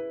I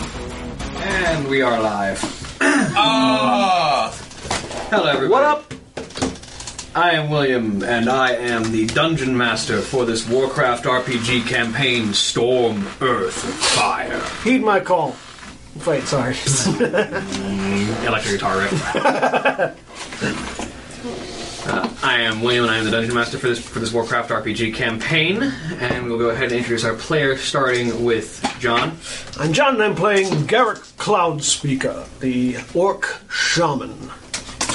And we are live. Hello, everybody. What up? I am William, and I am the dungeon master for this Warcraft RPG campaign, Storm Earth Fire. Heed my call. Wait, sorry. Mm, Electric guitar riff. Uh, I am William, and I am the dungeon master for this for this Warcraft RPG campaign. And we'll go ahead and introduce our player, starting with John. I'm John, and I'm playing Garrick Cloudspeaker, the Orc Shaman.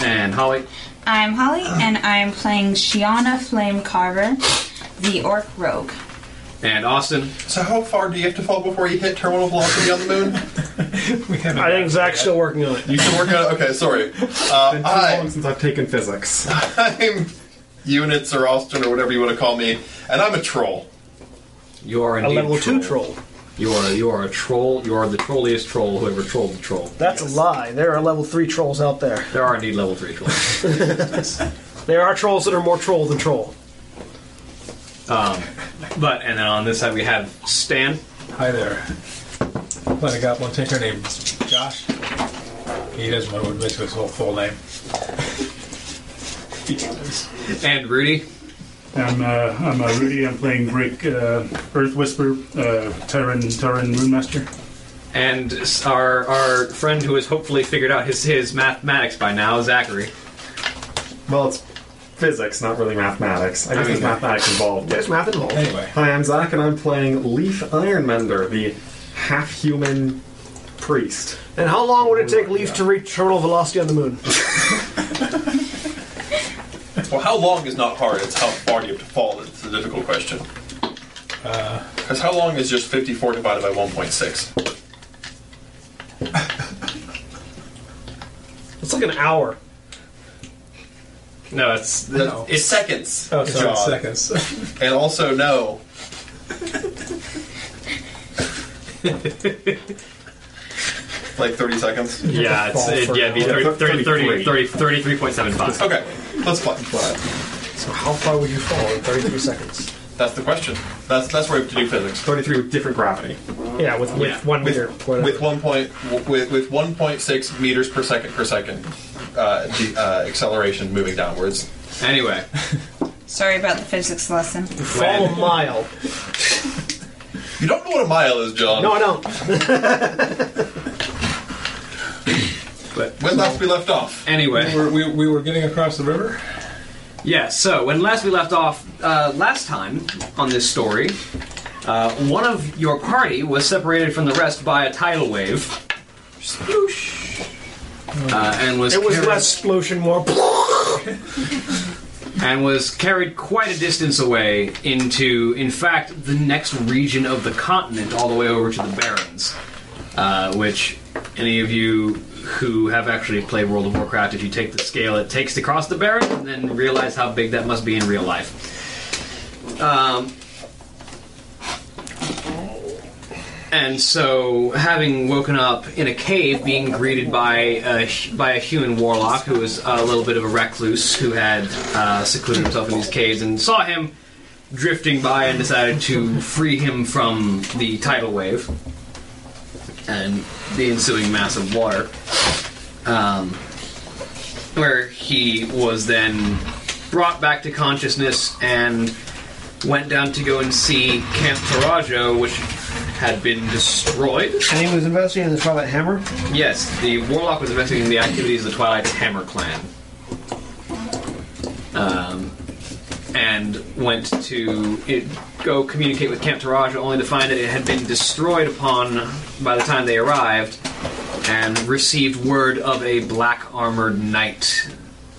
And Holly. I'm Holly, Uh. and I'm playing Shiana Flame Carver, the Orc Rogue. And Austin. So how far do you have to fall before you hit terminal velocity on the moon? I think Zach's still working on it. You still working on it? Okay, sorry. Uh, Been too long I, since I've taken physics. I'm units or Austin or whatever you want to call me, and I'm a troll. You are A indeed level 2 troll. You are you are a troll. You are the trolliest troll who ever trolled the troll. That's a lie. There are level three trolls out there. There are indeed level three trolls. There are trolls that are more troll than troll. But and then on this side we have Stan. Hi there. Playing a goblin tinker named Josh. He doesn't want to admit to his whole full name. and Rudy. I'm uh, I'm uh, Rudy. I'm playing Brick uh, Earth Whisper, uh, Terran Terran Runemaster. And our our friend who has hopefully figured out his his mathematics by now, Zachary. Well, it's physics, not really mathematics. I guess there's mathematics involved. There's math involved. Anyway, Hi, I'm Zach, and I'm playing Leaf Ironmender, the half-human priest. And how long would it take Leaf to reach terminal velocity on the moon? Well, how long is not hard. It's how far do you have to fall. That's the difficult question. Because how long is just 54 divided by 1.6? It's like an hour. No, it's That- It's seconds. Oh, so in seconds. And also, no. like 30 seconds? yeah, it's it, yeah, it'd be 30, 30, 30, 30, 33.75. Okay, let's play. So how far would you fall in 33 seconds? That's the question. That's that's where we have to do physics. 33 with different gravity. Yeah, with, with Yeah. one With meter. Whatever. with one point with with one point six meters per second per second, uh, the uh, acceleration moving downwards. Anyway, Sorry about the physics lesson. fall a mile. You don't know what a mile is, John. No, I don't. when last we left off, anyway. we, were, we, we were getting across the river. Yeah, so when last we left off, uh, last time on this story, uh, one of your party was separated from the rest by a tidal wave. Sploosh! Uh, and was, It was carried, less explosion, more. and was carried quite a distance away into, in fact, the next region of the continent, all the way over to the Barrens. Uh, which any of you who have actually played World of Warcraft, if you take the scale it takes to cross the Barrens, and then realize how big that must be in real life. Um, And so, having woken up in a cave, being greeted by a, by a human warlock who was a little bit of a recluse who had uh, secluded himself in these caves and saw him drifting by and decided to free him from the tidal wave and the ensuing mass of water. Um, where he was then brought back to consciousness and went down to go and see Camp Tarajo, which had been destroyed. And he was investigating the Twilight Hammer. Yes, the warlock was investigating the activities of the Twilight Hammer Clan. Um, and went to it, go communicate with Camp Taraja, only to find that it had been destroyed upon by the time they arrived, and received word of a black armored knight.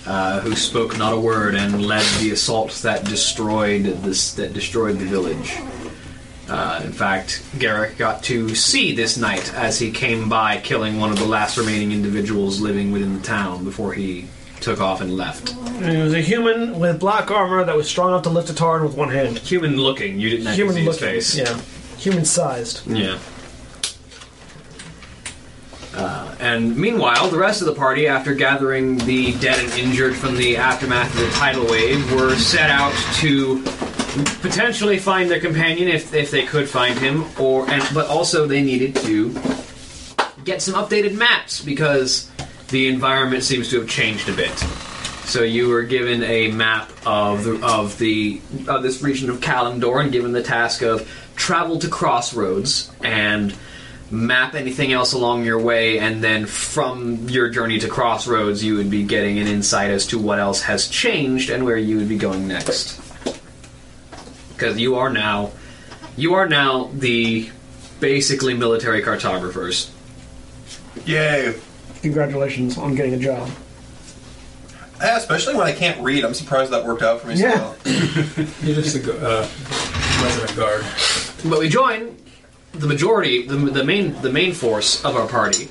Uh, who spoke not a word and led the assault that destroyed this that destroyed the village. Uh, in fact, Garrick got to see this knight as he came by, killing one of the last remaining individuals living within the town before he took off and left. And he was a human with black armor that was strong enough to lift a Taran with one hand. Human looking, you didn't actually Human see his looking. face. Yeah. Human sized. Yeah. Uh, and meanwhile, the rest of the party, after gathering the dead and injured from the aftermath of the tidal wave, were set out to potentially find their companion if, if they could find him, or and but also they needed to get some updated maps because the environment seems to have changed a bit. So you were given a map of the, of the of this region of Kalimdor and given the task of travel to crossroads and map anything else along your way and then from your journey to crossroads you would be getting an insight as to what else has changed and where you would be going next. Cuz you are now you are now the basically military cartographers. Yay. Congratulations on getting a job. Yeah, especially when I can't read. I'm surprised that worked out for me. so Yeah. well. You're just a gu- uh, resident guard. But we join the majority, the, the main, the main force of our party,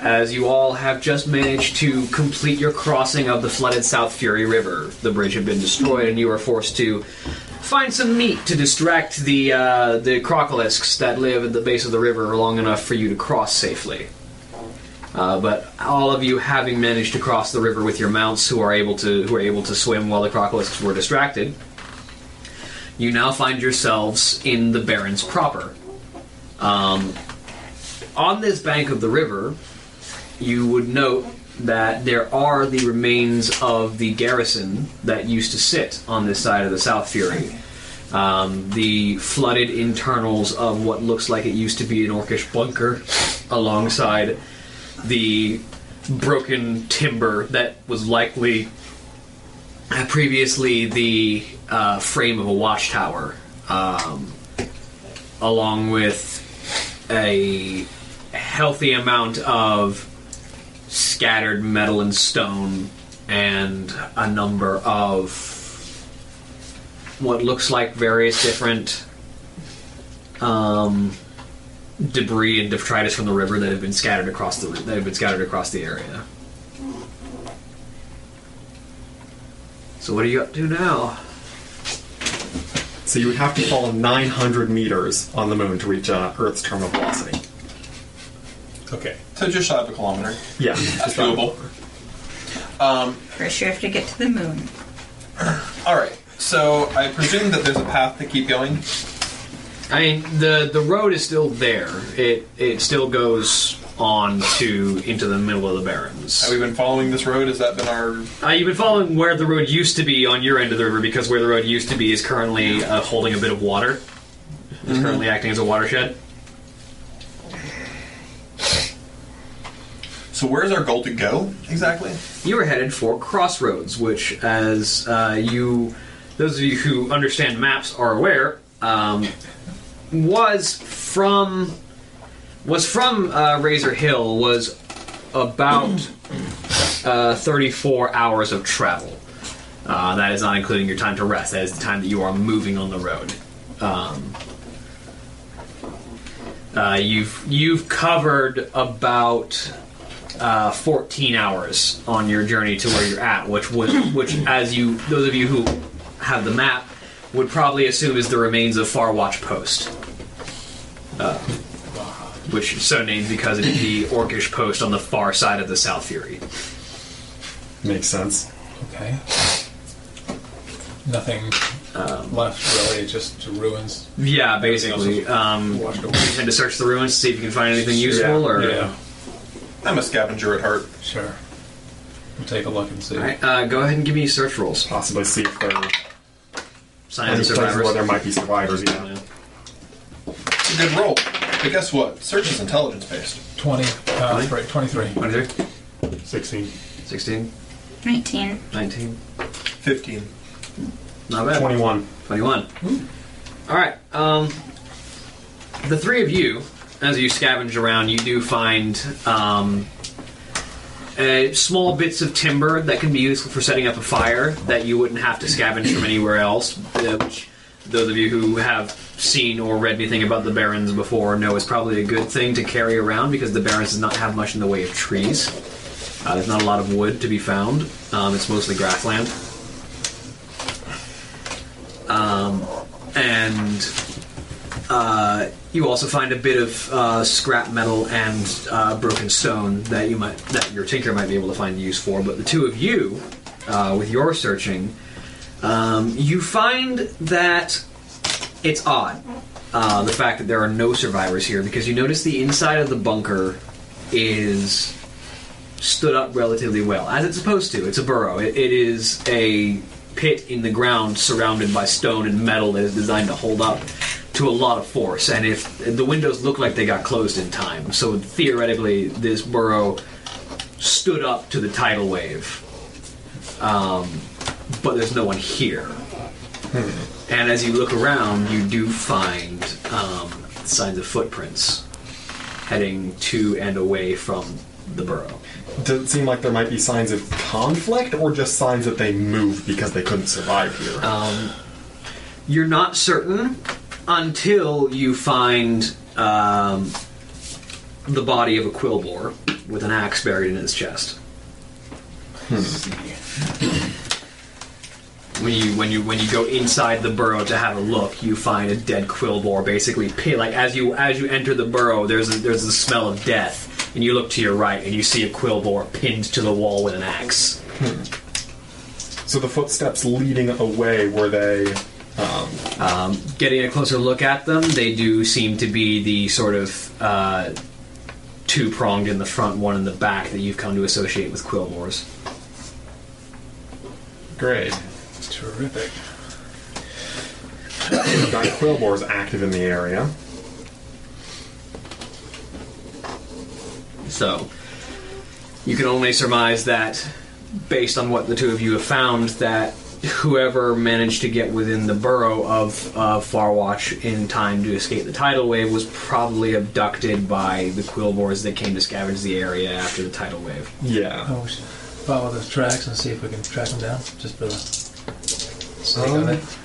as you all have just managed to complete your crossing of the flooded South Fury River. The bridge had been destroyed, and you were forced to find some meat to distract the uh, the crocolists that live at the base of the river long enough for you to cross safely. Uh, but all of you having managed to cross the river with your mounts, who are able to who are able to swim while the crocolists were distracted, you now find yourselves in the Barrens proper. Um, on this bank of the river, you would note that there are the remains of the garrison that used to sit on this side of the South Fury. Um, the flooded internals of what looks like it used to be an orcish bunker, alongside the broken timber that was likely uh, previously the uh, frame of a watchtower, um, along with a healthy amount of scattered metal and stone, and a number of what looks like various different um, debris and detritus from the river that have been scattered across the that have been scattered across the area. So what are you up to now? So you would have to fall 900 meters on the moon to reach uh, Earth's terminal velocity. Okay. So just shy of a kilometer. Yeah, That's doable. Um, First, you have to get to the moon. all right. So I presume that there's a path to keep going. I mean, the the road is still there. It it still goes on to into the middle of the barrens. Have we been following this road? Has that been our? Uh, you've been following where the road used to be on your end of the river because where the road used to be is currently uh, holding a bit of water. It's currently acting as a watershed. So where's our goal to go exactly? you were headed for Crossroads, which, as uh, you, those of you who understand maps are aware, um, was from was from uh, Razor Hill was about uh, 34 hours of travel. Uh, that is not including your time to rest. That is the time that you are moving on the road. Um, uh, you've you've covered about uh, 14 hours on your journey to where you're at, which would, which as you, those of you who have the map, would probably assume is the remains of Far Watch Post. Uh, which is so named because of the orcish post on the far side of the South Fury. Makes sense. Okay. Nothing uh, left really, just ruins. Yeah, basically. Um, you Washed away. tend to search the ruins to see if you can find anything useful, or Yeah, I'm a scavenger at heart. sure. We'll take a look and see. All right, uh, go ahead and give me search rolls. Possibly see if there are Sign of any the places where there survivors. might be survivors. Yeah. It's a good roll. But guess what? Search is intelligence based. 20, uh, Really? three- 23. 23, 16. 16, 19. 19. 15. Not bad. 21. 21. All right. Um, the three of you, as you scavenge around, you do find um, uh, small bits of timber that can be useful for setting up a fire that you wouldn't have to scavenge from anywhere else. uh, Which those of you who have seen or read anything about the Barrens before know is probably a good thing to carry around because the Barrens does not have much in the way of trees. Uh, there's not a lot of wood to be found. Um, it's mostly grassland. and uh, you also find a bit of uh, scrap metal and uh, broken stone that you might that your tinker might be able to find use for. But the two of you, uh, with your searching, um, you find that it's odd uh, the fact that there are no survivors here because you notice the inside of the bunker is stood up relatively well, as it's supposed to. It's a burrow. It, it is a pit in the ground surrounded by stone and metal that is designed to hold up to a lot of force. And if the windows look like they got closed in time, so theoretically, this burrow stood up to the tidal wave. Um, but there's no one here. And as you look around, you do find um, signs of footprints heading to and away from the burrow. Does it seem like there might be signs of conflict or just signs that they moved because they couldn't survive here? you're not certain until you find um, the body of a quillbore with an axe buried in its chest. Hmm. When you when you when you go inside the burrow to have a look, you find a dead quillbore basically pit. Like as you as you enter the burrow, there's a, there's the smell of death, and you look to your right and you see a quillbore pinned to the wall with an axe. so the footsteps leading away were they getting a closer look at them, they do seem to be the sort of uh, two pronged in the front, one in the back that you've come to associate with quill wars. great? Terrific. We've got quill boars active in the area. So you can only surmise that, based on what the two of you have found, that whoever managed to get within the burrow of uh, Farwatch in time to escape the tidal wave was probably abducted by the quill wars that came to scavenge the area after the tidal wave. Yeah. Oh, we should follow those tracks and see if we can track them down. Just for the sake of Um, it.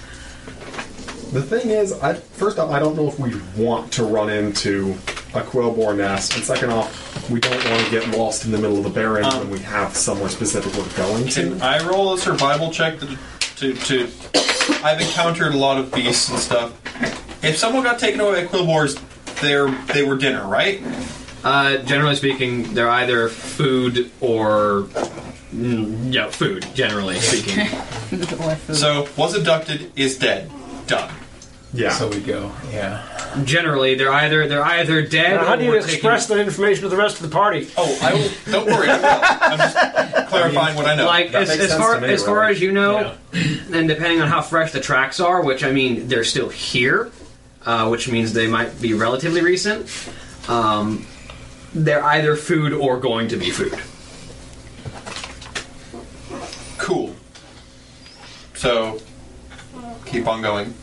The thing is, I, first off, I don't know if we want to run into a quill boar nest, and second off, we don't want to get lost in the middle of the barren when we have somewhere specific we're going Um, Can to. I roll a survival check to, to, to. I've encountered a lot of beasts and stuff. If someone got taken away by Quillbores, they're, they were dinner, right? Uh, generally speaking, they're either food or mm, yeah, food. Generally speaking, So, was abducted, is dead. Done. Yeah. So we go. Yeah. generally they're either they're either dead. Now, or how do you we're taking- express that information to the rest of the party? Oh, I will. Don't worry, I will. I'm just clarifying what I know. Like That as, makes as sense far to me, as far really. as you know, and depending on how fresh the tracks are, which I mean they're still here, uh, which means they might be relatively recent. Um, they're either food or going to be food. Cool. So, keep on going.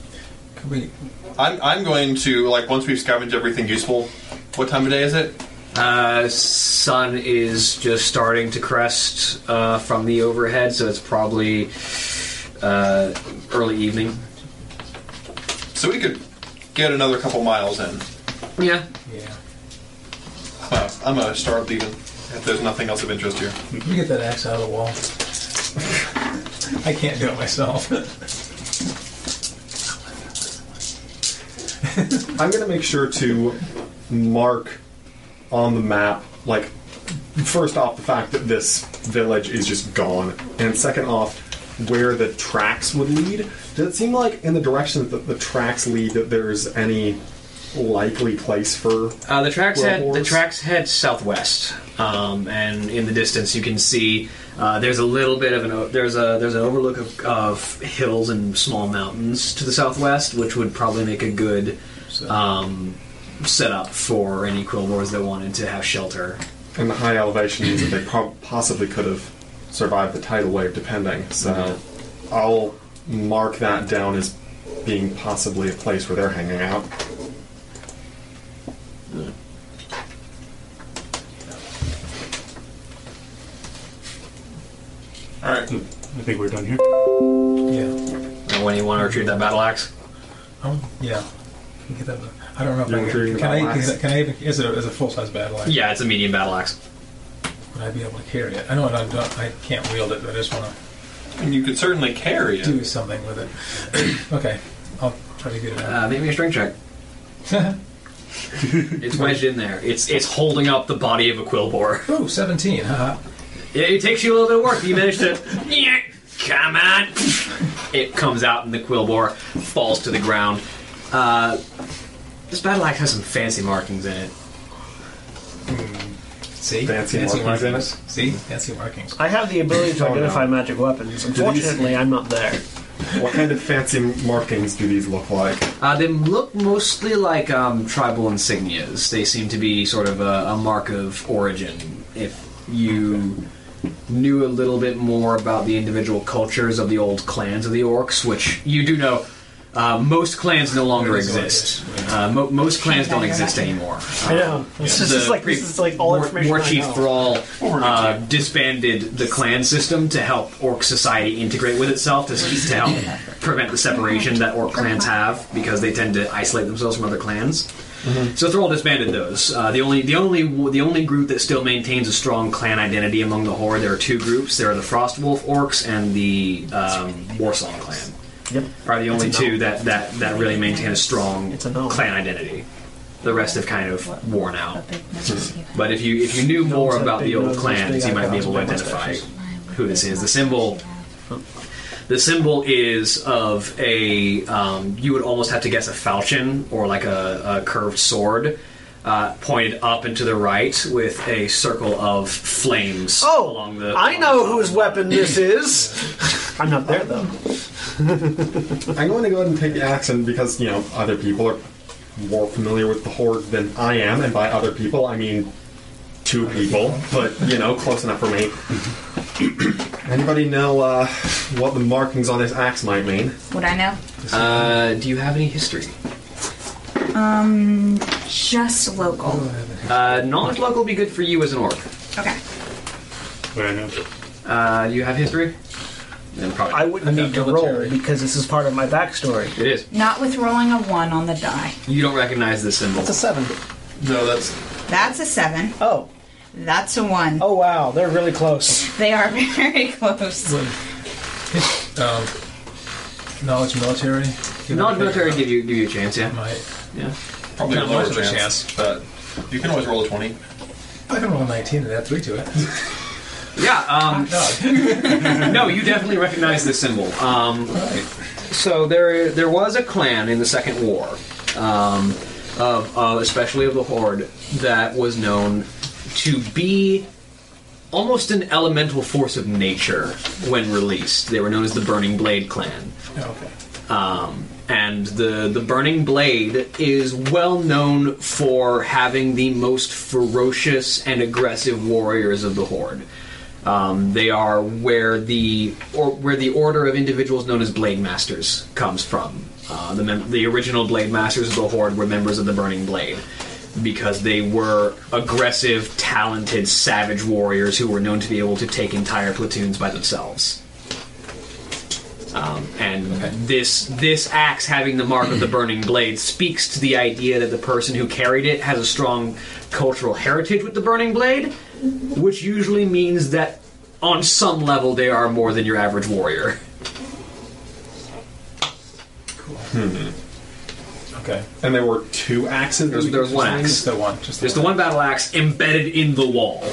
Could we? I'm, I'm going to, like, once we've scavenged everything useful, what time of day is it? Uh, sun is just starting to crest uh, from the overhead, so it's probably uh, early evening. So we could get another couple miles in. Yeah. Yeah. Well, I'm going to start leaving if there's nothing else of interest here. Can you get that axe out of the wall? I can't do it myself. I'm going to make sure to mark on the map, like, first off, the fact that this village is just gone, and second off, where the tracks would lead. Does it seem like in the direction that the tracks lead that there's any likely place for? Uh, the tracks Well, head the horse. tracks head southwest, um, and in the distance you can see uh, there's a little bit of an o- there's a there's an overlook of, of hills and small mountains to the southwest, which would probably make a good um, setup for any Quillmores that wanted to have shelter. And the high elevation means that they prob- possibly could have survived the tidal wave, depending. So I'll mark that down as being possibly a place where they're hanging out. All right. I think we're done here. Yeah. And when you want to retrieve that battle axe, Oh, yeah. Can get that one. I don't know if You I want to can. read Can I, about can, I, last? can I even? Is it a, is it a full size battle axe? yeah, it's a medium battle axe. Would I be able to carry it? I know I don't. don't- I can't wield it, but I just want to And you could certainly carry it. do something with it. okay, I'll try to get it out. Uh, make me a strength check. It's wedged in there. It's it's holding up the body of a Quillbore. Ooh, 17. haha. It, it takes you a little bit of work, but you manage to. Come on! It comes out, and the quill bore falls to the ground. Uh, this battle axe has some fancy markings in it. See? Fancy markings in it? See? Fancy markings. I have the ability to no. identify magic weapons. Unfortunately, I'm not there. What kind of fancy markings do these look like? Uh, they look mostly like um, tribal insignias. They seem to be sort of a, a mark of origin. If you knew a little bit more about the individual cultures of the old clans of the orcs, which you do know. Uh, most clans no longer There's a lot, exist. yes. Uh, mo- most clans don't exist anymore. I know. This is just the like pre- this is like all War- information. War I Chief know. Thrall uh, disbanded the clan system to help Orc society integrate with itself to, to help prevent the separation that Orc clans have because they tend to isolate themselves from other clans. So Thrall disbanded those. Uh, the only the only the only group that still maintains a strong clan identity among the Horde. There are two groups. There are the Frostwolf Orcs and the um, Warsong clan. Yep. Are the only It's a no. two that, that, that really maintain a strong It's a no. clan identity. The rest have kind of worn out. But big messages you have. But if you if you knew more Dogs have about big the old noses, clans, big you might be eyebrows, able to big identify mustaches. who this is. The symbol the symbol is of a um, you would almost have to guess a falchion or like a, a curved sword. Uh, pointed up and to the right with a circle of flames Oh, along the. I know whose weapon this is. I'm not there though. I'm going to go ahead and take the action because, you know, other people are more familiar with the Horde than I am, and by other people, I mean two people, but, you know, close enough for me. Anybody know uh, what the markings on this axe might mean? Would I know? Uh, do you have any history? Just local. Uh, knowledge log will be good for you as an orc. Okay. But I know. Uh, do you have history? Then probably. I wouldn't I'm need to not roll military. because this is part of my backstory. it is. Not with rolling a one on the die. You don't recognize this symbol. It's a seven. No, that's That's a seven. Oh, That's a one. oh wow, they're really close. They are very close. Would his, um, knowledge military? give Knowledge it a- military give you give you a chance, yeah. My, Yeah. probably Not a lower much of a chance, but you can always roll a twenty. I can roll a 19 and add 3 to it. Yeah, um, Dog. no, you definitely recognize this symbol. Um, so there, there was a clan in the Second War, um, of, of especially of the Horde, that was known to be almost an elemental force of nature when released. They were known as the Burning Blade Clan. okay. and the the burning blade is well known for having the most ferocious and aggressive warriors of the horde. Um, they are where the or where the order of individuals known as blade masters comes from. Uh, the mem- the original blade masters of the horde were members of the Burning Blade because they were aggressive, talented, savage warriors who were known to be able to take entire platoons by themselves and this this axe having the mark of the burning blade speaks to the idea that the person who carried it has a strong cultural heritage with the burning blade, which usually means that on some level they are more than your average warrior. Okay. And there were two axes. There's- there's one axe. Just the one. Just the There's the one battle axe embedded in the wall.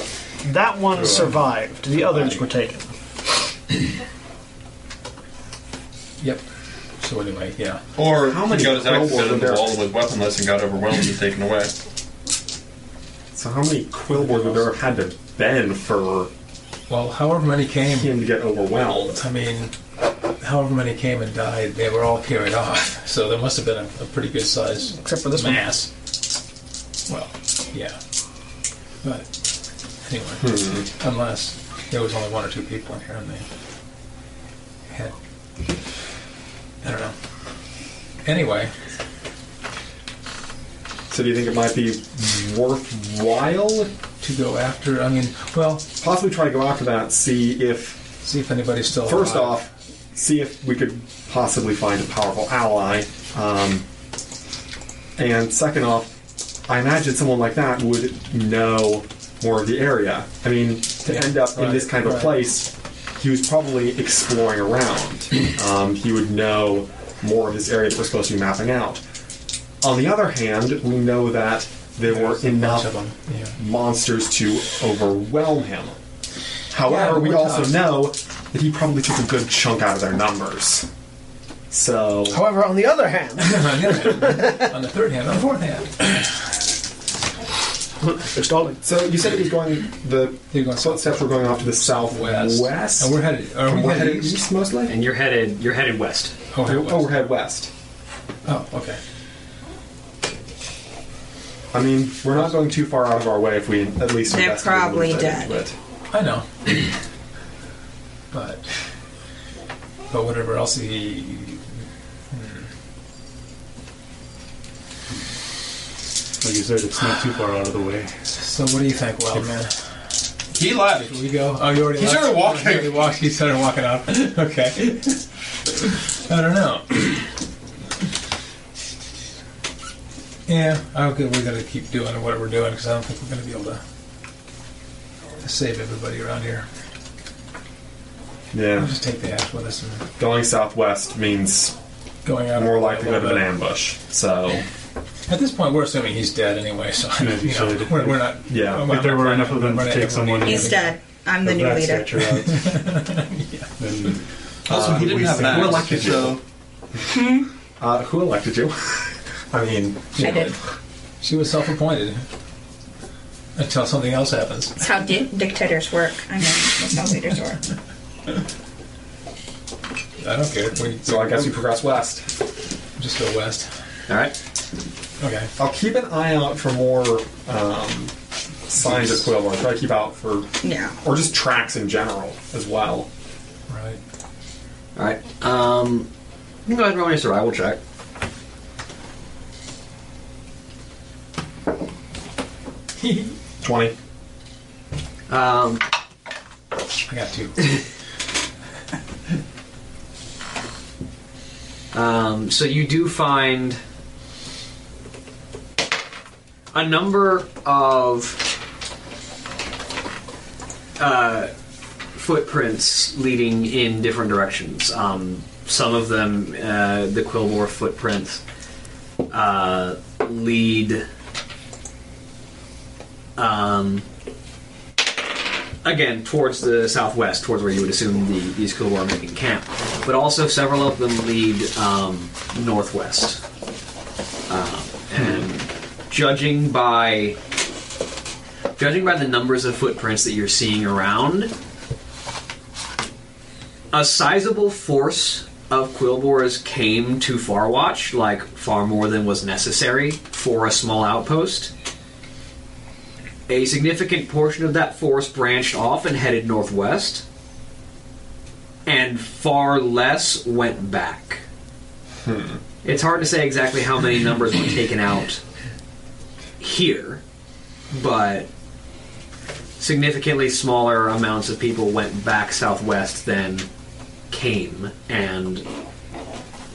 That one survived. The others were taken. Yep. So anyway, yeah. Or How he got many his axe crowbars set in are the there? wall with weaponless and got overwhelmed and taken away. So how many quillboard would there have had to been for Well, however many came, him to get overwhelmed? I mean, however many came and died, they were all carried off. So there must have been a, a pretty good size Except for this one. mass. Well, yeah. But anyway, unless there was only one or two people in here and they had. I don't know. Anyway, So do you think it might be worthwhile? to go after, I mean, well, Possibly try to go after that, see if see if anybody's still first alive. off, see if we could possibly find a powerful ally. Um, and second off, I imagine someone like that would know more of the area. I mean, to Yeah, end up in right, this kind of a right. place, he was probably exploring around. Um, he would know more of this area that we're supposed to be mapping out. On the other hand, we know that there were There's a bunch enough of them, yeah. monsters to overwhelm him. However, Yeah, we we're also tough. know that he probably took a good chunk out of their numbers. So, However, on the other hand, on the other hand, on the third hand, on the fourth hand. they're stalling. so you said it was going the You're going footsteps were going off to the southwest. West. And we're headed. Are we We're headed east? mostly. And you're headed you're headed west. Oh, headed Oh, we're west. head west. Oh, okay. I mean, we're not going too far out of our way if we at least. They're investigate a little probably bit dead. into it. I know. but but whatever else he. Like you said, it's not too far out of the way. So what do you think, well, man? He left. Should we go? Oh, you already. He left? started walking. He already walked. He started walking out. okay. I don't know. Yeah, I don't think we're gonna keep doing what we're doing because I don't think we're gonna be able to, to save everybody around here. We'll Yeah, just take the axe with us and going southwest means going out. more a likely to little go to an bit. ambush. So, At this point, we're assuming he's dead anyway, so Yeah, you know, so- we're, we're not. Yeah. I'm If not there were trying enough of them to run take everyone someone- in. He's dead. I'm the Of new that leader. stature out, then uh, Also, Oh, he didn't have an axe. We're lucky, so uh, who elected you? I mean, I did. She was self-appointed until something else happens. That's how di- dictators work. I know. That's how leaders work. I don't care. We so I guess we progress west. just go west. Alright. Okay. I'll keep an eye out for more um, signs of quill. I'll try to keep out for, Yeah. or just tracks in general as well. Right. Alright. Um you can go ahead and roll me a survival check. Twenty. Um I got two. Um, so you do find a number of uh, footprints leading in different directions. Um, some of them, uh, the Quillmore footprints, uh, lead. Um, again towards the southwest, towards where you would assume the, these Kilgore are making camp. But also several of them lead um, northwest. Um, and judging by judging by the numbers of footprints that you're seeing around, a sizable force of Quillbores came to Farwatch, like far more than was necessary for a small outpost. A significant portion of that force branched off and headed northwest, and far less went back. It's hard to say exactly how many numbers were taken out here, but significantly smaller amounts of people went back southwest than came, and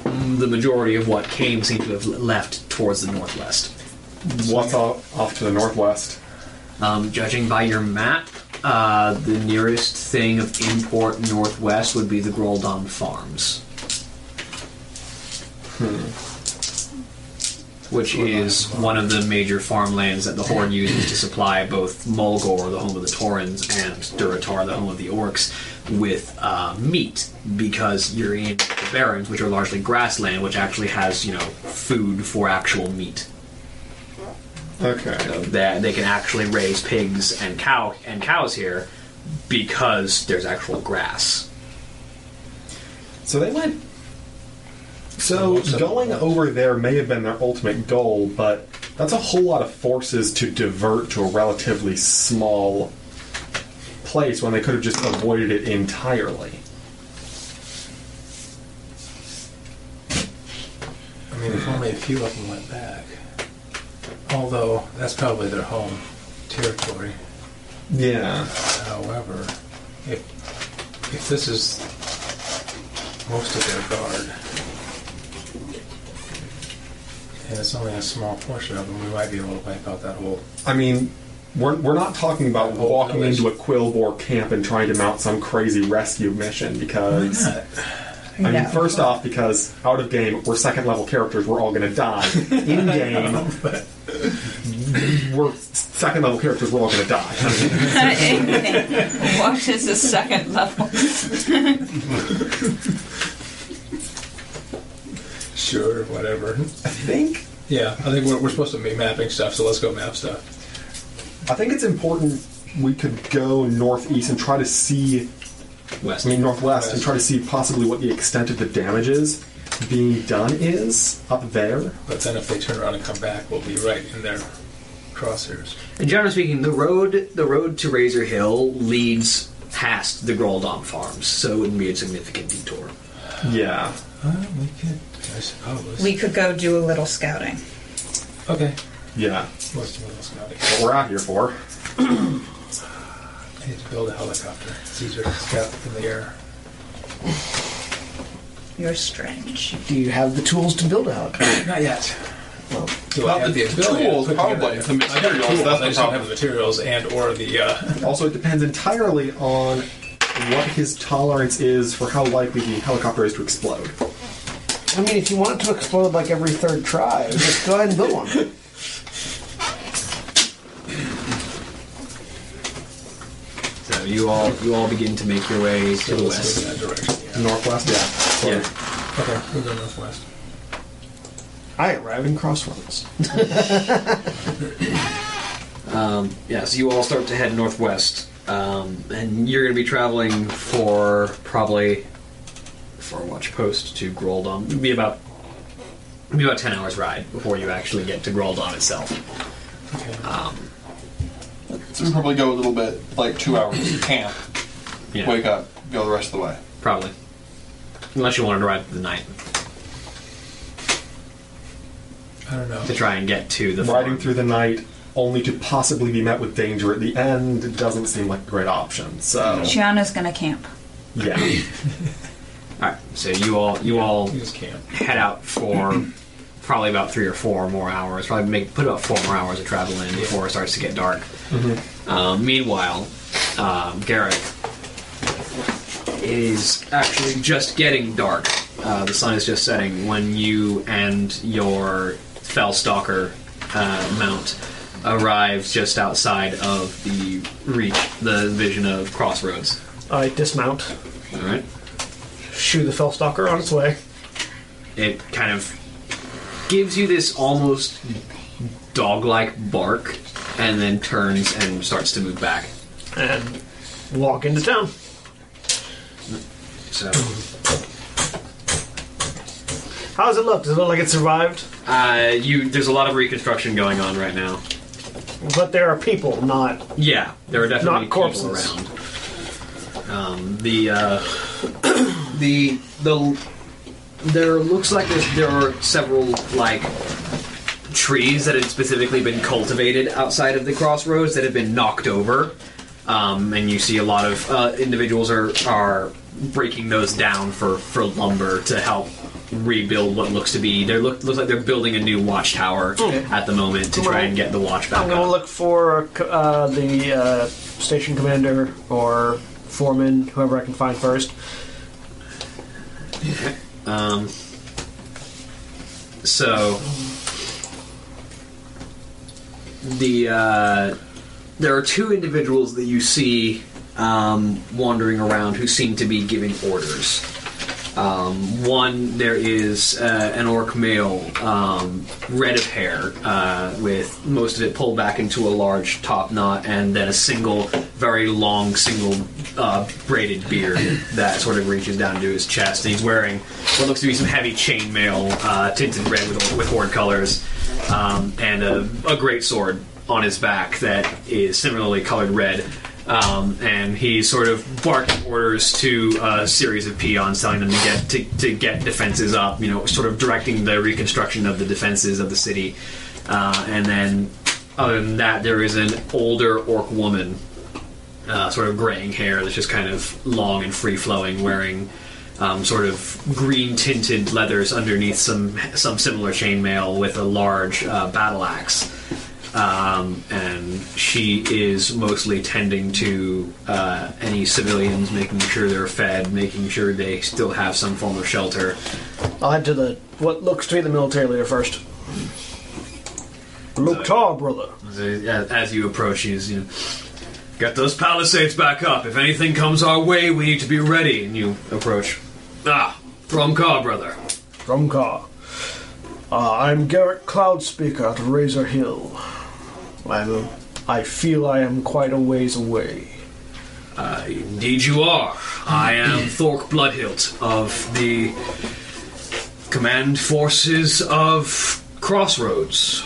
the majority of what came seemed to have left towards the northwest. What's off, off to the northwest? Um, judging by your map, uh, the nearest thing of import northwest would be the Groldon Farms. which is one of the major farmlands that the Horde uses to supply both Mulgore, the home of the Taurans, and Duratar, the home of the Orcs, with uh, meat because you're in the Barrens, which are largely grassland, which actually has you know food for actual meat. Okay. So that they can actually raise pigs and cow and cows here because there's actual grass. So they went. So going over there may have been their ultimate goal, but that's a whole lot of forces to divert to a relatively small place when they could have just avoided it entirely. I mean, if only a few of them went back. Although that's probably their home territory. Yeah. However, if if this is most of their guard, and it's only a small portion of them, we might be able to wipe out that whole. I mean, we're, we're not talking about walking into a Quillbor camp and trying to mount some crazy rescue mission because. I mean, No. first off, because out of game, we're second level characters, we're all going to die. In game, we're second level characters, we're all going to die. I mean, what is the second level? Sure, whatever. I think Yeah, I think we're, we're supposed to be mapping stuff, so let's go map stuff. I think it's important we could go northeast and try to see, West. I mean, northwest, and try to see possibly what the extent of the damages being done is up there. But then if they turn around and come back, we'll be right in their crosshairs. And generally speaking, the road the road to Razor Hill leads past the Groldom farms, so it wouldn't be a significant detour. Yeah. Uh, we could, I suppose. We could go do a little scouting. okay. Yeah. Most of us got it. What we're out here for. I need to build a helicopter. It's easier to scout in the air. You're strange. Do you have the tools to build a helicopter? Not yet. Well, do Not I have the the ability to tools, put probably. together- The materials, I got that's the tools, the I just don't problem. have the materials and or the. Uh, Also, it depends entirely on what his tolerance is for how likely the helicopter is to explode. I mean, if you want it to explode like every third try, just go ahead and build one. So you all you all begin to make your way to the let's west. move in that direction. Northwest? Yeah. Yeah. Yeah. Okay, we'll go northwest. I arrive in crossroads. Yeah, so you all start to head northwest, um, and you're going to be traveling for probably for watch post to Groldom. It'll be about it'll be about ten hours ride before you actually get to Groldom itself. Okay. So we probably go a little bit, like two hours camp, Yeah, wake up, go the rest of the way. probably, unless you wanted to ride the night I don't know. to try and get to the Riding farm. through the night only to possibly be met with danger at the end doesn't seem like a great option. So, Shiana's gonna camp. yeah. All right, so you all you all We just can't. head out for probably about three or four more hours. Probably make put about four more hours of travel in before it starts to get dark. Um, meanwhile, um, Garrick it is actually just getting dark. Uh, the sun is just setting when you and your fell stalker uh, mount arrive just outside of the reach, the vision of crossroads. I dismount, All right. shoo the fell stalker on its way. it kind of gives you this almost dog-like bark and then turns and starts to move back and walk into town. so How does it look? Does it look like it survived? uh, you there's a lot of reconstruction going on right now But there are people, not. yeah there are definitely Not corpses. people around um, the uh, the the there looks like there's, there are several like trees that had specifically been cultivated outside of the crossroads that have been knocked over um, and you see a lot of uh, individuals are are breaking those down for for lumber to help rebuild what looks to be they look looks like they're building a new watchtower at the moment to try and get the watch back Hmm. I'm going to up. look for uh, the uh, station commander or foreman, whoever I can find first. So the uh, there are two individuals that you see um, wandering around who seem to be giving orders. Um, one, there is uh, an orc male, um, red of hair, uh, with most of it pulled back into a large top knot, and then a single, very long, single uh, braided beard that sort of reaches down to his chest. And he's wearing what looks to be some heavy chainmail, uh, tinted red with, with horn colors, um, and a, a great sword on his back that is similarly colored red um, and he's sort of barking orders to a series of peons, telling them to get to, to get defenses up. You know, sort of directing the reconstruction of the defenses of the city. Uh, and then, other than that, there is an older orc woman, uh, sort of graying hair that's just kind of long and free flowing, wearing. Um, sort of green tinted leathers underneath some some similar chainmail with a large uh, battle axe um, and she is mostly tending to uh, any civilians, making sure they're fed, making sure they still have some form of shelter. I'll head to the what looks to be the military leader first. Look tall, brother. As, as you approach, she's you know, get those palisades back up. If anything comes our way, we need to be ready. And you approach. Ah, from car, brother. From car. Uh, I'm Garrett Cloudspeaker at Razor Hill. I'm, I feel I am quite a ways away. Indeed, you are. I am Thork Bloodhilt of the command forces of Crossroads.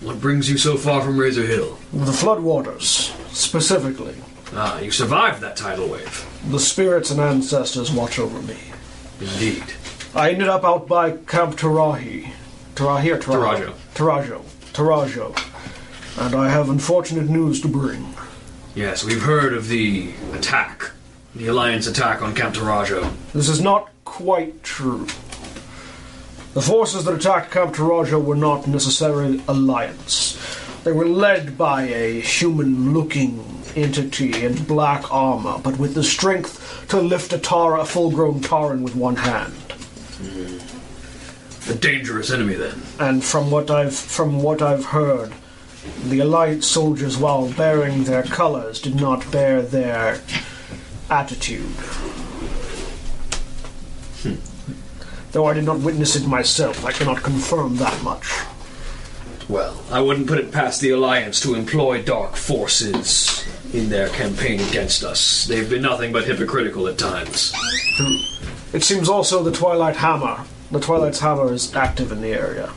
What brings you so far from Razor Hill? The floodwaters, specifically. Ah, you survived that tidal wave. The spirits and ancestors watch over me. Indeed. I ended up out by Camp Tarahi. Tarahi or Tarajo? Tarajo. Tarajo. And I have unfortunate news to bring. Yes, we've heard of the attack, the Alliance attack on Camp Tarajo. This is not quite true. The forces that attacked Camp Taraja were not necessarily Alliance. They were led by a human looking entity in black armor, but with the strength to lift a Tara, a full grown Taran with one hand. A dangerous enemy, then. And from what I've from what I've heard, the Alliance soldiers, while bearing their colors, did not bear their attitude. Hmm. Though I did not witness it myself, I cannot confirm that much. Well, I wouldn't put it past the Alliance to employ dark forces in their campaign against us. They've been nothing but hypocritical at times. It seems also the Twilight Hammer. The Twilight's Hammer is active in the area.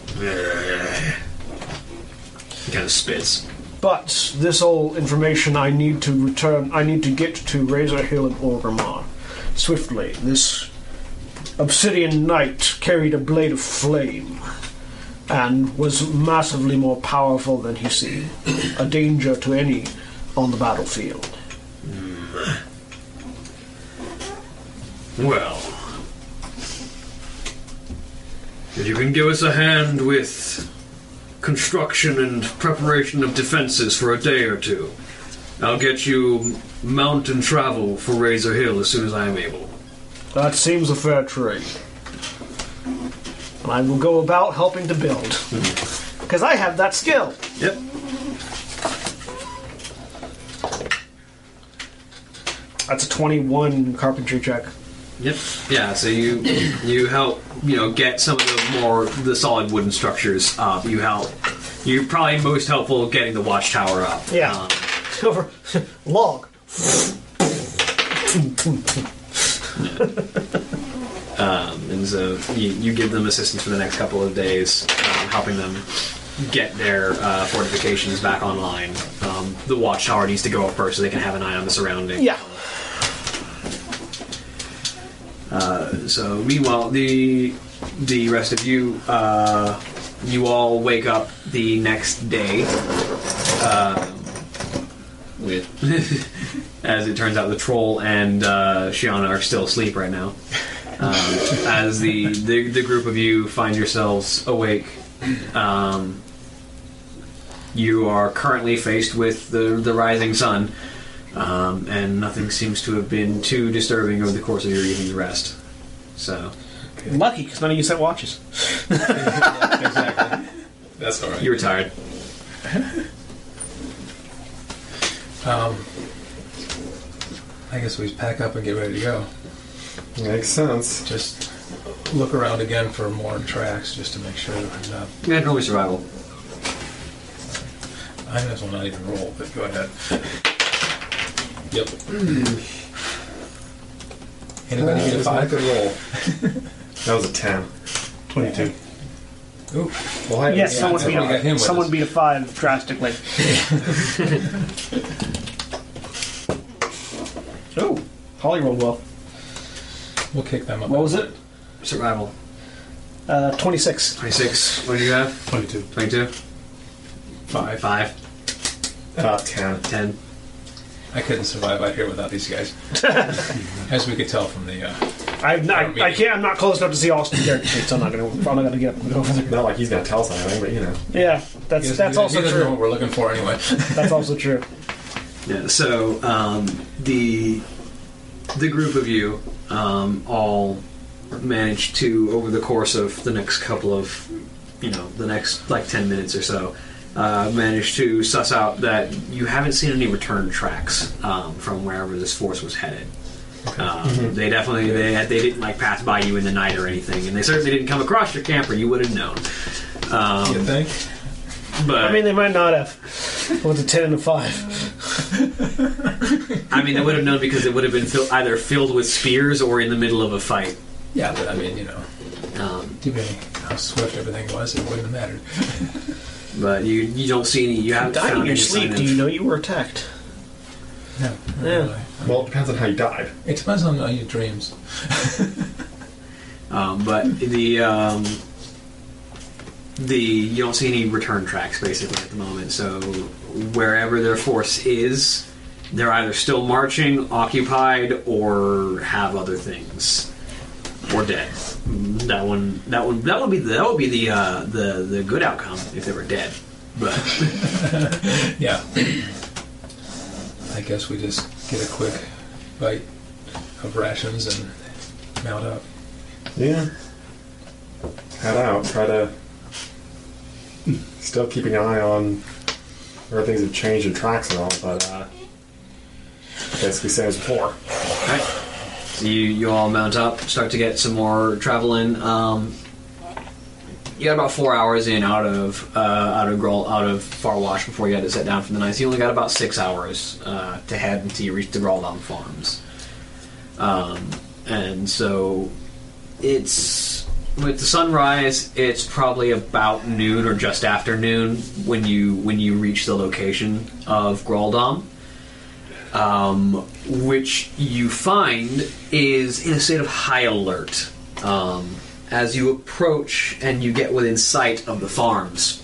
He kind of spits. But this all information I need to return. I need to get to Razor Hill and Orgrimmar swiftly. This obsidian knight carried a blade of flame and was massively more powerful than he seemed, a danger to any on the battlefield. Well, if you can give us a hand with construction and preparation of defenses for a day or two, I'll get you mountain travel for Razor Hill as soon as I am able. That seems a fair trade. And I will go about helping to build. Because I have that skill. Yep. That's a 21 carpentry check. Yep. Yeah. So you you help you know get some of the more the solid wooden structures up. You help. You're probably most helpful getting the watchtower up. Yeah. Um, Over. Log. and so you, you give them assistance for the next couple of days, um, helping them get their uh, fortifications back online. Um, the watchtower needs to go up first so they can have an eye on the surrounding. Yeah. Uh, So meanwhile, the the rest of you, uh, you all wake up the next day. Uh, with, as it turns out, the troll and uh, Shiana are still asleep right now. Um, as the, the the group of you find yourselves awake, um, you are currently faced with the the rising sun, um, and nothing seems to have been too disturbing over the course of your evening's rest. So. Lucky, because none of you set watches. That's all right. You were tired. Um, I guess we pack up and get ready to go. Makes sense. Just look around again for more tracks, just to make sure that we're not. Yeah, roll me survival. I might as well not even roll, but go ahead. Yep. Anybody get a Just make five? a roll. that was a 10. 22. Ooh, Well, I Yeah, Yes, someone so beat we got him a, with someone us. beat a five drastically. oh, Holly rolled well. we'll kick them up. What was it? Survival. Uh, Twenty-six. 26. What do you have? 22. 22? Five. 5. Uh, 10. 10. I couldn't survive out here without these guys, as we could tell from the. Uh, I've not, I, I can't. I'm not close enough to see Austin character sheets. I'm not gonna. I'm not gonna get up and go over there. Not like he's going to tell us anything, but you know. Yeah, he that's doesn't- that's he also doesn't know true. what we're looking for anyway. That's also true. Yeah, so um, the the group of you um, all managed to over the course of the next couple of you know the next like 10 minutes or so uh, managed to suss out that you haven't seen any return tracks um, from wherever this force was headed um, Mm-hmm. they definitely they, they didn't like pass by you in the night or anything and they certainly didn't come across your camp or you would have known um, You think? but I mean, they might not have. With a ten and a five. I mean, they would have known because it would have been fill- either filled with spears or in the middle of a fight. Yeah, but I mean, you know, Um, given how swift everything was, it wouldn't have mattered. but you you don't see any. You haven't Dying found in your any sign sleep. of- Do you know you were attacked? No, not Yeah. really. Well, it depends on how you died. It depends on on your dreams. Um, but the um, the you don't see any return tracks basically at the moment. So wherever their force is, they're either still marching, occupied, or have other things, or dead. That one that one that would be that would be the uh, the the good outcome if they were dead. But. Yeah. I guess we just get a quick bite of rations and mount up. Yeah. Head out. Try to. Still keeping an eye on where things have changed in tracks and all, but uh, basically same as before. Alright. So you, you all mount up, start to get some more traveling. Um, you got about four hours in out of uh, out of Grohl, out of Far Wash before you had to set down for the night. So you only got about six hours uh, to head until you reach the Groldon Farms. Um, and so it's with the sunrise. It's probably about noon or just after noon when you when you reach the location of Groldom um, which you find is in a state of high alert. Um, as you approach and you get within sight of the farms,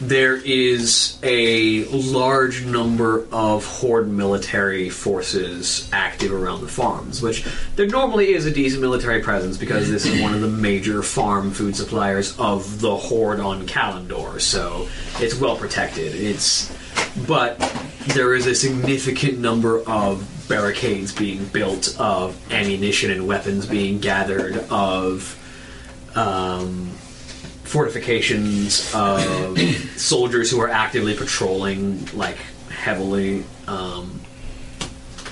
there is a large number of horde military forces active around the farms, which there normally is a decent military presence because this is one of the major farm food suppliers of the horde on Kalendor, so it's well protected. It's but there is a significant number of barricades being built, of ammunition and weapons being gathered, of um, fortifications of soldiers who are actively patrolling like heavily um,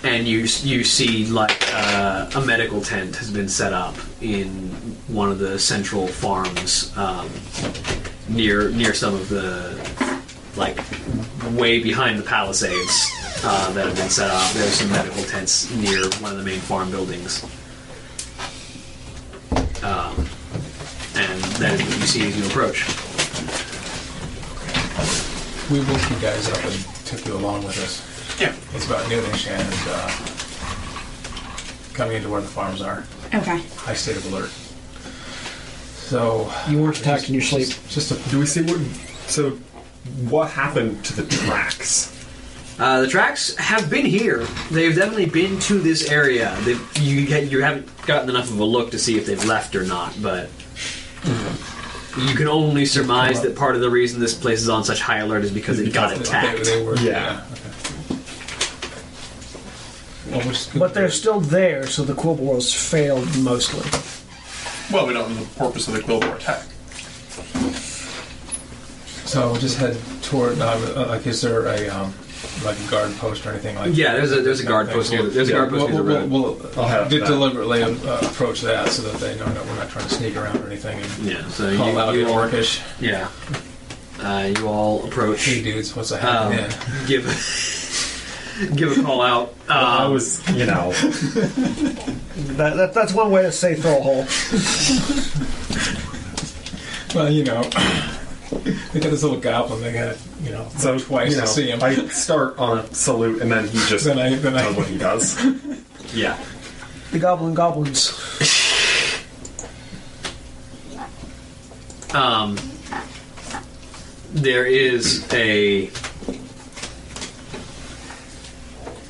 and you you see like uh, a medical tent has been set up in one of the central farms um, near near some of the like way behind the palisades uh, that have been set up there's some medical tents near one of the main farm buildings um, and that is what you see as you approach. We woke you guys up and took you along with us. Yeah. It's about noonish and uh, coming into where the farms are. Okay. High state of alert. So You weren't attacked in your sleep. just a Do we see what? So, what happened to the tracks? Uh, the tracks have been here. They've definitely been to this area. They've, you ha- you haven't gotten enough of a look to see if they've left or not, but you can only surmise that part of the reason this place is on such high alert is because it got they- attacked. They, they were, Yeah. okay. Well, we're just But they're still there, so the Quill Wars failed mostly. Well, we don't know the purpose of the Quillbore attack. So we'll just head toward. Uh, uh, like, is there a um, like a guard post or anything like Yeah, that? there's a- there's a guard Okay, post near we'll- the- there's a yeah, guard post near we'll, the road. We'll, we'll I'll have de- that. deliberately uh, approach that so that they know that we're not trying to sneak around or anything and Yeah, so call you, out you get all, orcish. yeah, uh, you all approach. Hey dudes, what's a um, happening? give give a call out. I Um, was, you know, That, that, that's one way to say throw hole. Well, you know, they got this little goblin. They got you know so twice you know, to see him. I start on a salute, and then he just then I does then I what he does. yeah, The goblin goblins. um, there is a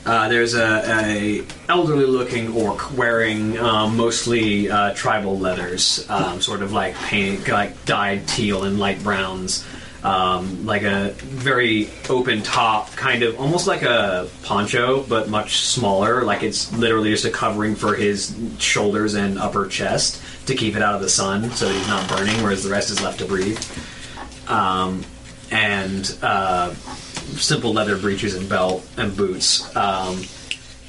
uh, there's a, a elderly looking orc wearing um, mostly uh, tribal leathers, um, sort of like paint, like dyed teal and light browns, um, like a very open top, kind of almost like a poncho, but much smaller. Like it's literally just a covering for his shoulders and upper chest to keep it out of the sun, so that he's not burning, whereas the rest is left to breathe. Um, and uh, simple leather breeches and belt and boots. Um,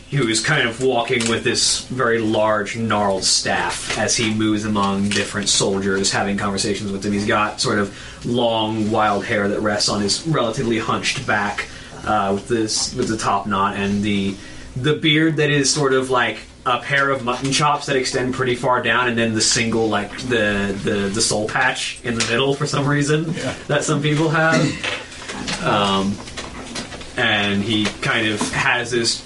who is kind of walking with this very large gnarled staff as he moves among different soldiers, having conversations with them. He's got sort of long wild hair that rests on his relatively hunched back, uh, with this with the top knot and the the beard that is sort of like a pair of mutton chops that extend pretty far down, and then the single like the the the soul patch in the middle for some reason that some people have Um, and he kind of has this,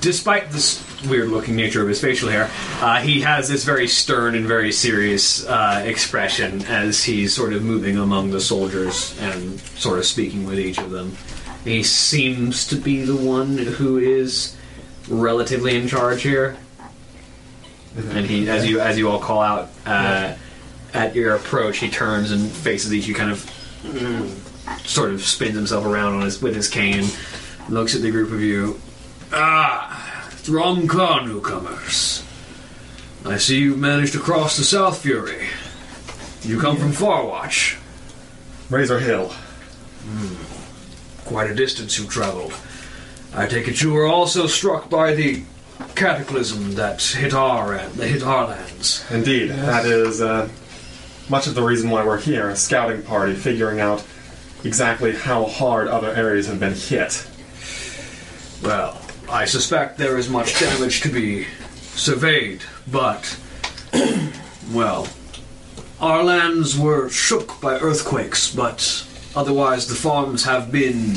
despite this weird looking nature of his facial hair, uh, he has this very stern and very serious uh, expression as he's sort of moving among the soldiers and sort of speaking with each of them. He seems to be the one who is relatively in charge here. And he, as you as you all call out uh, at your approach, he turns and faces each. You kind of sort of spins himself around on his with his cane, looks at the group of you. Ah, wrong car, newcomers. I see you've managed to cross the South Fury. You come from Farwatch. Razor Hill. Quite a distance you've traveled. I take it you were also struck by the cataclysm that hit our land, that hit our lands. Indeed, that is uh, much of the reason why we're here, a scouting party, figuring out exactly how hard other areas have been hit. Well, I suspect there is much damage to be surveyed, but. well. Our lands were shook by earthquakes, but otherwise the farms have been.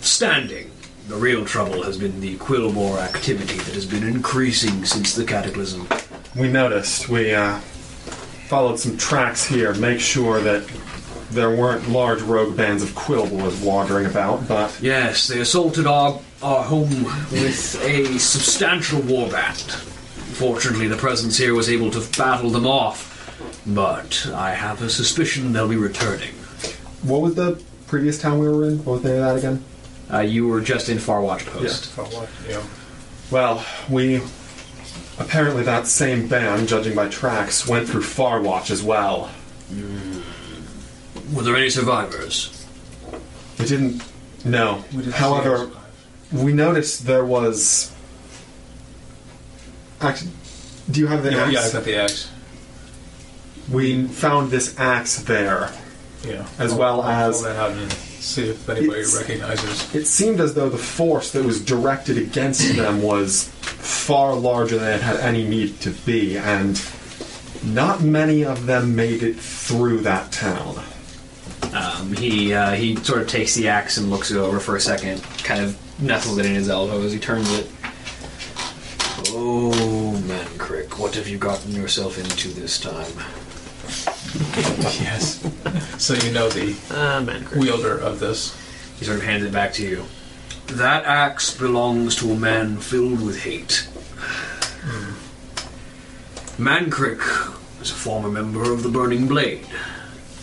standing. The real trouble has been the Quillbore activity that has been increasing since the cataclysm. We noticed, we uh, followed some tracks here, make sure that there weren't large rogue bands of Quillboys wandering about, but Yes, they assaulted our, our home with a substantial warband. Fortunately, the presence here was able to battle them off, but I have a suspicion they'll be returning. what was the previous town we were in? What was the name of that again? Uh, you were just in Farwatch Post. For what? You know, Well, we apparently that same band, judging by tracks, went through Farwatch as well. Were there any survivors? We didn't. No. we didn't see However, him. we noticed there was. Actually, do you have the yeah, axe? yeah, I got the axe. We found this axe there. Yeah, As I'll- well I'll as- pull that out and see if anybody It's- recognizes. It seemed as though the force that was directed against them was far larger than it had any need to be, and not many of them made it through that town. Um, he uh, he sort of takes the axe and looks it over for a second, kind of nestles it in his elbow as he turns it. Oh, man, Crick, what have you gotten yourself into this time? Yes. so you know the Ah, man. wielder of this. He sort of hands it back to you. That axe belongs to a man filled with hate. Mancrick is a former member of the Burning Blade,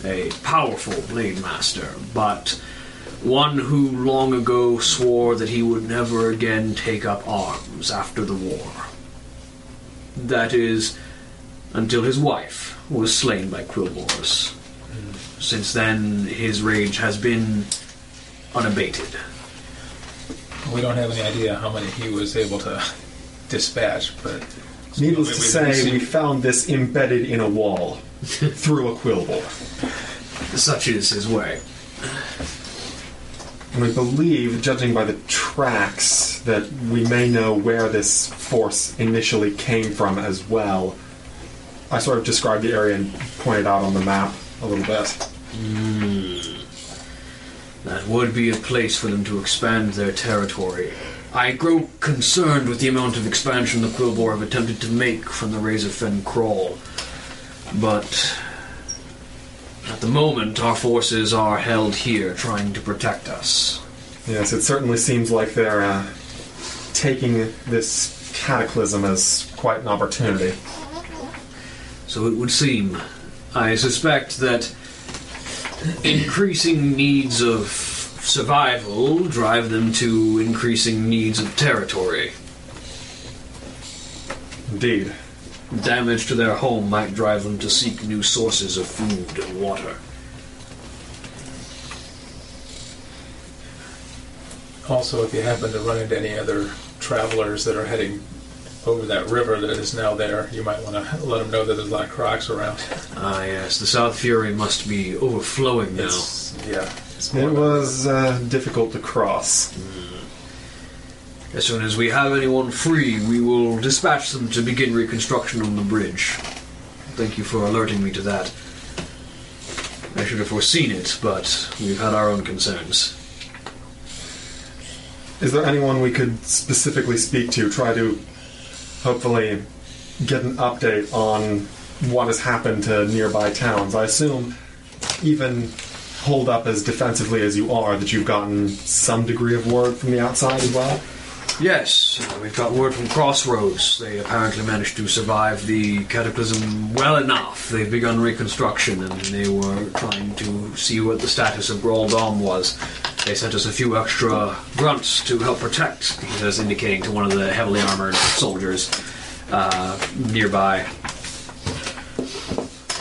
a powerful blade master, but one who long ago swore that he would never again take up arms after the war. That is, until his wife was slain by Quillbores. Since then, his rage has been unabated. We don't have any idea how many he was able to dispatch, but Needless we- to we- say, we- we found this embedded in a wall through a quill bore. Such is his way. And I believe, judging by the tracks, that we may know where this force initially came from as well. I sort of described the area and pointed out on the map a little bit. That would be a place for them to expand their territory. I grow concerned with the amount of expansion the Quillbor have attempted to make from the Razorfen Crawl. But at the moment, our forces are held here trying to protect us. Yes, it certainly seems like they're uh, taking this cataclysm as quite an opportunity. So it would seem. I suspect that increasing needs of survival drive them to increasing needs of territory. Indeed. Damage to their home might drive them to seek new sources of food and water. also if you happen to run into any other travelers that are heading over that river that is now there, you might want to let them know that there's a lot of crocs around. Ah, yes, the South Fury must be overflowing now. It's, yeah. It's more It of a- was uh, difficult to cross. As soon as we have anyone free, we will dispatch them to begin reconstruction on the bridge. Thank you for alerting me to that. I should have foreseen it, but we've had our own concerns. Is there anyone we could specifically speak to, try to hopefully get an update on what has happened to nearby towns? I assume, even hold up as defensively as you are, that you've gotten some degree of word from the outside as well? Yes, uh, we've got word from Crossroads. They apparently managed to survive the cataclysm well enough. They've begun reconstruction and they were trying to see what the status of Grawl Dom was. They sent us a few extra grunts to help protect, he says, indicating to one of the heavily armored soldiers uh, nearby.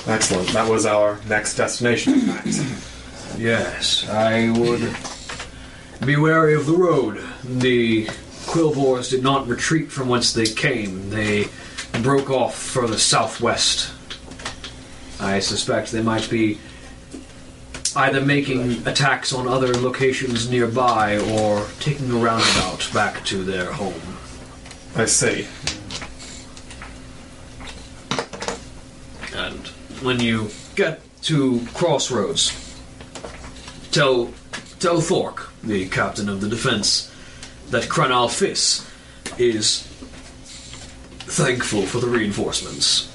Excellent. That was our next destination. in fact. Yes, I would be wary of the road. The Quillbors did not retreat from whence they came. They broke off further southwest. I suspect they might be either making attacks on other locations nearby or taking a roundabout back to their home. I see. And when you get to Crossroads, tell tell Thork, the captain of the defense, that Kranal Fis is thankful for the reinforcements.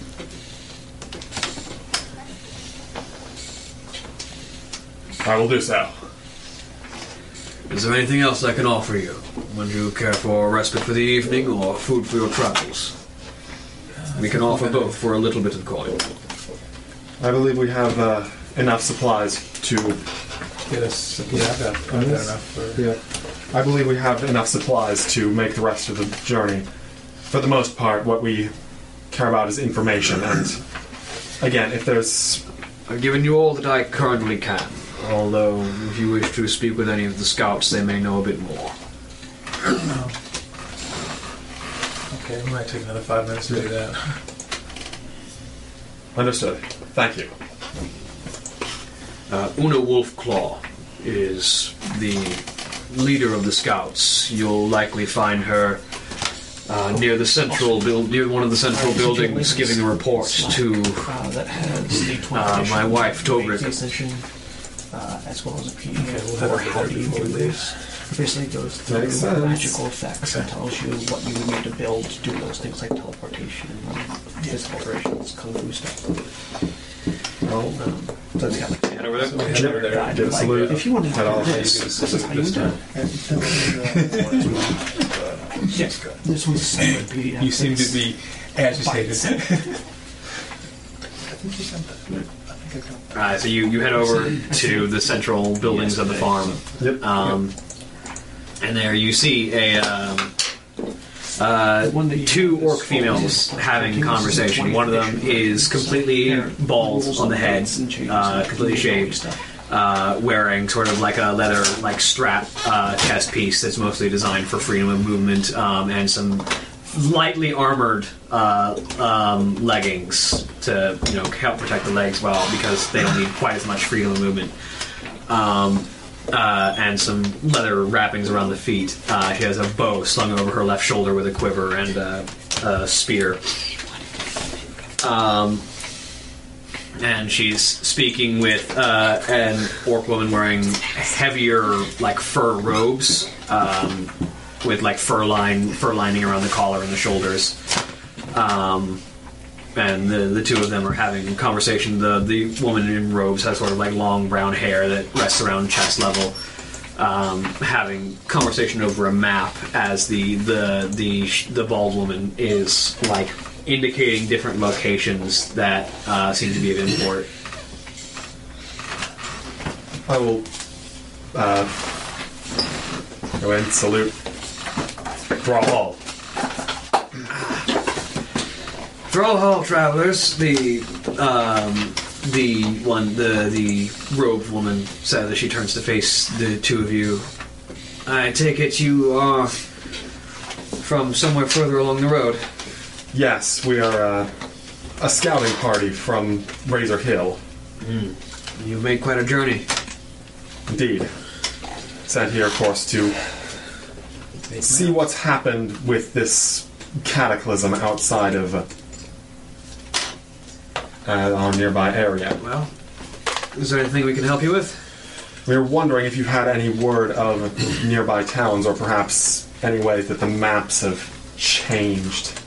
I will do so. Is there anything else I can offer you? Would you care for a respite for the evening or food for your travels? We can offer both for a little bit of coin. I believe we have uh, enough supplies to. Get us, yeah, I've got, I've got enough for Yeah. I believe we have enough supplies to make the rest of the journey. For the most part, what we care about is information, and again, if there's. I've given you all that I currently can, although if you wish to speak with any of the scouts, they may know a bit more. Okay, we might take another five minutes to do that. Understood. Thank you. Uh, Una Wolfclaw is the leader of the scouts. You'll likely find her uh, near the central build, near one of the central buildings, giving a report to uh, that has the 20 uh, my wife the Tobrik. session, uh, as well as a PDF we'll for have how to do you before do we this. Basically goes through Makes sense. magical effects and tells you what you would need to build to do those things like teleportation, physical operations, kung fu stuff. Well, Um, so it's kind of like Hand over there. We have her there. guide, give us a like, loot. if you want to Head do off. this, this is how you do it. Yes, good. This one's a separate E PDF. You seem to be agitated. Uh, so you, you head over to the central buildings of the farm. Yep. Um, and there you see a um, uh, two orc females having conversation. One of them is completely bald on the head, uh, completely shaved. uh, wearing sort of like a leather like strap uh, chest piece that's mostly designed for freedom of movement um, and some lightly armored uh, um, leggings to you know help protect the legs well because they don't need quite as much freedom of movement. Um, uh, and some leather wrappings around the feet. Uh, she has a bow slung over her left shoulder with a quiver and a, a spear. Um, and she's speaking with uh, an orc woman wearing heavier, like fur robes, um, with like fur line fur lining around the collar and the shoulders. Um, and the, the two of them are having a conversation. The the woman in robes has sort of like long brown hair that rests around chest level, um, having conversation over a map as the the the the bald woman is like indicating different locations that uh, seem to be of import. I will uh, go in, salute. Brawl. Throw hall travelers. The um, the one the the robed woman said as she turns to face the two of you. I take it you are from somewhere further along the road. Yes, we are uh, a scouting party from Razor Hill. You've made quite a journey. Indeed. Sent here, of course, to see what's happened with this cataclysm outside of uh, uh, our nearby area. Well, is there anything we can help you with? We were wondering if you had any word of nearby towns or perhaps any ways that the maps have changed.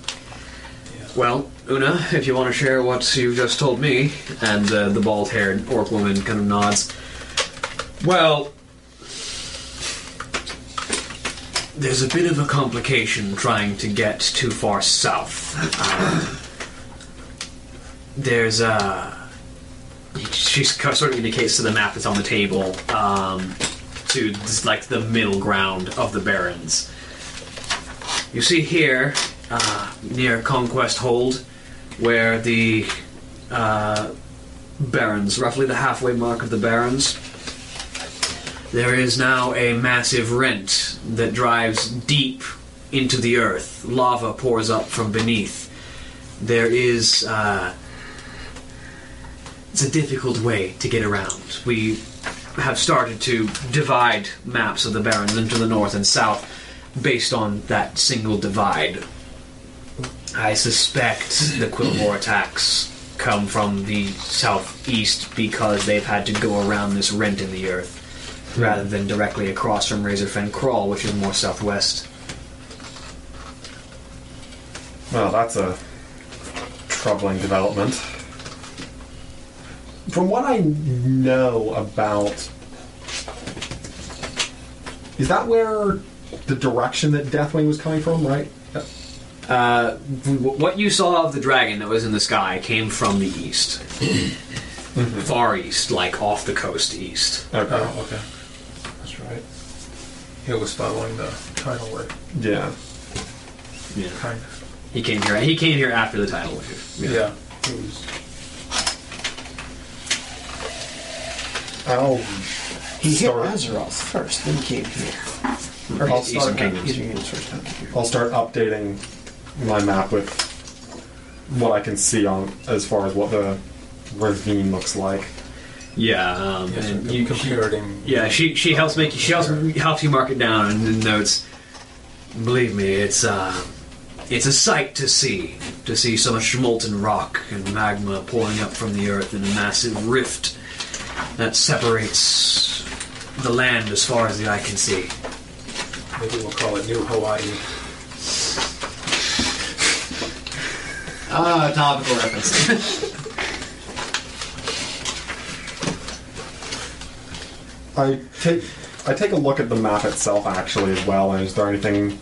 Well, Una, if you want to share what you've just told me, and uh, the bald-haired orc woman kind of nods. Well, there's a bit of a complication trying to get too far south. Um, there's uh, she kind of sort of indicates to the map that's on the table um, to this, like the middle ground of the barrens. You see here, uh, near Conquest Hold, where the uh, Barons, roughly the halfway mark of the Barons, there is now a massive rent that drives deep into the earth. Lava pours up from beneath. There is. Uh, it's a difficult way to get around. We have started to divide maps of the Barrens into the north and south based on that single divide. I suspect the Quillmore attacks come from the southeast because they've had to go around this rent in the earth rather than directly across from Razorfen Crawl, which is more southwest. Well, that's a troubling development. From what I know about. Is that where the direction that Deathwing was coming from, right? Uh, w- what you saw of the dragon that was in the sky came from the east. Far east, like off the coast east. Okay. Oh, okay. That's right. He was following the tidal wave, Yeah. Yeah. kind of. He came here. He came here after the tidal wave. Yeah. It was. I'll He hit Sorry. Azeroth first, then came here. Or I'll his- start- Eastern Kingdoms first, not here. I'll start updating my map with what I can see on as far as what the ravine looks like. Yeah. Um, Yes, and we you, compared him. yeah. She she helps make she helps helps you mark it down and in notes. Believe me, it's uh, it's a sight to see to see so much molten rock and magma pouring up from the earth in a massive rift that separates the land as far as the eye can see. Maybe we'll call it New Hawaii. Ah, topical reference. I take I take a look at the map itself actually as well, and is there anything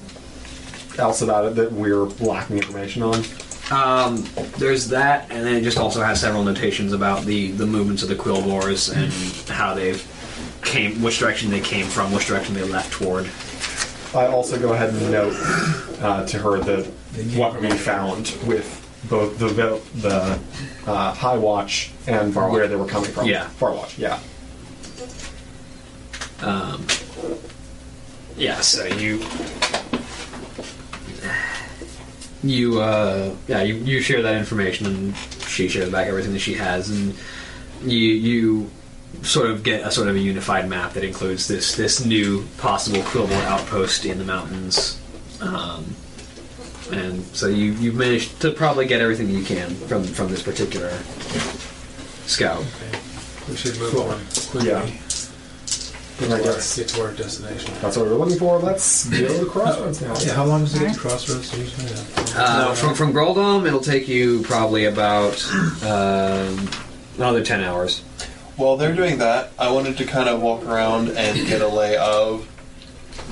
else about it that we're lacking information on? Um, there's that, and then it just also has several notations about the the movements of the Quill Wars and how they've came, which direction they came from, which direction they left toward. I also go ahead and note uh, to her that what we found with both the vil- the uh, High Watch and where they were coming from. Yeah. Far Watch. Yeah. Um, yeah, so you you uh, yeah you, you share that information and she shares back everything that she has and you you sort of get a sort of a unified map that includes this this new possible Quillmore outpost in the mountains um, and so you you've managed to probably get everything you can from from this particular scout We should move Cool. on quickly. Yeah. Get I to, our, guess. Oh. get to our destination. That's what we were looking for. Let's go to the crossroads now. Yeah, how long does it get to Crossroads usually? Uh, from from Groldom, it'll take you probably about um, another ten hours. While they're doing that, I wanted to kind of walk around and get a lay of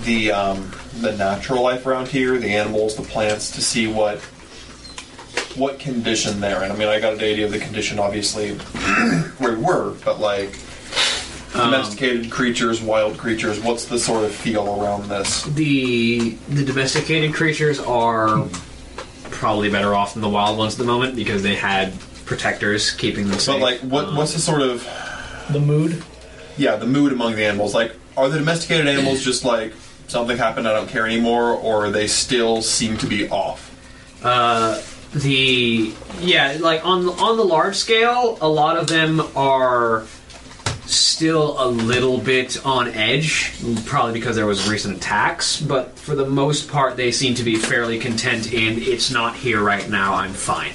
the um, the natural life around here, the animals, the plants, to see what what condition they're in. I mean, I got an idea of the condition, obviously, where we were, but like Um, domesticated creatures, wild creatures. What's the sort of feel around this? The the domesticated creatures are probably better off than the wild ones at the moment because they had protectors keeping them safe. But like, what what's the sort of The mood? yeah the mood among the animals like are the domesticated animals just like something happened i don't care anymore or they still seem to be off the yeah like on on the large scale a lot of them are still a little bit on edge probably because there was recent attacks but for the most part they seem to be fairly content in it's not here right now i'm fine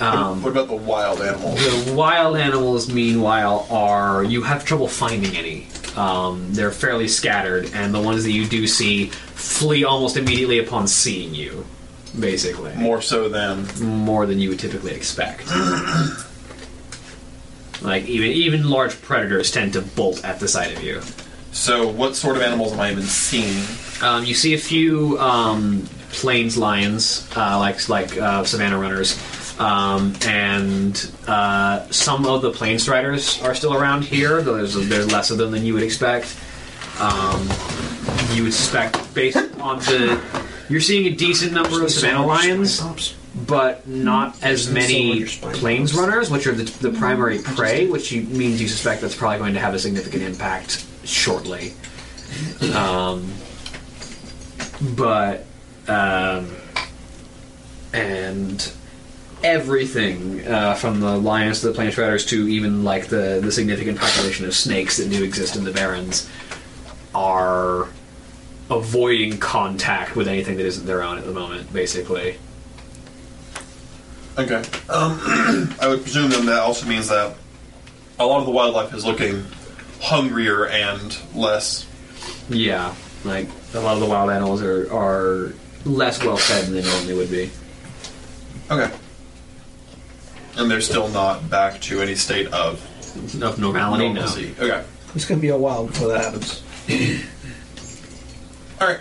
what about the wild animals the wild animals, meanwhile, are you have trouble finding any. Um, they're fairly scattered, and the ones that you do see flee almost immediately upon seeing you, basically. more so than More than you would typically expect. like even even large predators tend to bolt at the sight of you. so what sort of animals am i even seeing Um, you see a few um, plains lions, uh, like like uh, savannah runners, um, and uh, some of the plains striders are still around here. Though there's there's less of them than you would expect. Um, you would suspect based on the you're seeing a decent number of savannah lions, but not as many plains runners, which are the, the primary prey, which you, means you suspect that's probably going to have a significant impact shortly Um, but um, and everything uh, from the lions to the planet riders to even like the the significant population of snakes that do exist in the barrens are avoiding contact with anything that isn't their own at the moment basically okay um, i would presume then that also means that a lot of the wildlife is looking hungrier and less yeah like a lot of the wild animals are are less well fed than they normally would be okay and they're still not back to any state of of normality no. normalcy okay It's going to be a while before that happens. all right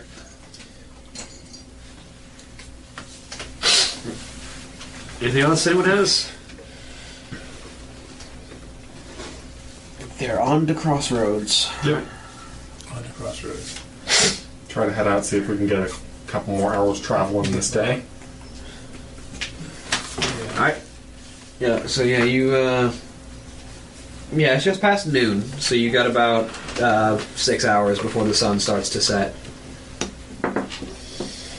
anything else anyone has They're on to crossroads. On to Crossroads. Try to head out, see if we can get a couple more hours traveling this day. All right. Yeah. So yeah, you. Uh, yeah, it's just past noon, so you got about uh, six hours before the sun starts to set.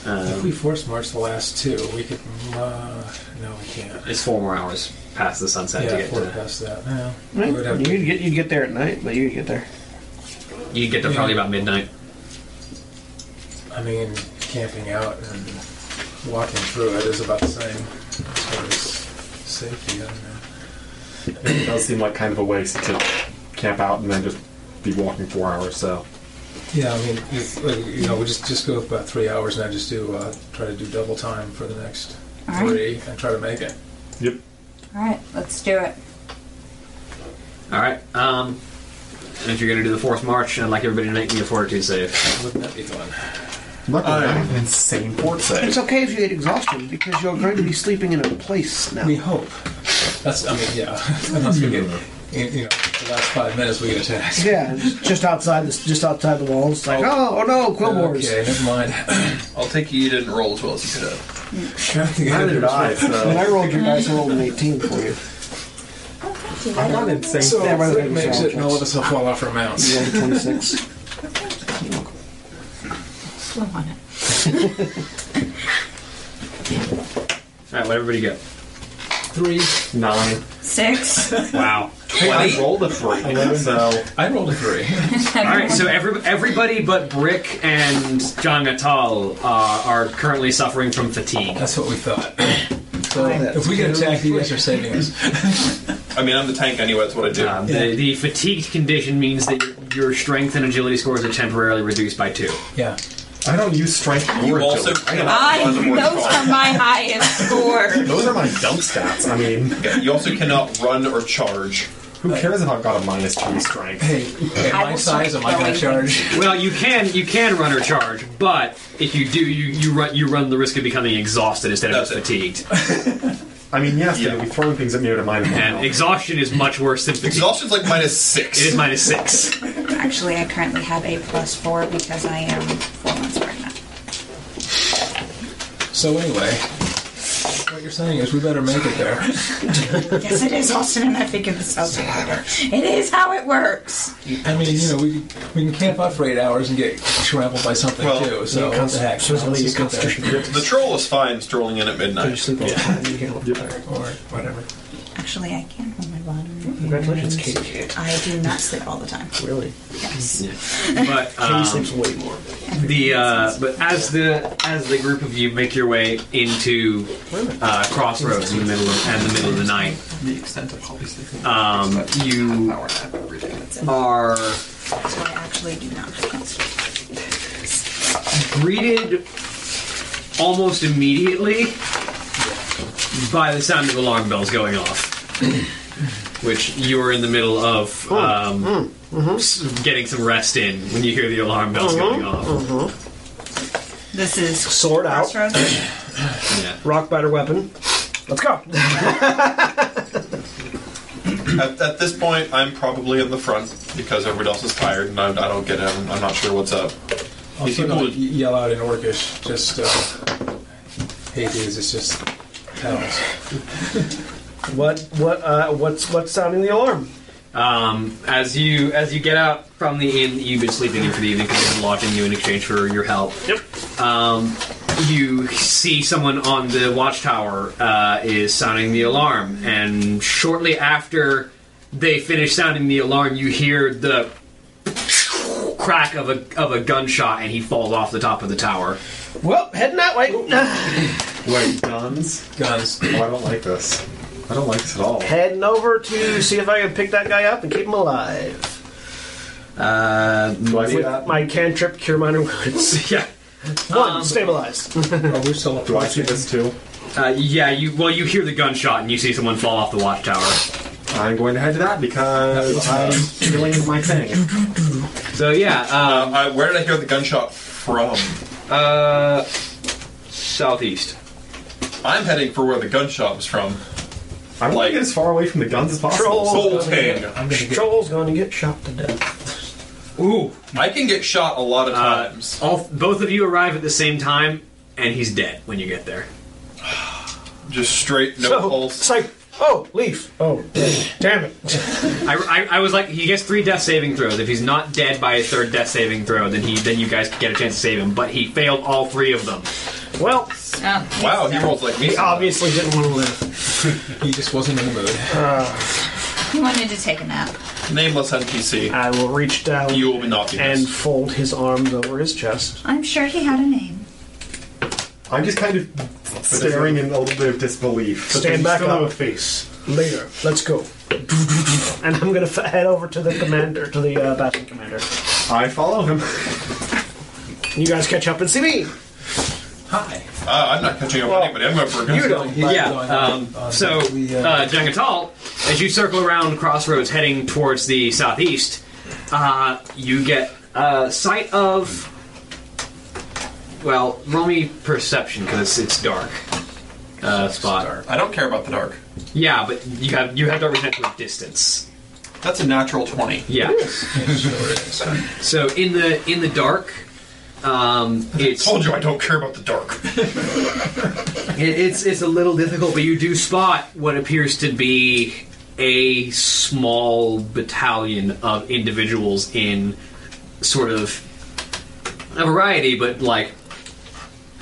if we force march the last two, we could. Uh, no, we can't. It's four more hours past the sunset to Yeah, get four to. past that. Yeah. We would have You'd get, you'd get there at night, but you'd get there. You get to probably about midnight. I mean, camping out and walking through it is about the same as far as safety. I don't know. It does seem like kind of a waste to camp out and then just be walking four hours. So Yeah, I mean, it's, like, you know, we just just go about three hours, and I just do uh, try to do double time for the next All right. three and try to make it. All right, let's do it. All right. Um, and if you're gonna do the fourth march, I'd like everybody to make me a fortitude save. Wouldn't that be fun? luckily, I- I have an insane port save. It's okay if you get exhausted because you're going to be sleeping in a place now. We hope. That's. I mean, yeah. Unless we get, you you know, the last five minutes we get attacked. Yeah, just- just outside this, just outside the walls. Like, oh, oh no, Quill Wars. Okay, never mind. i'll take you you didn't roll as well as you could have I think I did Died, so- When I rolled your dice, I rolled an 18 for you. I wanted same So thing. Rick makes it and all of us will fall off our mounts. Yeah, 26. Slow on it. All right, let everybody go. Three. Nine. Six. Wow. Hey, I rolled a three. So I rolled a three. All right, so every, everybody but Brick and John Atal uh, are currently suffering from fatigue. That's what we thought. So if we get attacked, you guys are saving us. I mean, I'm the tank anyway. That's what I do. Um, the, the fatigued condition means that your, your strength and agility scores are temporarily reduced by two. Yeah. I don't use strength or you also agility. cannot. I, those are my highest score. Those are my dump stats. I mean, You also cannot run or charge. who cares if I've got a minus two strength? Hey, at I my will size, am start I going throwing to charge? Well, you can you can run or charge, but if you do, you, you run you run the risk of becoming exhausted instead of That's it. fatigued. I mean, yesterday Yeah. we thrown things at me at a minus one. And exhaustion is much worse than fatigue. Exhaustion's like minus It six. is minus six. Actually, I currently have a plus four because I am four months pregnant. So anyway, what you're saying is we better make it there. Yes, it is, Austin, and I figured this out together. It is how it works. I mean, you know, we we can camp out for eight hours and get trampled by something Well, too. So you what the heck? const- Let's just get there. The troll is fine strolling in at You midnight. sleep all the time, you get a little tired. or whatever. Actually, I can hold my bladder. Congratulations, Kate. I do not sleep all the time. Really? Yes. But Katie um, sleeps way more. the uh, but as the as the group of you make your way into uh, crossroads in the middle of and the middle of the night, The extent of Holly's sleeping. um, you Hour nap every day. are So I actually do not have constipation. greeted almost immediately by the sound of alarm bells going off, which you were in the middle of um, s- getting some rest in when you hear the alarm bells going off. This is Sword out. crossroads. Yeah. Rock batter weapon. Let's go. At, at this point, I'm probably in the front because everybody else is tired and I, I don't get it. I'm, I'm not sure what's up. Also, people don't would- ye- yell out in Orcish. Just uh, hey dudes, it's just pals. What what uh, what's what's sounding the alarm? Um, as you as you get out from the inn that you've been sleeping in for the evening because they've been lodging you in exchange for your help. Yep. Um, you see someone on the watchtower uh, is sounding the alarm, and shortly after they finish sounding the alarm, you hear the crack of a of a gunshot, and he falls off the top of the tower. Well, heading that way. Wait, guns? Guns. Oh, I don't like this. I don't like this at all. heading over to see if I can pick that guy up and keep him alive. Uh, Do I see With that? my cantrip, cure minor wounds. yeah. One, Um, stabilized. Oh, we're still up Do I see this too? Uh, yeah. You well, you hear the gunshot, and you see someone fall off the watchtower. I'm going to head to that because I'm feeling my thing. So yeah. Um, Um, I, where did I hear the gunshot from? Uh, southeast. I'm heading for where the gunshot was from. I want Like- to get as far away from the guns as possible. Troll. Bolting. I'm gonna get. Joel's going to get shot to death. Ooh. I can get shot a lot of Uh, times. all both of you arrive at the same time, and he's dead when you get there. Just straight, no so, pulse. It's like, oh, leaf. Oh, damn it. I, I, I was like, he gets three death saving throws. If he's not dead by his third death saving throw, then he then you guys get a chance to save him. But he failed all three of them. Well, Oh, Wow, he rolls like me. he obviously didn't want to live. He just wasn't in the mood. he wanted to take a nap. Nameless NPC. I will reach down You will not be and missed. fold his arms over his chest. I'm sure he had a name. I'm just kind of staring in a little bit of disbelief. Stand back still up. have a face. Later, let's go. And I'm going to f- head over to the commander, to the uh, battalion commander. I follow him. You guys catch up and see me. Hi. Uh, I'm not catching up with anybody. I'm going for a gunshot. yeah. Um, so, uh, Jangatal, as you circle around crossroads heading towards the southeast, uh, you get uh, sight of. Well, roll me perception because it's, it's dark. Uh, spot. I don't care about the dark. Yeah, but you have you have to represent with distance. That's a natural 20. Yeah. so in the in the dark, um, it's Told you I don't care about the dark. It, it's it's a little difficult, but you do spot what appears to be a small battalion of individuals in sort of a variety, but like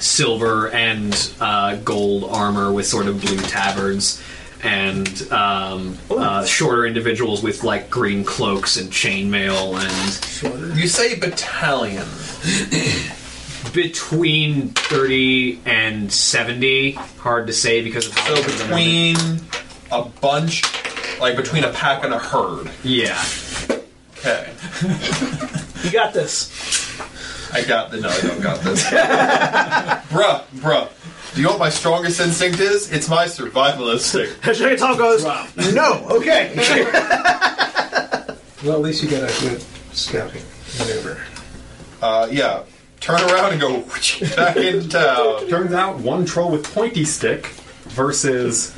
silver and uh, gold armor with sort of blue tabards, and um, Oh. uh, shorter individuals with like green cloaks and chainmail and. You say battalion. Between 30 and 70, hard to say because of how. So between a bunch, like between a pack and a herd. Yeah. Okay. You got this. I got the. No, I don't got this. bruh, bruh. Do you know what my strongest instinct is? It's my survival instinct. Tom goes, no, okay. Well, at least you got a good scouting maneuver. Uh, yeah. Turn around and go back into town. Turns out one troll with pointy stick versus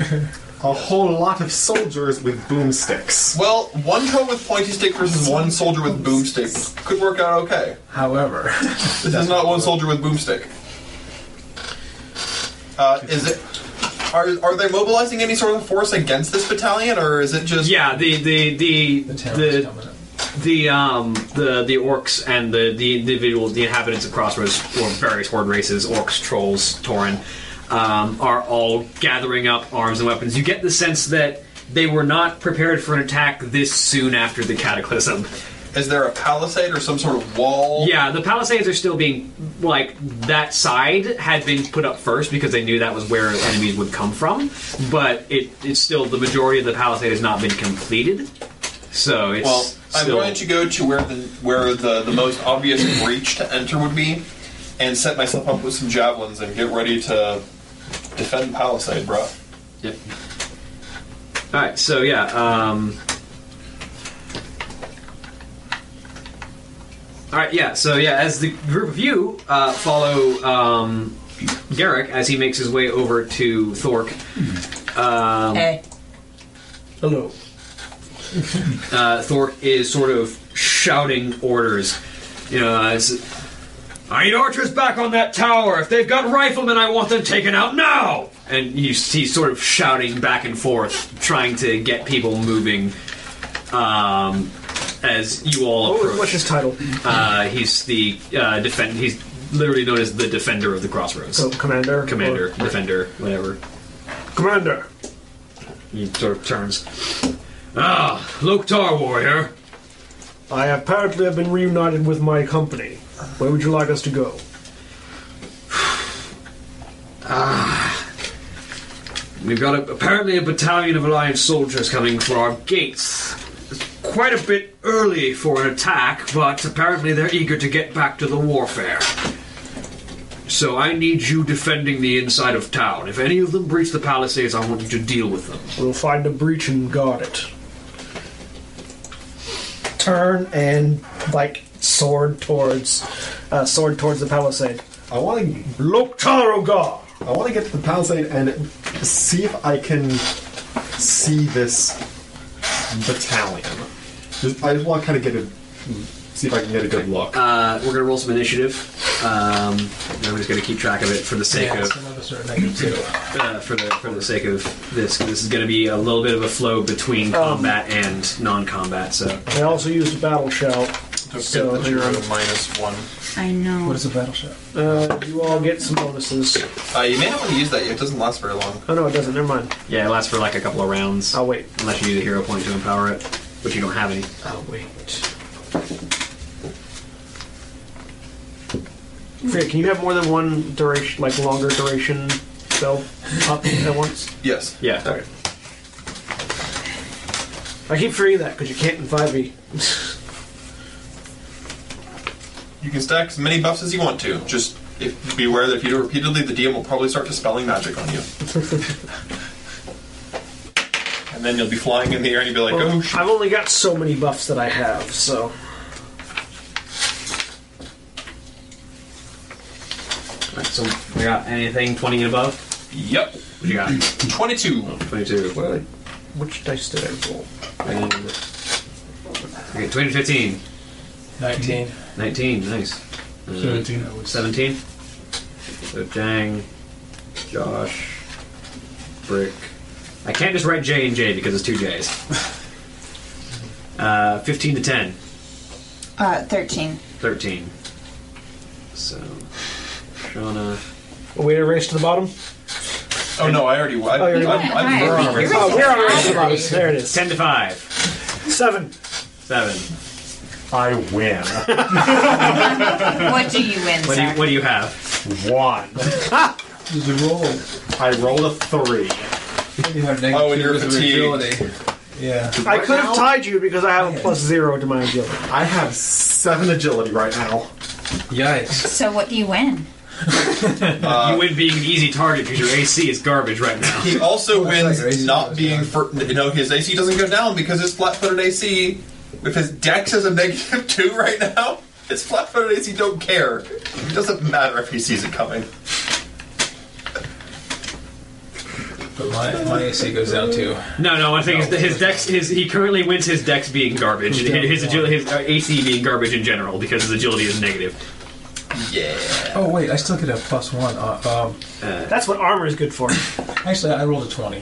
a whole lot of soldiers with boomsticks. Well, one toe with pointy stick versus one soldier with boomstick could work out okay. However, This is not one soldier with boomstick. Uh, is it? Are, are they mobilizing any sort of force against this battalion, or is it just? Yeah, the the the the the, um the the orcs and the the individuals, the inhabitants of Crossroads or various horde races, orcs, trolls, Tauren, um, are all gathering up arms and weapons. You get the sense that they were not prepared for an attack this soon after the cataclysm. Is there a palisade or some sort of wall? Yeah, the palisades are still being like that side had been put up first because they knew that was where enemies would come from. But it, it's still the majority of the palisade has not been completed, so it's Well, I'm still- going to go to where the where the, the most obvious breach to enter would be, and set myself up with some javelins and get ready to defend palisade, bro. Yep. All right. So yeah. Um, all right. Yeah. So yeah. As the group of you uh, follow um, Garrick as he makes his way over to Thork. Um, Hey. Hello. uh, Thork is sort of shouting orders. You know, uh, it's- I need archers back on that tower. If they've got riflemen, I want them taken out now. And you see, sort of shouting back and forth, trying to get people moving. Um, as you all Oh, approach, what's his title? Uh, he's the uh, defend. He's literally known as the defender of the crossroads. Oh. So, Commander? Commander, defender, whatever. Commander. He sort of turns. Ah, Loktar warrior. I apparently have been reunited with my company. Where would you like us to go? We've got a, apparently a battalion of Alliance soldiers coming for our gates. It's quite a bit early for an attack, but apparently they're eager to get back to the warfare. So I need you defending the inside of town. If any of them breach the palisades, I want you to deal with them. We'll find a breach and guard it. Turn and like sword towards uh, sword towards the palisade. I want to Look, Tarogar. I want to get to the palisade and see if I can see this battalion. Just- I just want to kind of get a see if I can get a good look. Uh, we're gonna roll some initiative. Um, and I'm just gonna keep track of it for the sake yeah, of some of us are negative too. uh, for the for the sake of this. 'cause This is gonna be a little bit of a flow between combat and non-combat. So I also used a battle shout. Just So get that you're you're- at a minus one. I know. What is a battleship? Uh, you all get some bonuses. Uh, you may not want to use that yet. It doesn't last very long. Oh no, it doesn't. Never mind. yeah, it lasts for like a couple of rounds. I'll wait. Unless you use a hero point to empower it, which you don't have any. Oh wait. Freya, can you have more than one duration, like longer duration spell up at once? Yes. Yeah. I keep forgetting that because you can't in five E. You can stack as many buffs as you want to. Just if, beware that if you do it repeatedly, the DM will probably start dispelling magic on you. and then you'll be flying in the air and you'll be like, oh, sh-. I've only got so many buffs that I have, so So we got anything twenty and above? Yep. What you got? 22. Twenty-two. what did I, which dice did I roll? And- Okay, 20, 15, Nineteen. 19, nice. Uh, 17. 17. So Dang, Josh, Brick, I can't just write J and J because it's two J's. Uh, 15 to 10. Uh, 13. 13. So, Shauna. Are we at a race to the bottom? Oh no, I already. I, Oh, you already I'm- went. I'm- Hi, we're on you're our right. Oh, we're on our race to the bottom. There it is. 10 to 5. Seven. 7. I win. what do you win, What do you, sir? what do you have? One. The roll. I rolled a three. You have negative Oh, and you're two because of fatigued. agility. Yeah. I could have tied you because I have a plus zero to my agility. I have seven agility right now. Yikes. So what do you win? you win being an easy target because your AC is garbage right now. He also wins not being for no. His AC doesn't go down because his flat-footed AC, if his Dex is a negative two right now, his flat-footed AC don't care. It doesn't matter if he sees it coming. But my, my AC goes down too. No, no. I think his dex, his he currently wins his dex being garbage, and his agility, his uh, AC being garbage in general because his agility is negative. Yeah. Oh wait, I still get a plus one. Uh, um, That's what armor is good for. actually, I rolled a twenty.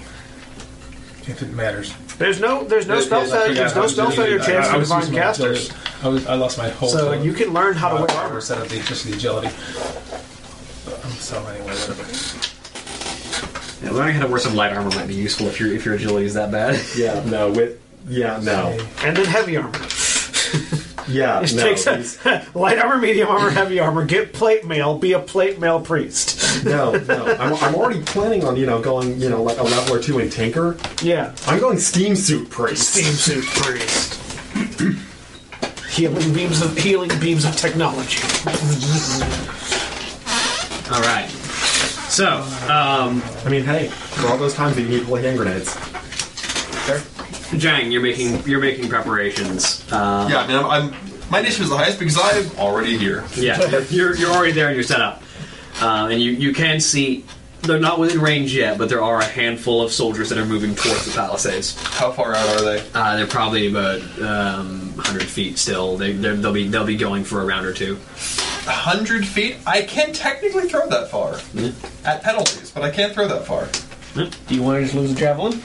If it matters. There's no, there's no spell failure. There's no spell failure chance I- I for was divine using my agility. casters. I, was, I lost my whole. So thing. you can learn how to Uh, wear armor. instead of the just the agility. Um, so anyway, whatever. Yeah, learning how to wear some light armor might be useful if your if your agility is that bad. Yeah, no, with yeah, no. And then heavy armor. Yeah, It no. takes these- light armor, medium armor, heavy armor. Get plate mail. Be a plate mail priest. no, no. I'm, I'm already planning on, you know, going, you know, like a level or two in Tinker. Yeah. I'm going Steam Suit Priest. Steam suit priest. healing beams of healing beams of technology. All right. So, um, I mean, hey, for all those times that you need to play hand grenades. Jang, you're making you're making preparations. Uh, Yeah, I mean, I'm, I'm my initiative is the highest because I'm already here. yeah, you're you're already there and you're set up, um, and you you can see they're not within range yet, but there are a handful of soldiers that are moving towards the palisades. How far out are they? Uh, they're probably about um, 100 feet still. They, they're- they'll be they'll be going for a round or two. Hundred feet. I can technically throw that far at penalties, but I can't throw that far. Do you want to just lose the javelin?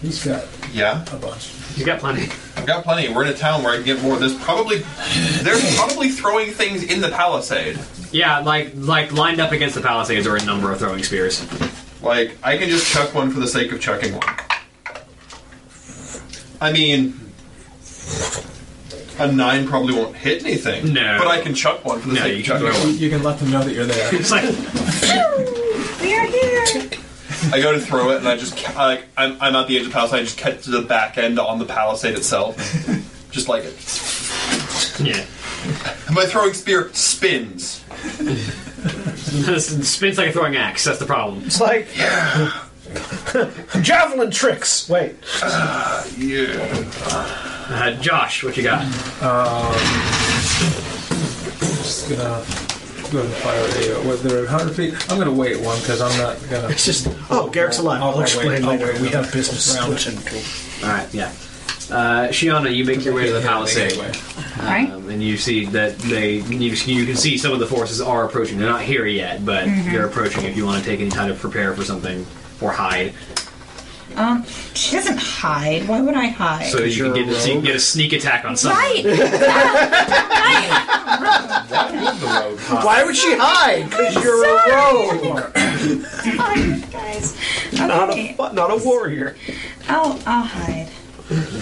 He's got Yeah, a bunch. He's got plenty. I've got plenty. We're in a town where I can get more. There's probably there's probably throwing things in the palisade. Yeah, like like lined up against the palisades are a number of throwing spears. Like, I can just chuck one for the sake of chucking one. I mean, a nine probably won't hit anything. No. But I can chuck one for the No, sake you of can chucking throw one. You can let them know that you're there. It's like We are here! I go to throw it, and I just, ca- like, I'm, I'm at the edge of the palisade, I just catch the back end on the palisade itself. just like it. yeah, And my throwing spear spins. This spins like a throwing axe. That's the problem. It's like javelin tricks. Wait, Yeah. Uh, Josh, what you got? Just gonna go and fire the. Uh, what, they're at 100 feet. I'm gonna wait one because I'm not gonna. it's just oh, Garrick's alive. I'll, I'll explain wait, I'll later. wait we another have business round. to attend to. All right, yeah. Uh, Shiana, you make your way to the palisade, Anyway. Right? um, and you see that they you, you can see some of the forces are approaching. They're not here yet, but they're approaching. If you want to take any time to prepare for something or hide, Um, she doesn't hide. Why would I hide? so you can you're get, a a sneak- get a sneak attack on someone. right! Yeah, right! Why would she hide? Because you're Sorry. a rogue, Fine, guys. not Okay. a not a warrior. I'll, I'll hide.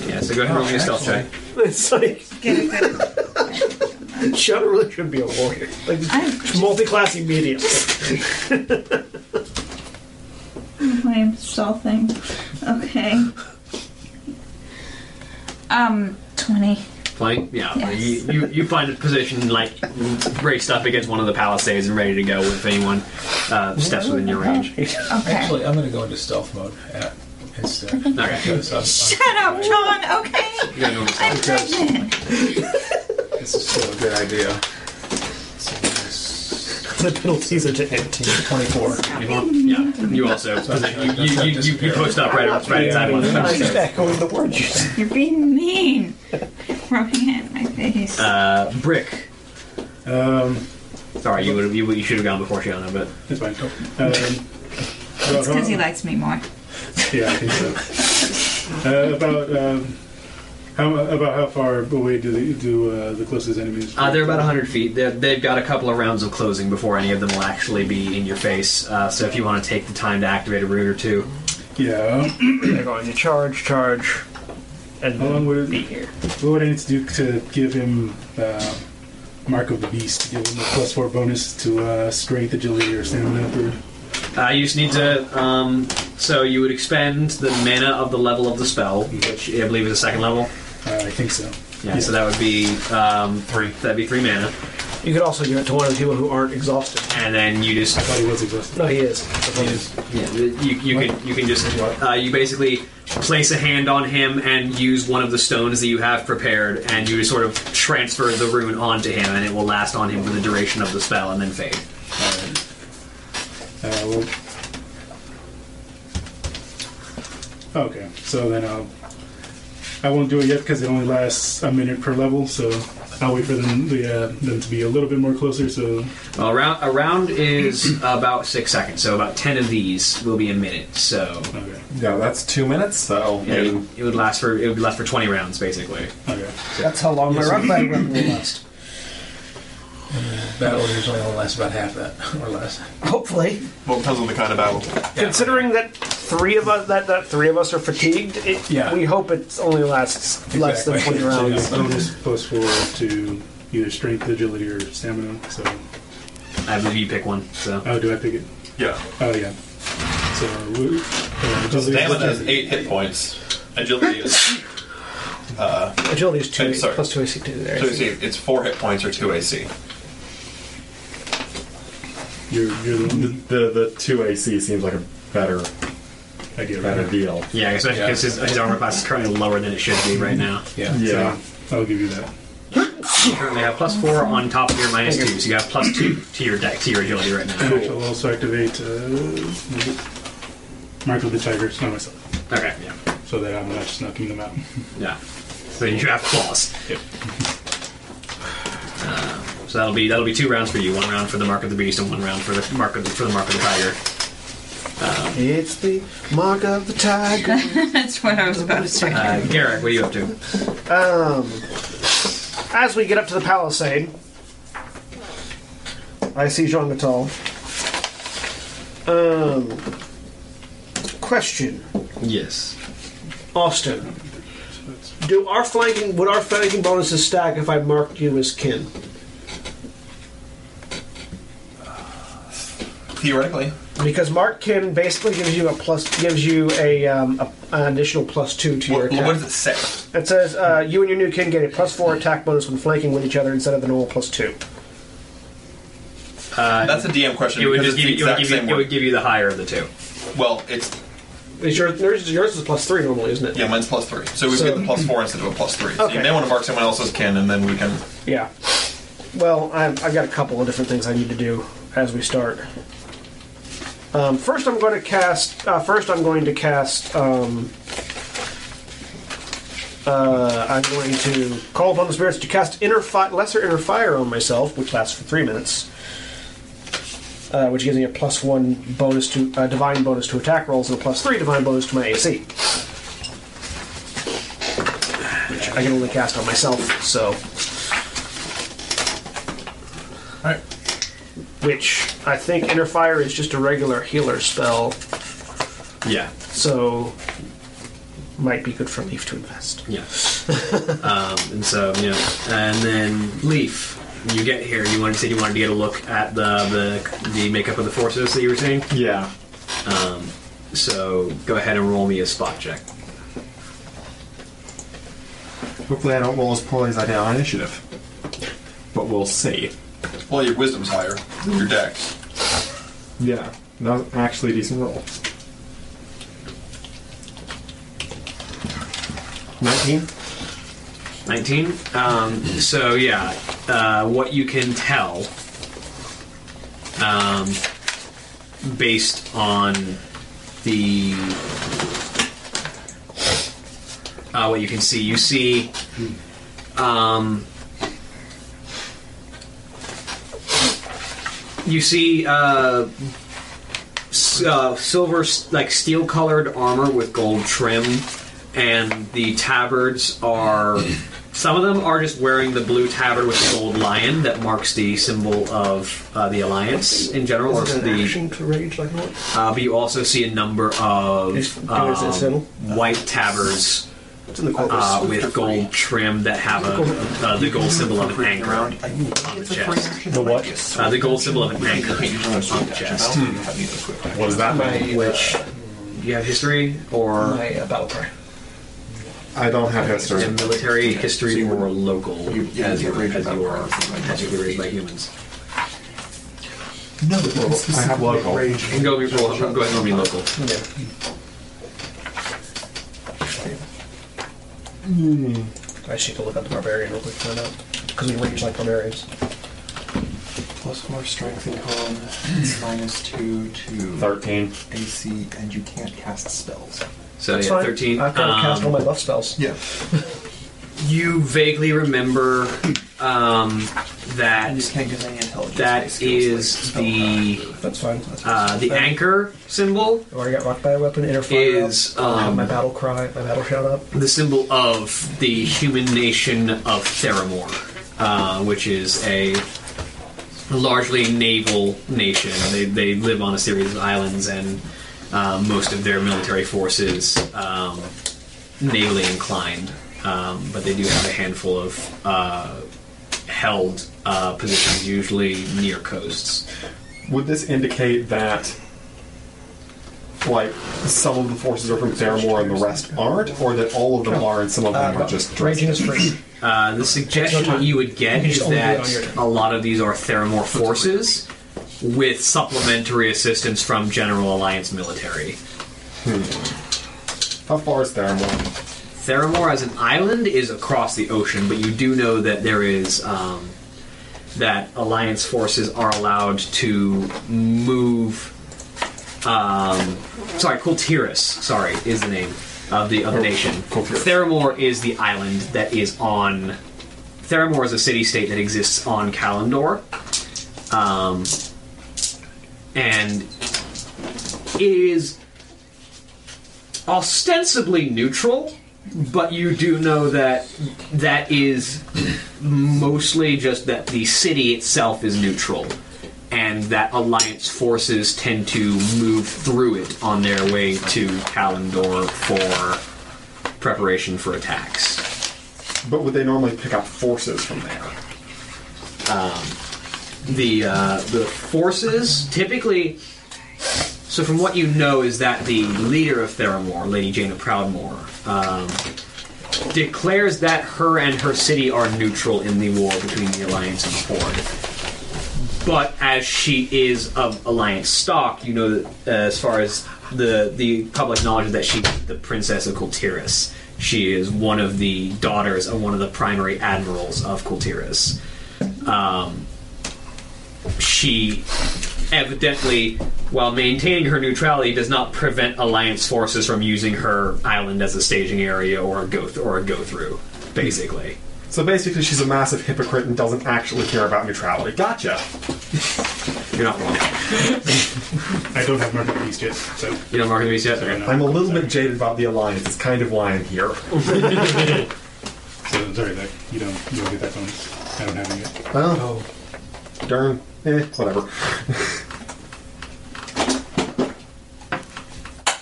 Yeah, so go ahead and roll your stealth check. It's like Get a good. Shadow really should be a warrior. Like I'm just multi-class medium. playing stealthing. Okay. Um, 20. Playing? Yeah. Yes. You, you, you find a position, like, braced up against one of the palisades and ready to go if anyone uh, steps within your range. Okay. Actually, I'm gonna go into stealth mode at, instead. Okay. Because I'm, Shut up, John, okay? Yeah, no, it's I'm not. pregnant. I'm, this is still a good idea. the penalties are to hit. 24. You want- yeah. You also, you, you, you, you, you post up right, right inside one of them. I'm just echoing the words you said. You're being mean. Rubbing it in my face. Uh, Brick. Um, Sorry, you would you, you should have gone before Shiona, but that's fine. Um, it's because he likes me more. Yeah, I think so. uh, about um, how about how far away do the do uh, the closest enemies? Uh, they're about 100 feet. They're, they've got a couple of rounds of closing before any of them will actually be in your face. Uh, so if you want to take the time to activate a root or two, Yeah. They're going to charge, charge, and How long would it be here. What would I need to do to give him uh, Mark of the Beast? To give him a plus four bonus to uh, strength, agility, or stamina? For, uh, you just need to. Um, so you would expend the mana of the level of the spell, which I believe is a second level. uh, I think so. Yeah, so that would be um, three. That'd be three mana, You could also give it to one of the people who aren't exhausted. and then you just. I thought he was exhausted. No, he is. Yeah, you, you can you can just uh, you basically place a hand on him and use one of the stones that you have prepared, and you just sort of transfer the rune onto him, and it will last on him for the duration of the spell, and then fade. Uh, well, okay, so then I'll. I won't do it yet because it only lasts a minute per level, so I'll wait for them the, uh, them to be a little bit more closer. So Well, a round, a round is about six seconds, so about ten of these will be a minute. So Yeah, that's two minutes, so. yeah, it, it would last for it would last for twenty rounds basically. Okay. That's how long my rock band run will last. Battle usually only lasts about half that or less. Hopefully. Well, it depends on the kind of battle. Considering that three of us that, that three of us are fatigued, it, Yeah. we hope it only lasts less than Exactly. twenty So rounds. yeah, bonus plus four to either strength, agility, or stamina. So I believe you pick one. So oh, do I pick it? Yeah. Oh yeah. So we- uh, agility- Stamina has eight hit points. Agility is. Uh, Agility is two I'm A- sorry. plus two AC two there. so you see, it's four hit points or two AC. You're, you're the one. The, the 2 AC seems like a better I get it right. better deal. yeah, especially because his, his armor class is currently lower than it should be right now. Yeah. Yeah. I'll give you that. You currently have plus four on top of your minus two, so you have plus two to your deck to your agility right now. And I shall also activate uh, Mark of the Tigers, not myself, Okay, yeah, so that I'm not just knocking them out. yeah. So you have claws. Uh, Yep. So that'll be that'll be two rounds for you. One round for the mark of the beast, and one round for the mark of the, for the mark of the tiger. It's the mark of the tiger. That's what I was about to say. Uh, Garrick, what are you up to? Um, as we get up to the palisade, I see Jean Gatal. Um, question, Yes. Austin. Do our flanking would our flanking bonuses stack if I marked you as kin? Theoretically, Because mark kin basically gives you a plus gives you a, um, a an additional plus two to your what, attack. what does it say? It says uh, you and your new kin get a plus four attack bonus when flanking with each other instead of the normal plus two. That's a DM question It would because just give it's the you, it would give exact you, same it would word. give you the higher of the two. Well, it's Is your, yours, yours is plus three normally, isn't it? yeah, mine's plus three, so we So- get the plus four instead of a plus three. So Okay. you may want to mark someone else's kin, and then we can. Yeah. Well, I've, I've got a couple of different things I need to do as we start. Um, first, I'm going to cast. Uh, first, I'm going to cast. Um, uh, I'm going to call upon the spirits to cast inner fi- lesser inner fire on myself, which lasts for three minutes, uh, which gives me a plus one bonus to uh, divine bonus to attack rolls and a plus three divine bonus to my AC, which I can only cast on myself. So which I think Inner Fire is just a regular healer spell, Yeah. so might be good for Leaf to invest. Yeah. um, and so you know, and then Leaf, when you get here. You wanted to say you wanted to get a look at the the, the makeup of the forces that you were seeing. Yeah. So go ahead and roll me a spot check. Hopefully, I don't roll as poorly as I did on initiative. But we'll see. Well, your wisdom's higher than your dex. Yeah. That was actually a decent roll. 19? Nineteen. Um, so yeah, uh, what you can tell, um, based on the uh, what you can see, you see, um, you see uh, s- uh, silver, s- like steel colored armor with gold trim, and the tabards are. Some of them are just wearing the blue tabard with the gold lion that marks the symbol of uh, the alliance in general, or Is it an the action to rage like not? uh, but you also see a number Is- of there is a um, symbol? white tabards in the corpus? uh, with gold trim that have a, uh, the gold symbol of an anchor on the chest. The what? Uh, the gold symbol of an anchor on the chest. What is that? Which you have history or My uh, battle cry. I don't have history. a military history or local yeah, as you you get were raised as by you were birds. as you were raised by humans. No, I have local. You can go, roll, go ahead and roll me local. Hmm. I just need to look up the barbarian real quick to find out. Because we rage like barbarians. Plus four strength and con, minus two to 13. AC, and you can't cast spells. So That's yeah, fine. thirteen. I've kind of cast all Um, my buff spells. Yeah. you vaguely remember um, that You can't use any intelligence. That is the That's fine. That's fine. Oh, uh, the anchor symbol I've already got rock battle weapon, inner fire. is I have Oh, my um, battle cry, my battle shout up. the symbol of the human nation of Theramore, uh, which is a largely naval nation. They, they live on a series of islands, and uh, most of their military forces um, navally inclined. Um, but they do have a handful of uh, held uh, positions, usually near coasts. Would this indicate that, like, some of the forces are from Theramore and the rest aren't, or that all of them are and some of them are just Raging is free. Uh, the suggestion No time. you would get You is just only do it on your that turn. a lot of these are Theramore forces with supplementary assistance from General Alliance military. How far is Theramore? Theramore as an island is across the ocean, but you do know that there is um, that Alliance forces are allowed to move. Um, sorry, Kultiris. Sorry, is the name of the of the nation. Kultiris. Theramore is the island that is on. Theramore is a city-state that exists on Kalendor, um, and is ostensibly neutral, but you do know that that is mostly just that the city itself is neutral, and that alliance forces tend to move through it on their way to Kalendor for preparation for attacks. But would they normally pick up forces from there? The uh, the forces typically. So, from what you know, is that the leader of Theramore, Lady Jane of Proudmore, um, declares that her and her city are neutral in the war between the Alliance and the Horde. But as she is of Alliance stock, you know that uh, as far as the the public knowledge is that she, the Princess of Kultiris, she is one of the daughters of one of the primary admirals of Kultiris. Um, she evidently, while maintaining her neutrality, does not prevent Alliance forces from using her island as a staging area or a go or a go through. Basically, So basically, she's a massive hypocrite and doesn't actually care about neutrality. Gotcha. you're not wrong. I don't have market beast yet, so You don't mark the beast yet. Okay. I'm a little bit jaded about the alliance. It's kind of why I'm here. so sorry that you don't you don't get that bonus. I don't have it yet. Oh, darn. Eh, whatever.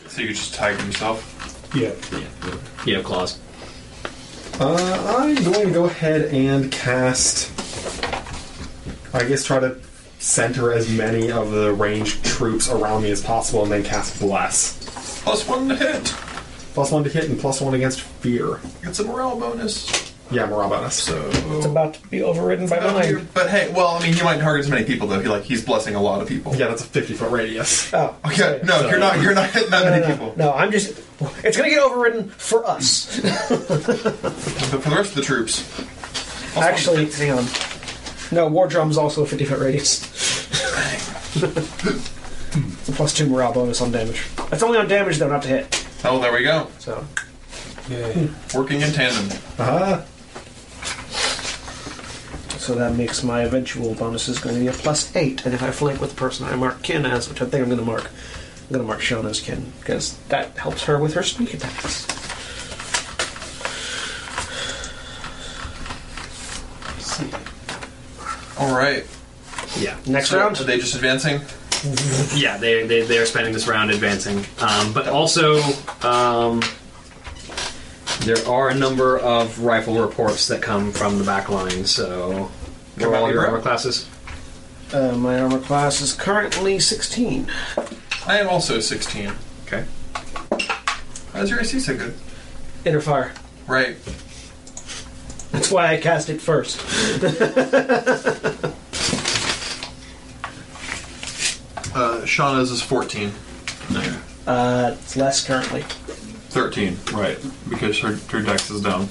So you just tag himself. Yeah, You have claws. Uh, I'm going to go ahead and cast. I guess try to center as many of the ranged troops around me as possible, and then cast bless. Plus one to hit. Plus one to hit and plus one against fear. It's a morale bonus. Yeah, morale bonus. So. It's about to be overridden by mine. But hey, well, I mean, you might target as many people though. He like he's blessing a lot of people. Yeah, that's a 50 foot radius. Oh. Okay. No, you're not. You're not hitting that No, many no, no, people. no, I'm just. It's going to get overridden for us. But for the rest of the troops, Actually, hang on. No, War Drum's also a 50 foot radius. it's a plus 2 morale bonus on damage. It's only on damage, though, not to hit. oh, there we go. So, Yeah. Working in tandem. Uh, so that makes my eventual bonus is going to be a plus eight. And if I flank with the person I mark kin as, which I think I'm going to mark, I'm going to mark Sean as kin because that helps her with her sneak attacks. All right. Yeah. Next So, round? Are they just advancing? yeah, they, they, they are spending this round advancing. Um, but also, um, there are a number of rifle reports that come from the back line, so. Come What are out all your your breath. armor classes? Uh, my armor class is currently 16. I am also 16. Okay. How's your AC so good? Inner fire. Right. That's why I cast it first. Uh, Shauna's is 14. Uh, it's less currently. 13, right. Because her, her dex is down.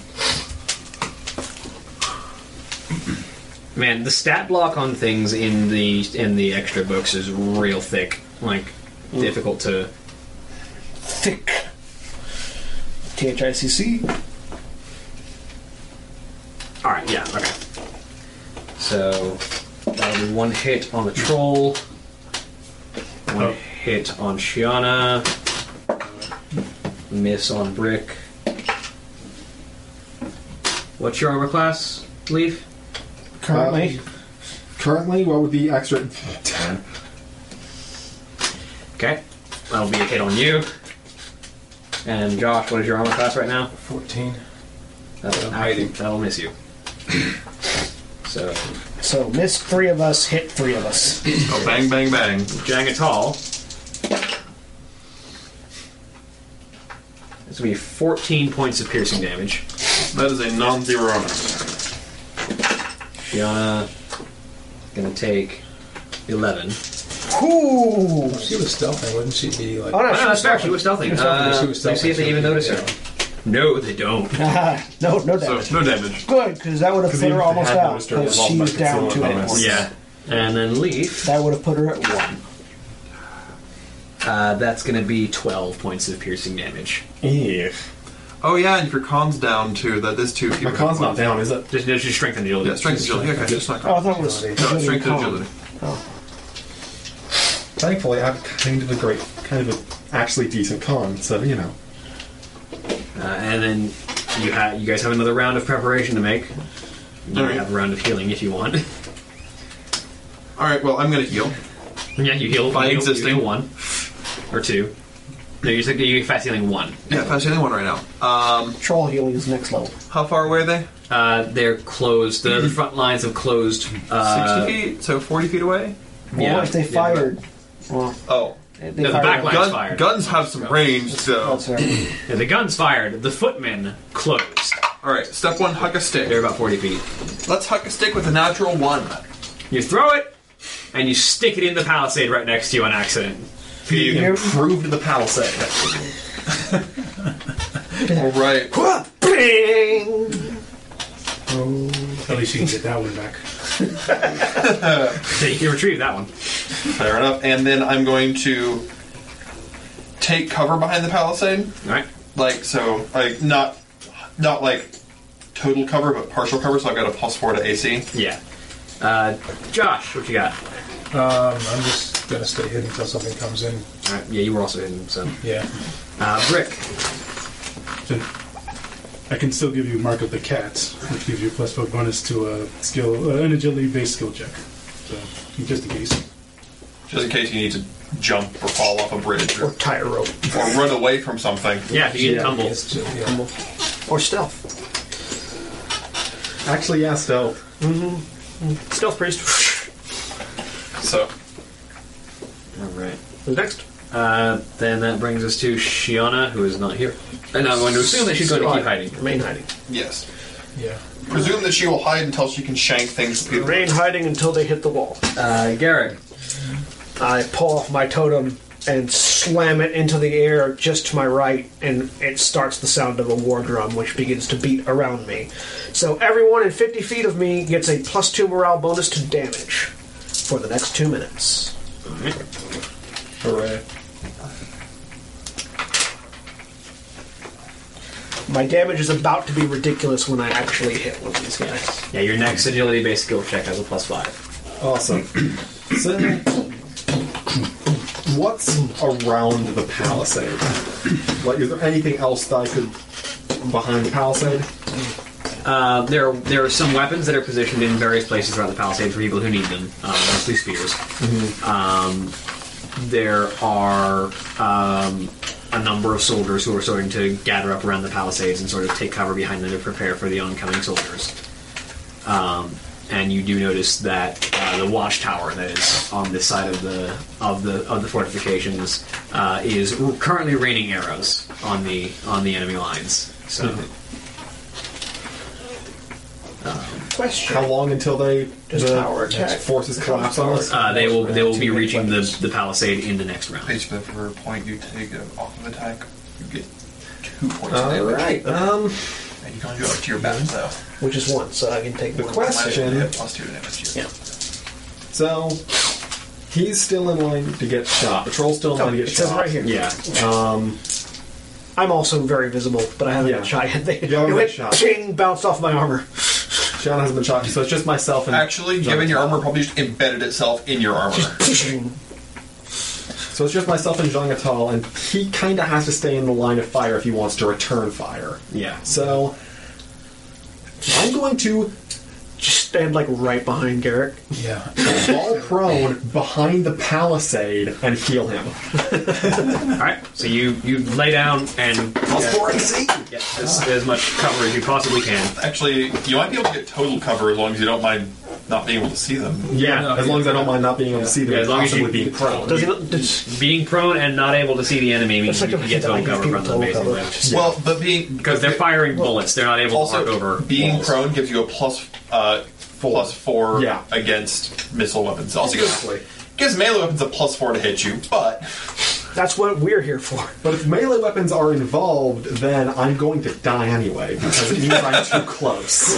Man, the stat block on things in the in the extra books is real thick. Like, difficult to. Thick. T H I C C. Alright, yeah, okay. So, that'll be one hit on the troll, one hit on Shiana, miss on Brick. What's your armor class, Leaf? Currently, currently, what would the extra Um, ten? Okay, that'll be a hit on you. And Josh, what is your armor class right now? 14. That'll, hiding. that'll miss you. So, So, miss three of us, hit three of us. Oh, bang, bang, bang. Jangatal. This will be 14 points of piercing damage. That is a non zero armor. Shiana gonna take 11. Ooh! She was stealthing, wouldn't she be like. Oh, no, Oh, she no, was that's fair. She stealthing. was stealthing. She was stealthing, Uh, she was let me see if stealthing, they even so- notice her. yeah. No, they don't. Aha, no, no damage. So, no damage. Good, because that would have put even if her they almost had out. noticed her, it Because was all she's about down two concealment hit bonus. points. Yeah. And then Leaf. That would have put her at one. Uh, that's gonna be 12 points of piercing damage. Yeah. Oh, yeah, and if your con's down too, that is two. My con's not down, is it? Just, no, just strength and agility. Yeah, strength and agility. Okay, it's not Oh, I con. thought it was. No, strength and agility. Thankfully, I have kind of a great, kind of a actually decent con, so you know. Uh, and then you, ha- you guys have another round of preparation to make. You Alright. have a round of healing if you want. Alright, well, I'm gonna heal. Yeah, you heal By you heal- existing. you heal one or two. No, you're, sick- you're fast healing one. Yeah, fast healing one right now. Um, Troll healing is next level. how far away are they? Uh, they're closed. The, the front lines have closed. Uh, 60 feet? So 40 feet away? Yeah. Well, if they Yeah, fired. well, Oh. they No, the fired back line- one. Mine's Gun- fired. guns have some range, so. That's right. yeah, the guns fired. The footmen closed. Alright, step one, huck a They're stick. about forty feet. Let's huck a stick with a natural one. You throw it, and you stick it in the palisade right next to you on accident. He Yep. improved the palisade. Alright. Bing! At least you can get that one back. you can retrieve that one. Fair enough. And then I'm going to take cover behind the palisade. All right. Like so like not not like total cover but partial cover, so I've got a plus four to AC. Yeah. Uh, Josh, what you got? Um, I'm just gonna stay hidden until something comes in. All right. Yeah, you were also hidden. So, Yeah. uh, Brick. So I can still give you Mark of the Cat, which gives you a plus four bonus to a skill, uh, an agility based skill check. So just in case. Just in case you need to jump or fall off a bridge or, Or tie a rope. or run away from something. Yeah, you get tumble. It's ju- yeah. Or stealth. Actually, yeah, stealth. Stealth priest. So All right. Who's next? Uh, then that brings us to Shiona, who is not here. And I'm going to assume that she's going to keep hiding. Remain hiding. yes. Yeah. Presume that she will hide until she can shank things to people. Remain hiding until they hit the wall. Uh, Garrett. I pull off my totem and slam it into the air just to my right, and it starts the sound of a war drum, which begins to beat around me. So everyone in 50 feet of me gets a plus two morale bonus to damage for the next two minutes. Hooray. My damage is about to be ridiculous when I actually hit one of these guys. Yeah, your next agility based skill check has a plus five. Awesome. so, what's around the palisade? Like, is there anything else that I could behind the palisade? Uh, there, are, there are some weapons that are positioned in various places throughout the palisade for people who need them, uh, mostly spears. Um, there are um, a number of soldiers who are starting to gather up around the palisades and sort of take cover behind them to prepare for the oncoming soldiers. Um, and you do notice that uh, the watchtower that is on this side of the of the of the fortifications uh, is currently raining arrows on the on the enemy lines. So. Question. How long until they Does the power attack forces collapse on us? Uh, they will they will be reaching the, the palisade in the next round. Basically, for a point you take an offensive attack, you get two points of All damage. right. Um, And you can only go up to your balance though. Which is one, so I can take the one. question. Plus two damage. Yeah. So he's still in line to get shot. The troll's still in Oh, line to it get says shot. right here. Yeah. Um, I'm also very visible, but I haven't Yeah. been shot yet. You They, haven't it been went shot. ching, bounced off my armor. Sean hasn't been shot, so it's just myself and Actually, given your armor probably just embedded itself in your armor. So it's just myself and Zhang Atal, and he kind of has to stay in the line of fire if he wants to return fire. Yeah. So I'm going to Just stand like right behind Garrick. Yeah. fall prone behind the palisade and heal him. All right. So you you lay down and get as, as much cover as you possibly can. Actually, you might be able to get total cover as long as you don't mind not being able to see them. Yeah, no, as long as I don't mind not being able to see them, Yeah, as as long as possibly you- being prone. Does he not? Does, Being prone and not able to see the enemy means It's like you a- can get total like cover people from them total basically. cover. Well, but being Because they're firing bullets, they're not able to arc also over. being walls. prone gives you a plus uh, plus four Yeah. against missile weapons. Also gives, Exactly. gives melee weapons a plus four to hit you, but that's what we're here for. But if melee weapons are involved, then I'm going to die anyway because it means I'm too close.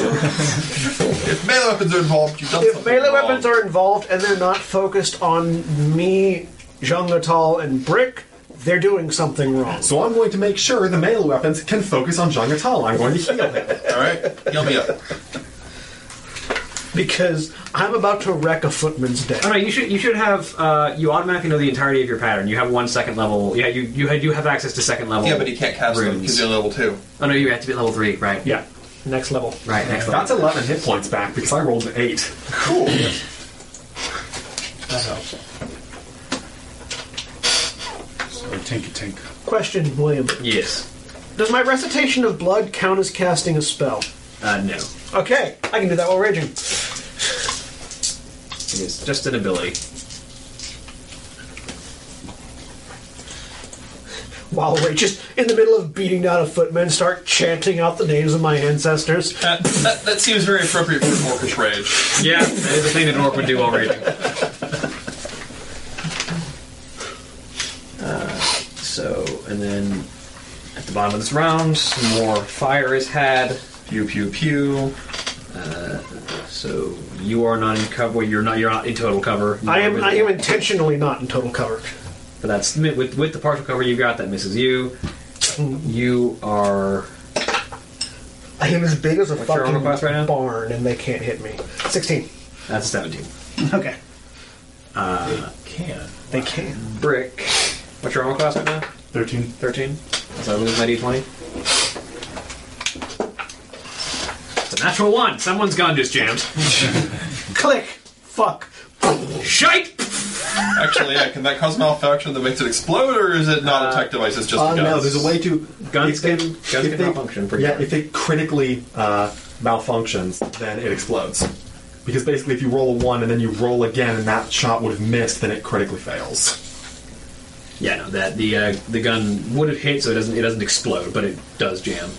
if melee weapons are involved, you've done If something melee wrong. weapons are involved and they're not focused on me, Jean Natal, and Brick, they're doing something wrong. So I'm going to make sure the melee weapons can focus on Zhang Atal. I'm going to heal him. all right, heal me up. Because I'm about to wreck a footman's day. Oh no, you should you should have uh, you automatically know the entirety of your pattern. You have one second level. Yeah, you you had you have access to second level. Yeah, but he can't cast them because runes. you're level two. Oh no, you have to be at level three, right? Yeah. Next level. Right. Next level. That's 11 hit points back because I rolled an 8. That helps. So tink tink. Question, William. Yes. Does my recitation of blood count as casting a spell? Uh, no. Okay, I can do that while raging. It's just an ability. While raging, just in the middle of beating down a footman, start chanting out the names of my ancestors. That, Uh, that, that seems very appropriate for an orcish rage. Yeah, that is a thing that an orc would do while raging. Uh, so, and then at the bottom of this round, some more fire is had. Pew pew pew. Uh, So you are not in cover. Well, you're not. You're not in total cover. I am I am intentionally not in total cover. But that's with with the partial cover you got. That misses you. You are. I am as big as a What's your armor fucking class right now? barn, and they can't hit me. Sixteen. That's a seventeen. Okay. Uh, Can. They can. Brick. What's your armor class right now? 13. Thirteen. So I lose my d twenty. It's a natural one. Someone's gun just jammed. Click. Fuck. Shite. Actually, yeah, can that cause malfunction that makes it explode, or is it not a tech device? It's just Uh, a gun. no, there's a way to Guns if they- can- guns if can they- malfunction pretty Yeah, hard. if it critically uh, malfunctions, then it explodes. Because basically, if you roll a one and then you roll again, and that shot would have missed, then it critically fails. Yeah, no, that the uh, the gun would have hit, so it doesn't it doesn't explode, but it does jam.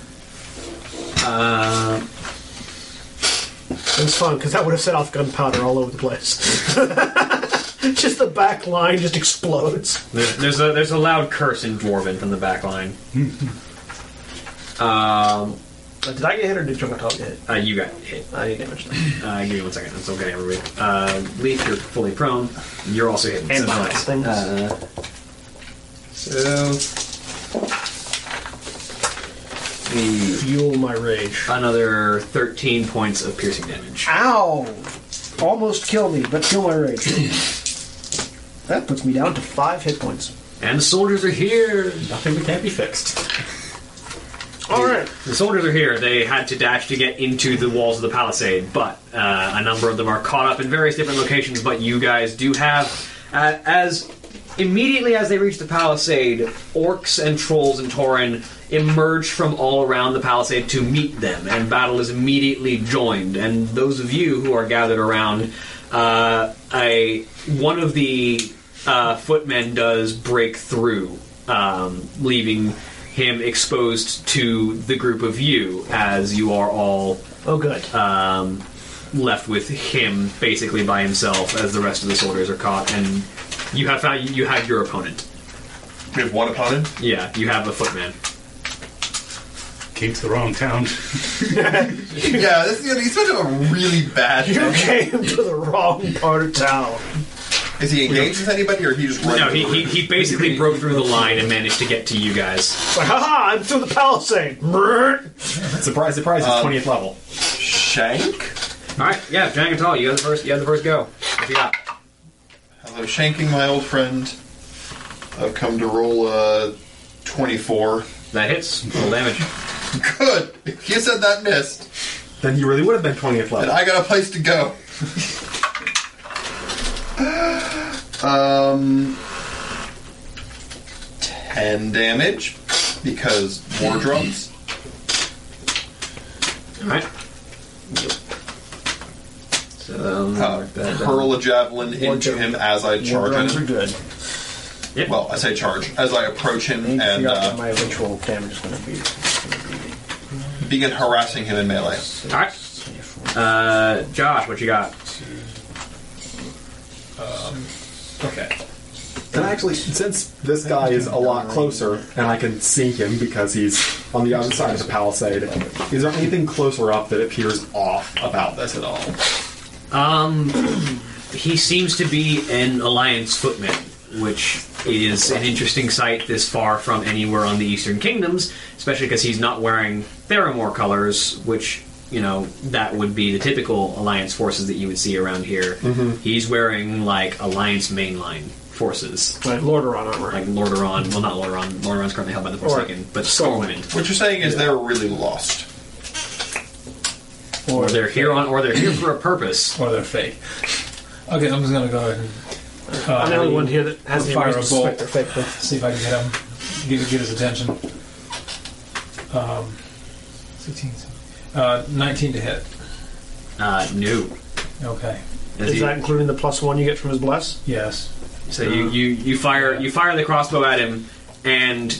It was fun because that would have set off gunpowder all over the place. just the back line just explodes. There's, there's a there's a loud curse in dwarven from the back line. Uh, Did I get hit or did Jungle Talk get hit? Uh, you got hit. I didn't damage them. Uh, give me one second. I'm still getting everybody. Uh, Leaf, you're fully prone. You're also hitting. And so my nice. things. Uh, so fuel my rage. Another 13 points of piercing damage. Ow! Almost kill me, but kill my rage. that puts me down to five hit points. And the soldiers are here. Nothing that can't be fixed. All right. The soldiers are here. They had to dash to get into the walls of the palisade, but uh, a number of them are caught up in various different locations. But you guys do have, uh, as immediately as they reach the palisade, orcs and trolls and tauren emerge from all around the palisade to meet them, and battle is immediately joined. And those of you who are gathered around, uh, a one of the uh, footmen does break through, um, leaving him exposed to the group of you as you are all oh good um, left with him basically by himself as the rest of the soldiers are caught and you have found you have your opponent we have one opponent yeah you have a footman Came to the wrong town. yeah, this is gonna, he's gonna have a really bad. You day. came to the wrong part of town. Is he engaged with anybody, or he just runs? no he, he, he basically broke through the line and managed to get to you guys It's like, haha, I'm through the palisade. Surprise, surprise, it's Um, 20th level. Shank. all right yeah Jangatal, you have the first you have the first go What you got? Hello, shanking my old friend. I've come to roll a twenty-four. that hits full damage Good. If you said that missed, Then you really would have been 20th then level. I got a place to go. um, ten damage because war drums. all right so Uh, hurl a javelin into him as I charge Guns are him. good. Yep. Well, I say charge as I approach him I need to and figure out what uh, my eventual damage is going to be. begin harassing him in melee. all right uh, Josh what you got Okay. And actually, since this guy is a lot closer, and I can see him because he's on the other side of the palisade, is there anything closer up that appears off about this at all? He seems to be an Alliance footman, which is an interesting sight this far from anywhere on the Eastern Kingdoms, especially because he's not wearing Theramore colors, which, you know, that would be the typical Alliance forces that you would see around here. Mm-hmm. He's wearing, like, Alliance mainline forces. My Lordaeron armor. Like Lordaeron, well, not Lordaeron, Lordaeron's currently held by the Forsaken, but Stormwind. What you're saying is they're really lost. Or they're here on, or they're here for a purpose. Or they're fake. Okay, I'm just gonna go ahead and I'm the only one here that has the Fire a reason to bolt. suspect they're fake. though. see if I can get him, get, get his attention. Um, 16, uh, 19 to hit. Uh, new. Okay. As Is you- that including the plus one you get from his bless? Yes. So you, you, you fire you fire the crossbow at him, and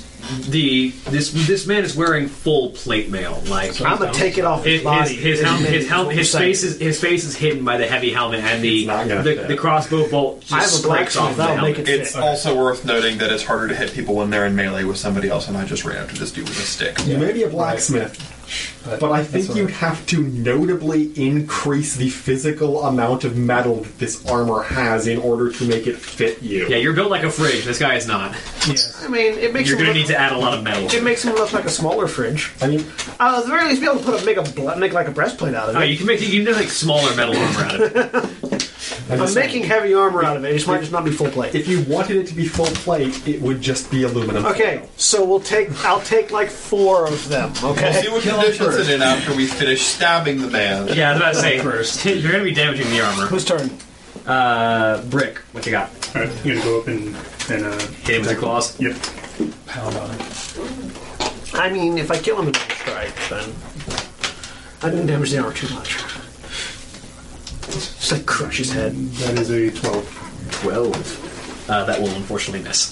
the this this man is wearing full plate mail. Like I'm gonna take it off his his body. his his, helm, his, helm, his face is his face is hidden by the heavy helmet, and the not gonna the, fit. the crossbow bolt I have just a black breaks off smith. the That'll helmet. make it fit. It's also worth noting that it's harder to hit people when they're in melee with somebody else, and I just ran up to this dude with a stick. You may be a blacksmith, but I think you'd have to notably increase the physical amount of metal that this armor has in order to make it fit you. yeah, you're built like a fridge. This guy is not. Yes. I mean, it makes You're him going to look, need to add a lot of metal. it makes him look like a smaller fridge. I mean, Uh, at the very least, be able to put a make a ble- make like a breastplate out of Oh, it. you can make you can do like smaller metal armor out of it. I'm I'm just saying, making heavy armor out of it. It just might just not be full plate. if you wanted it to be full plate, it would just be aluminum. Okay, so we'll take. I'll take like four of them. We'll Okay. see what conditions it's in after we finish stabbing the man. Yeah, I was about to say first. You're going to be damaging the armor. Whose turn? Uh, brick, what you got? All right, I'm gonna go up and and uh, Hit him with your claws. yep. Pound on him. I mean, if I kill him in one strike, then I didn't damage the armor too much. Just like crush his head. That is a twelve. 12. Uh, that will unfortunately miss.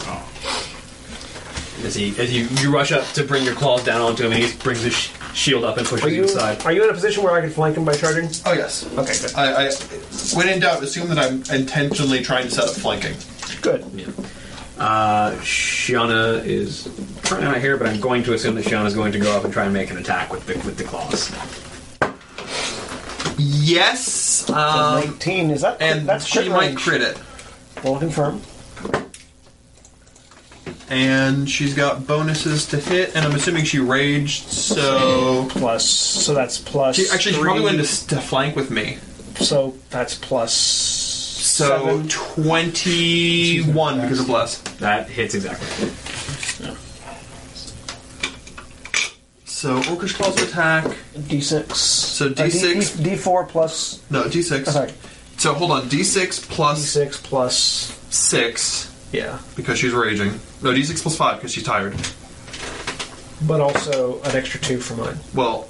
As, he, as you, you rush up to bring your claws down onto him, and he brings his sh- shield up and Are pushes you you aside. are you in a position where I can flank him by charging? Oh yes. Okay, good. I, I, when in doubt, assume that I'm intentionally trying to set up flanking. Good. Uh, Shiana is currently not here, but I'm going to assume that Shiana's going to go up and try and make an attack with the, with the claws. Yes, um, Nineteen is that? and that's she crit might range. crit it. Well, confirm. and she's got bonuses to hit, and I'm assuming she raged, so plus. So that's plus. She actually she probably three. went to, s- to flank with me. So that's plus. So twenty-one because of bless. That hits exactly. So Orcish claws of attack. D6. So D6. Uh, D, D4 plus. No, d6. Oh, sorry. So hold on, d6 plus d6 plus six. Yeah. because she's raging. No, d6 plus five because she's tired. But also an extra two for mine. Well,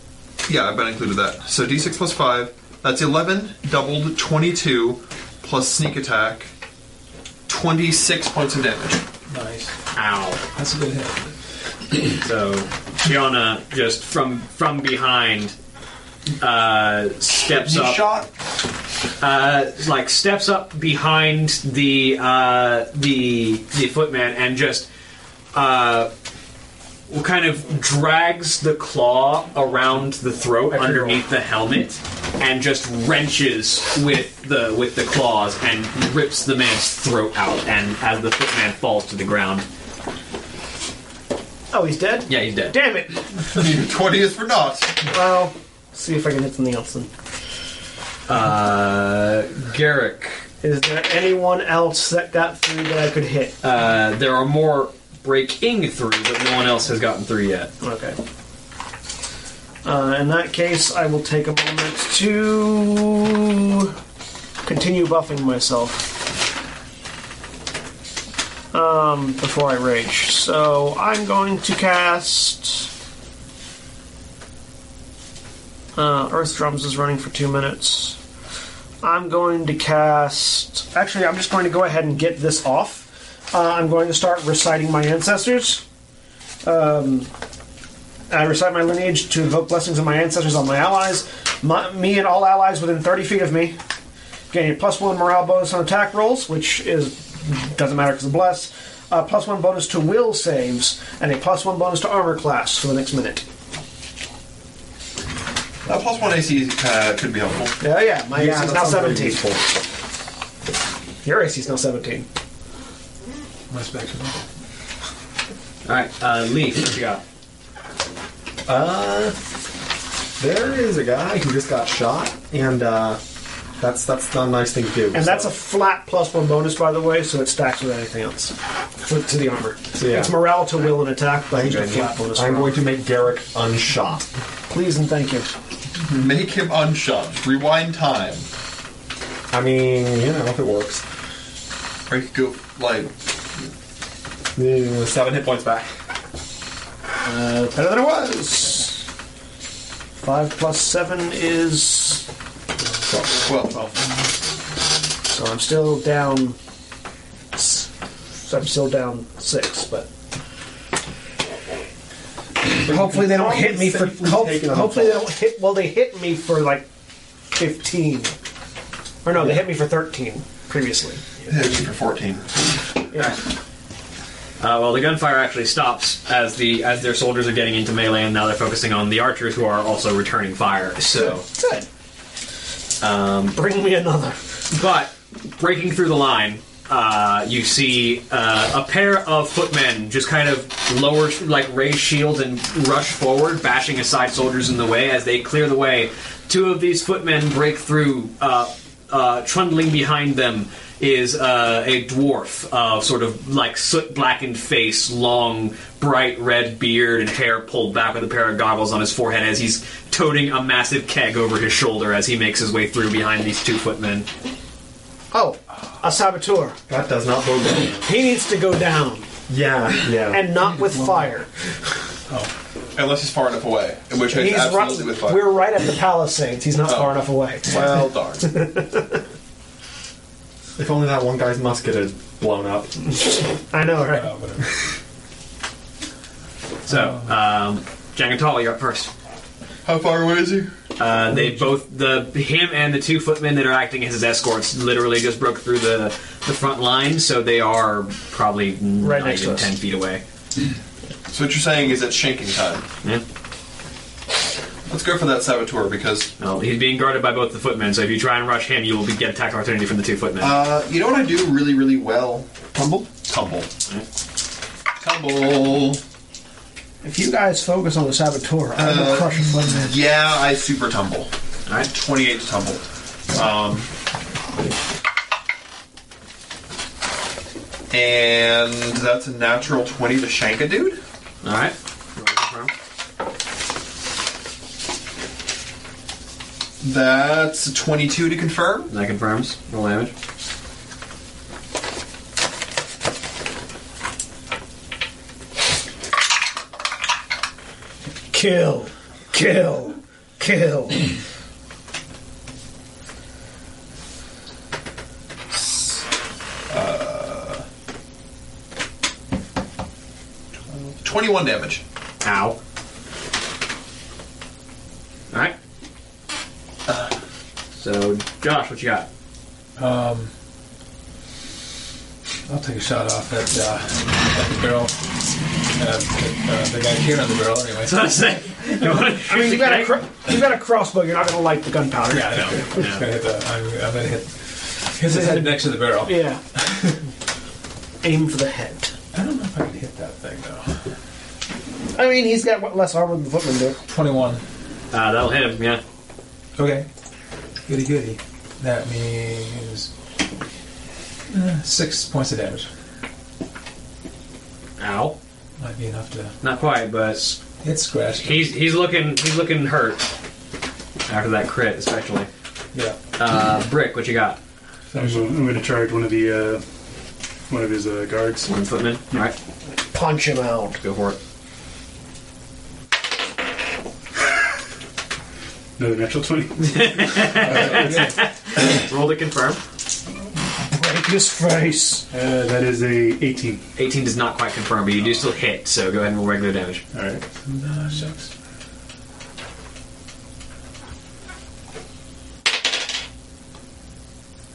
yeah, I've been included that. So d6 plus five. That's eleven doubled twenty-two plus sneak attack. Twenty-six points of damage. Nice. Ow. That's a good hit. So Shiona just from from behind uh, steps You up. shot? Uh, like steps up behind the uh, the the footman and just uh, kind of drags the claw around the throat underneath the helmet and just wrenches with the with the claws and rips the man's throat out and as the footman falls to the ground. Oh, he's dead? Yeah, he's dead. Damn it! Twenty is for naught. Well, see if I can hit something else then. Uh, Garrick. Is there anyone else that got through that I could hit? Uh, there are more breaking through, but no one else has gotten through yet. Okay. Uh, in that case, I will take a moment to continue buffing myself um, before I rage. So I'm going to cast. Uh, Earth Drums is running for two minutes. I'm going to cast. Actually, I'm just going to go ahead and get this off. Uh, I'm going to start reciting my ancestors. Um, I recite my lineage to invoke blessings of my ancestors on my allies, my, me and all allies within 30 feet of me. Gain a plus one morale bonus on attack rolls, which is doesn't matter because of bless. A Uh, plus one bonus to will saves, and a plus one bonus to armor class for the next minute. That plus one AC uh, could be helpful. Yeah, yeah. My Yeah, AC is that now sounds very 17. Your AC is now 17. Respectable. All right, uh, Leaf, what you got? Uh, there is a guy who just got shot, and uh, that's that's not a nice thing to do. And that's a flat plus one bonus, by the way, so it stacks with anything else for, to the armor. So, yeah. It's morale to will and attack, but I'm it's a going flat bonus. to, for I'm armor. going to make Garrick unshot. Please and thank you. Make him unshot. Rewind time. I mean, you know, if it works. Or you could go like Yeah, Seven hit points back. Uh, better than it was. Five plus seven is. twelve. twelve. So I'm still down. s- So I'm still down six, but. Hopefully they don't hit me for. hope- hopefully they don't hit. Well, they hit me for like fifteen, or no, they hit me for thirteen previously. Hit you for fourteen. Yeah. Uh, well, the gunfire actually stops as the as their soldiers are getting into melee, and now they're focusing on the archers who are also returning fire. So, Good. um, Bring me another. but breaking through the line, uh, you see uh, a pair of footmen just kind of lower, like raise shields and rush forward, bashing aside soldiers in the way as they clear the way. Two of these footmen break through. Uh, uh, trundling behind them is uh, a dwarf of sort of like soot blackened face, long, bright red beard, and hair pulled back with a pair of goggles on his forehead as he's toting a massive keg over his shoulder as he makes his way through behind these two footmen. Oh, a saboteur. That does not bode well. He needs to go down, Yeah, yeah. and not with fire. Unless he's far enough away, in which case He's absolutely right, with fire. We're right at the Palisades. He's not Oh. far enough away. well, darn. if only that one guy's musket had blown up. I know, right? Uh, whatever. So, um, Jangatala, you're up first. How far away is he? Uh, they both the him and the two footmen that are acting as his escorts literally just broke through the the front line, so they are probably Right not next to even us. ten feet away. So what you're saying is it's shanking time. Yeah. Let's go for that saboteur because Well, he's being guarded by both the footmen, so if you try and rush him, you will be, get attack opportunity from the two footmen. uh, you know what I do really, really well? Tumble? Tumble. Couple. If you guys focus on the saboteur, I'm gonna Uh, crush a footman. Yeah, I super tumble. All right, twenty-eight to tumble. Um, and that's a natural twenty to shank a dude. All right. That's a twenty-two to confirm. That confirms. Roll damage. Kill, kill, kill. Uh, twenty-one damage. Ow. All right. uh, So, Josh, what you got? Um, I'll take a shot off at, uh, at the barrel. Uh, the, uh, the guy here on the barrel, anyway. That's what I say. I mean, you got a cr- you got a crossbow. You're not gonna light the gunpowder. Yeah, I know. I'm just gonna hit the. I'm, I'm gonna hit his head next to the barrel. Yeah. Aim for the head. I don't know if I can hit that thing though. I mean, he's got what, less armor than the footman do. Twenty-one. Uh, that'll hit him, yeah. Okay. Goody goody. That means uh, six points of damage. Ow. Might be enough to Not quite, but hit scratch. he's he's looking he's looking hurt after that crit, especially. Yeah. Uh, Brick, what you got? I'm going, I'm going to charge one of the uh, one of his uh, guards. One footman. All right, Punch him out. go for it. Another natural twenty. Roll to confirm. Break his face. Uh, that is a eighteen. 18 does not quite confirm, but you do still hit, so go ahead and roll regular damage. All right. Ah, shucks.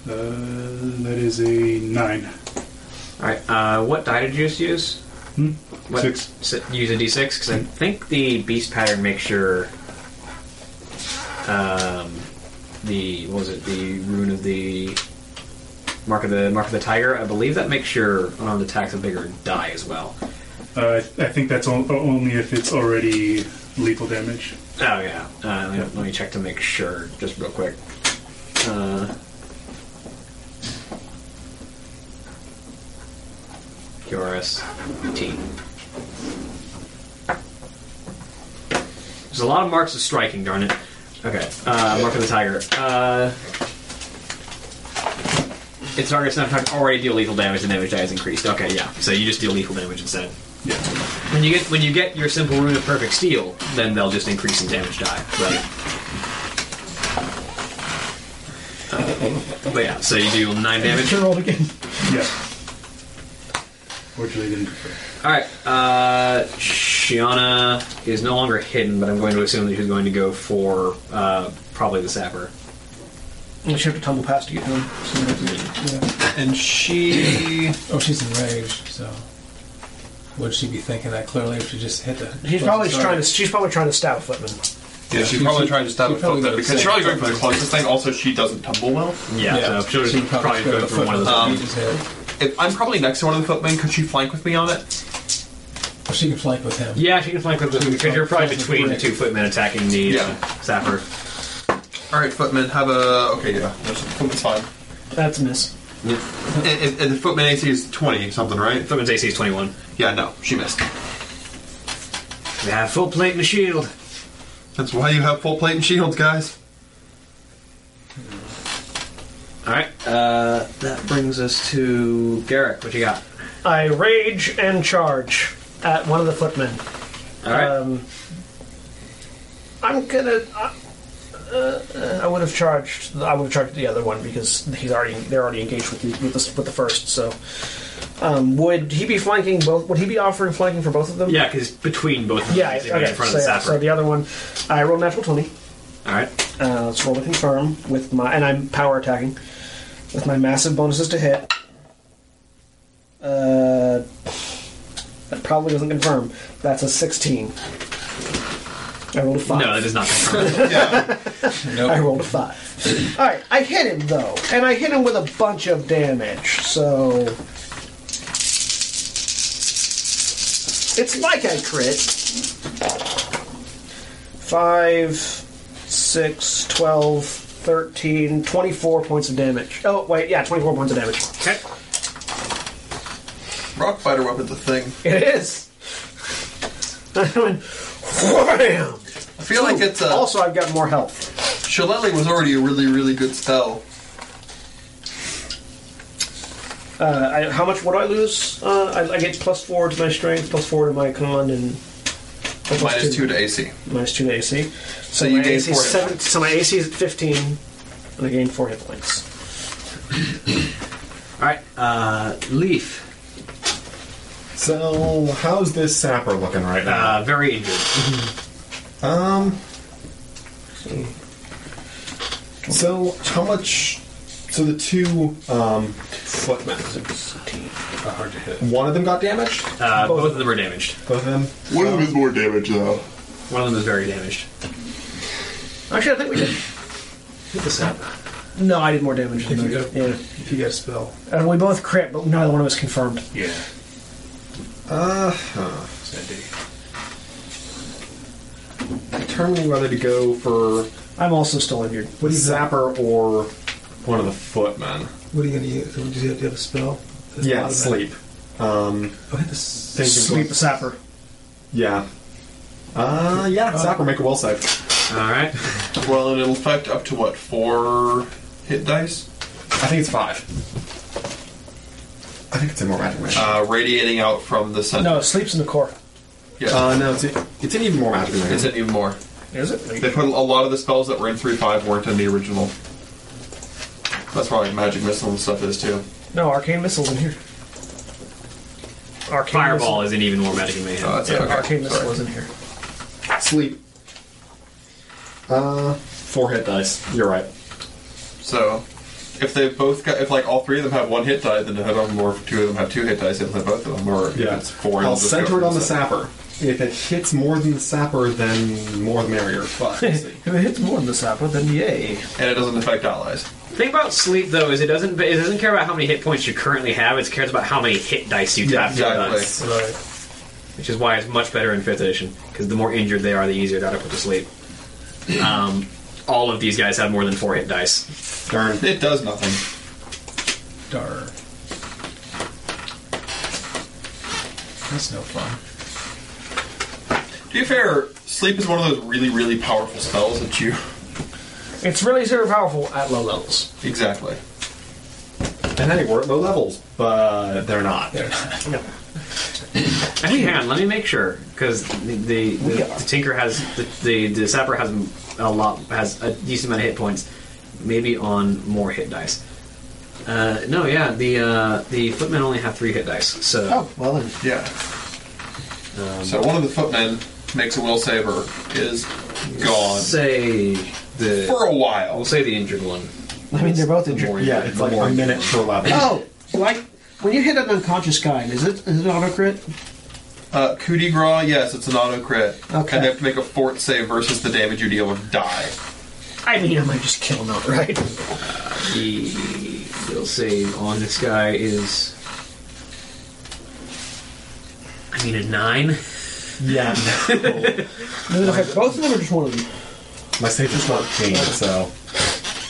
Uh, that is a nine. All right, uh, what die did you just use? Hmm? What, Six. s- use a d6 because I think the beast pattern makes your um, the what was it the rune of the mark of the mark of the tiger. I believe that makes your unarmed attacks a bigger die as well. Uh, I think that's on- only if it's already lethal damage. Oh yeah, uh, let, me, let me check to make sure just real quick. Uh, QRS 18. There's a lot of marks of striking, darn it. Okay, uh, Mark of the Tiger. Uh, its target's not already deal lethal damage, the damage die is increased. Okay, yeah, so you just deal lethal damage instead. Yeah. When you get when you get your simple rune of perfect steel, then they'll just increase in damage die. But, Uh, but yeah, so you do nine damage. Roll again. Yeah. Fortunately, didn't. prefer. All right, uh, Shiana is no longer hidden, but I'm going to assume that she's going to go for uh, probably the sapper. You should have to tumble past to get him. And she. Oh, she's enraged. So would she be thinking that clearly if she just hit the? She's probably trying to. She's probably trying to stab a footman. Yeah, she's probably trying to stop she it probably footman doesn't because say she's probably going for the footman. closest thing. Also, she doesn't tumble well. Mm. Yeah, so she'll just probably, go for one of those. Um, Just hit. If I'm probably next to one of the footmen. Could she flank with me on it? Well, she can flank with him. yeah, she can flank with this because you're probably between the two footmen attacking the Yeah. sapper. All right, footman, have a. Okay, yeah, that's- footman's fine. That's a miss. And, and- and the footman AC is twenty something, right? Footman's AC is 21. Yeah, no, she missed. They have full plate and shield. That's why you have full plate and shields, guys. All right, uh, that brings us to Garrick. What you got? I rage and charge at one of the footmen. All right, Um, I'm gonna. I- Uh, I would have charged. I would have charged the other one because he's already. They're already engaged with the, with the with the first. So, um, would he be flanking both? Would he be offering flanking for both of them? yeah, because between both of them, Yeah. it's Okay. in front so, of the yeah, sapper. so the other one, I rolled natural twenty. All right, Uh, let's roll to confirm with my, and I'm power attacking with my massive bonuses to hit. Uh, that probably doesn't confirm. That's a 16. I rolled a five. no, that is not confirmed. I rolled a five. All right, I hit him though, and I hit him with a bunch of damage. So It's like I crit. Five, six, 12, 13, 24 points of damage. Oh, wait, yeah, 24 points of damage. Okay. Rock fighter weapon's a thing. It is. I mean, wham! I feel like it's a. Also, I've got more health. Shillelagh was already a really, really good spell. Uh, I, how much? What do I lose? Uh, I, I get plus four to my strength, plus four to my con, and plus Minus two to AC. minus two to AC. So you my gain AC four is hit seven, So my AC is fifteen, and I gain four hit points. All right, uh, Leaf. So, how's this sapper looking right now? Uh, very injured. Uh, Um. So how much? So the two um, footmen. uh, hard to hit. One of them got damaged. Uh, both, of them are damaged. Both of them. One of them is more damage though. One of them is very damaged. Actually, I think we did. Hit this up. No, I did more damage than If you you. got- Yeah, If you got a spell. and we both crit, but neither one of us confirmed. Yeah. Uh huh. Sandy. Determining whether to go for I'm also still injured. with zapper or one of the footmen. What are you going to use? Do you have to have a spell? That's Yeah, automatic. sleep. Um, Oh, hit the s- think of- Sleep the sapper. Yeah. Uh, yeah. Zapper, make a will save. All right. Well, it'll affect up to what four hit dice. I think it's five. I think it's a more magic wish. Uh, radiating out from the center. No, it sleeps in the core. Yeah. Uh, no, it's, it's an even more magic wish. Is it even more? Is it? They put a lot of the spells that were in three five weren't in the original. That's probably magic missile and stuff is too. No, arcane missiles in here. Arcane Fireball missile. isn't even more magic than mayhem. Oh, that's Yeah, it. Okay. arcane missile Sorry. is in here. Sleep. Uh, four hit dice. You're right. So, if they both got, if like all three of them have one hit die, then have them, or if two of them have two hit dice, if they both of them, or if Yeah, it's four. I'll it'll just go center it from on the center. sapper. If it hits more than the sapper, then more the merrier. But if it hits more than the sapper, then yay. and it doesn't affect allies. thing about sleep though is it doesn't it doesn't care about how many hit points you currently have. It cares about how many hit dice you Yeah, tap to exactly. us, Right. which is why it's much better in fifth edition because the more injured they are, the easier they're to put to sleep. Um, all of these guys have more than four hit dice. darn, It does nothing. Darn. That's no fun. To be fair, sleep is one of those really, really powerful spells that you. It's really super powerful at low levels. Exactly. and they were at low levels, but they're not. Actually, hang on, let me make sure because the the, the, the tinker has the, the the sapper has a lot has a decent amount of hit points, maybe on more hit dice. Uh, no, yeah, the uh, the footmen only have three hit dice, so. Oh, well then. Yeah. so one of the footmen makes a will saver is gone Say the for a while. We'll say the injured one. I mean, they're both injured. More Yeah, injured, it's like more a injured. minute per level. Oh, like when you hit an unconscious guy, is it is it auto crit? Uh, coup de grace, yes, it's an auto crit. Okay. And they have to make a fort save versus the damage you deal with die. I mean, I might just kill him outright. The will save on this guy is. I mean, a nine. Yeah, no. Does it affect both of them or just one of them? my safe is 14, so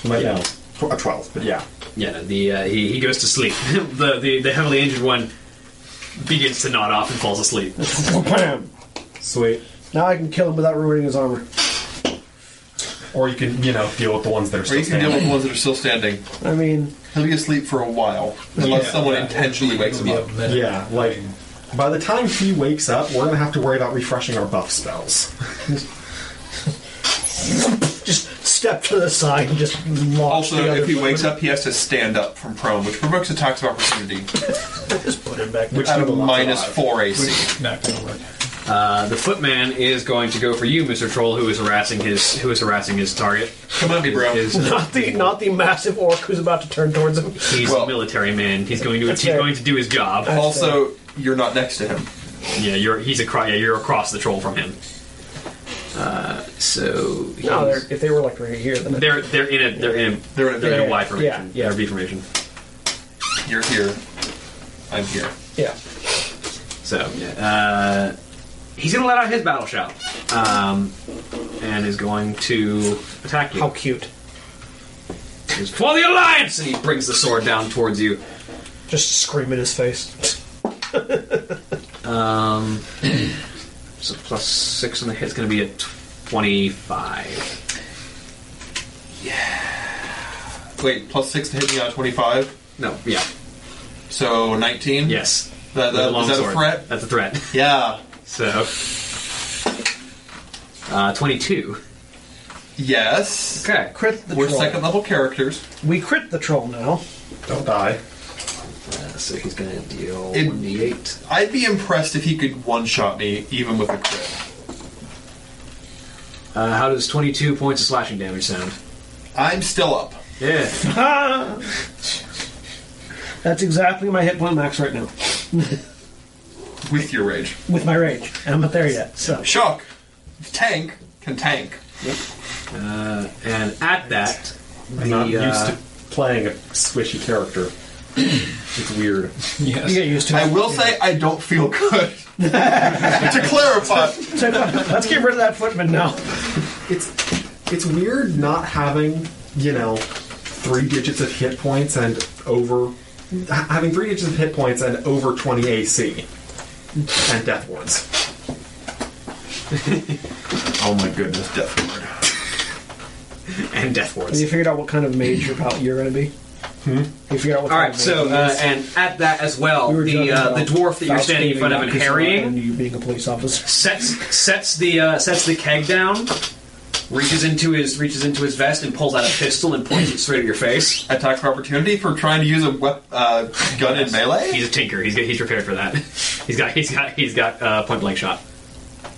right now tw- a 12. But yeah, Yeah, no, the uh, he, he goes to sleep. the, the the heavily injured one begins to nod off and falls asleep. Bam! sweet. Now I can kill him without ruining his armor. Or you can you know deal with the ones that are Or still you can deal with the standing. ones that are still standing. I mean, He'll be asleep for a while. Unless someone intentionally wakes him up. Yeah, like by the time he wakes up, we're gonna have to worry about refreshing our buff spells. just step to the side and just launch Also, the other if he foot. wakes up, he has to stand up from prone, which provokes attacks of opportunity Just put him back. Which at a people lots minus alive. 4 AC. Not going to work. Uh, the footman is going to go for you, Mister Troll, who is harassing his who is harassing his target. Come on, me, bro. His, Not the not the massive orc who's about to turn towards him. he's Well- a military man. He's going to he's That's fair. going to do his job. Also, you're not next to him. Yeah, you're he's across. Yeah, you're across the troll from him. Uh, so he's- No, Oh, they're, if they were like right here, then they're they're in a they're in a They're in a- they're in Yeah, a Y yeah, formation. yeah. or B formation. You're here. I'm here. yeah. So uh, he's going to let out his battle shout, um, and is going to attack you. How cute! For the alliance, and he brings the sword down towards you. Just scream in his face. Um, so plus six on the hit's going to be a twenty-five. Wait, plus six to hit me on 25? No, yeah. So 19? Yes. That, With that, a long is that sword. a threat? That's a threat. Yeah. So. Uh, 22. Yes. Okay. Crit the We're troll. second level characters. We crit the troll now. Don't die. so he's going to deal It- 1d8. I'd be impressed if he could one shot me, even with a crit. Uh, how does 22 points of slashing damage sound? I'm still up. Yeah. That's exactly my hit point max right now. With your rage. With my rage. And I'm not there yet. So Shock! Tank can tank. Uh, and at that, I'm not the, used uh, to playing a squishy character. it's weird. Yes. I will say I don't feel good. to clarify. Let's get rid of that footman now. It's it's weird not having you know three digits of hit points and over ha- having three digits of hit points and over twenty AC and death wards. oh my goodness, death ward. uh, and death wards. Have you figured out what kind of mage you're, prob- you're going to be? Hmm? You figured out what All kind right. of So mage uh, he is? and at that as well, the uh, the dwarf that you're standing in front of and harrying you being a police officer. sets sets the uh, sets the keg down, reaches into his reaches into his vest and pulls out a pistol and points it straight at your face. Attack for opportunity for trying to use a wep- uh, gun in melee. He's a tinker. He's he's prepared for that. He's got he's got he's got uh, point blank shot.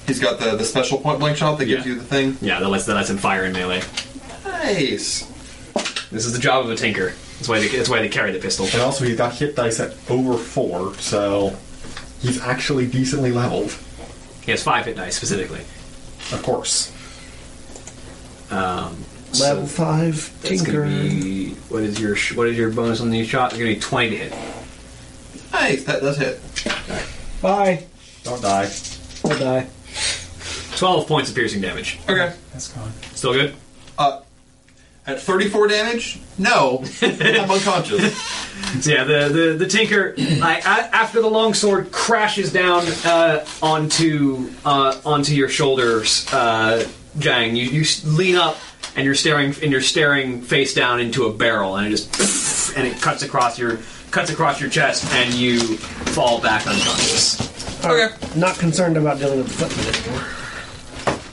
He's got the, the special point blank shot that gives you the thing. Yeah, that lets that lets him fire in melee. Nice. This is the job of a tinker. That's why they, that's why they carry the pistol. And also, he got hit dice at over four, so he's actually decently leveled. He has five hit dice specifically. Of course. Um, Level so five that's tinker. gonna be what is your sh- what is your bonus on the shot? It's gonna be twenty to hit. Nice, that does hit. Bye. Don't die. I'll die. Twelve points of piercing damage. Okay. That's gone. Still good. Uh, at 34 damage? No. I'm unconscious. So yeah, the the, the tinker like, a- after the longsword crashes down uh, onto uh, onto your shoulders, uh, Jang. You, you s- lean up and you're staring and you're staring face down into a barrel, and it just and it cuts across your cuts across your chest, and you fall back unconscious. Okay. Not concerned about dealing with the footman anymore.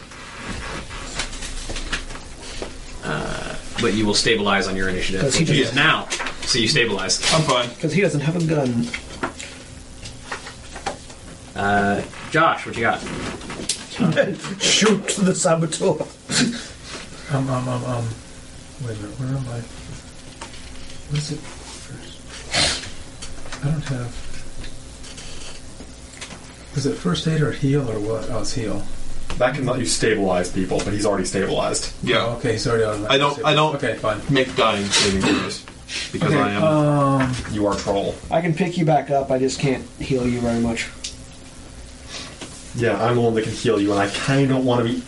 Uh, but you will stabilize on your initiative, Does he which is just- now. So you stabilize. I'm fine. Because he doesn't have a gun. Uh, Josh, what you got? Shoot the saboteur. Um, um, um, um. Wait a minute, where am I? What is it first? I don't have. Was it first aid or heal or what? Oh, it's heal. That can let you stabilize people, but he's already stabilized. Yeah. okay, sorry. I don't. I don't. Okay, fine. Make dying saving throws because Okay, I am. Um, You are troll. I can pick you back up. I just can't heal you very much. Yeah, I'm the one that can heal you, and I kind of don't want to be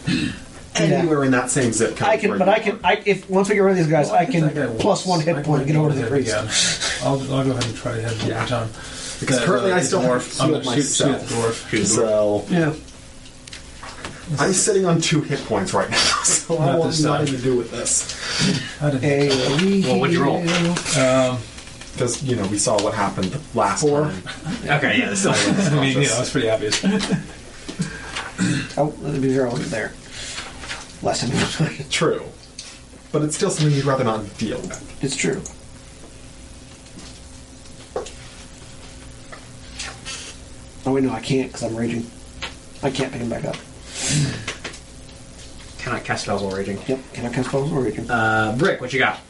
anywhere in that same zip code. I can, where but you I can. I, if once we get rid of these guys, I can plus one hit point and get over to the hit priest. again. I'll, I'll go ahead and try to hit one more time. Because uh, The- currently the I still have dwarf. I'm healed gonna shoot, shoot the myself. dwarf. So yeah, I'm sitting on two hit points right now, so I Not want this nothing time. to do with this. I didn't. Well, what'd you roll? Um, Because you know we saw what happened last time. Okay, yeah, that's I mean, yeah, that's pretty obvious. Oh, let me be zero there. Last time. True, but it's still something you'd rather not deal with. It's true. Oh wait, no, I can't because I'm raging. I can't pick him back up. Can I cast spells while raging? Yep. Can I cast spells while raging? Uh, Brick, what you got?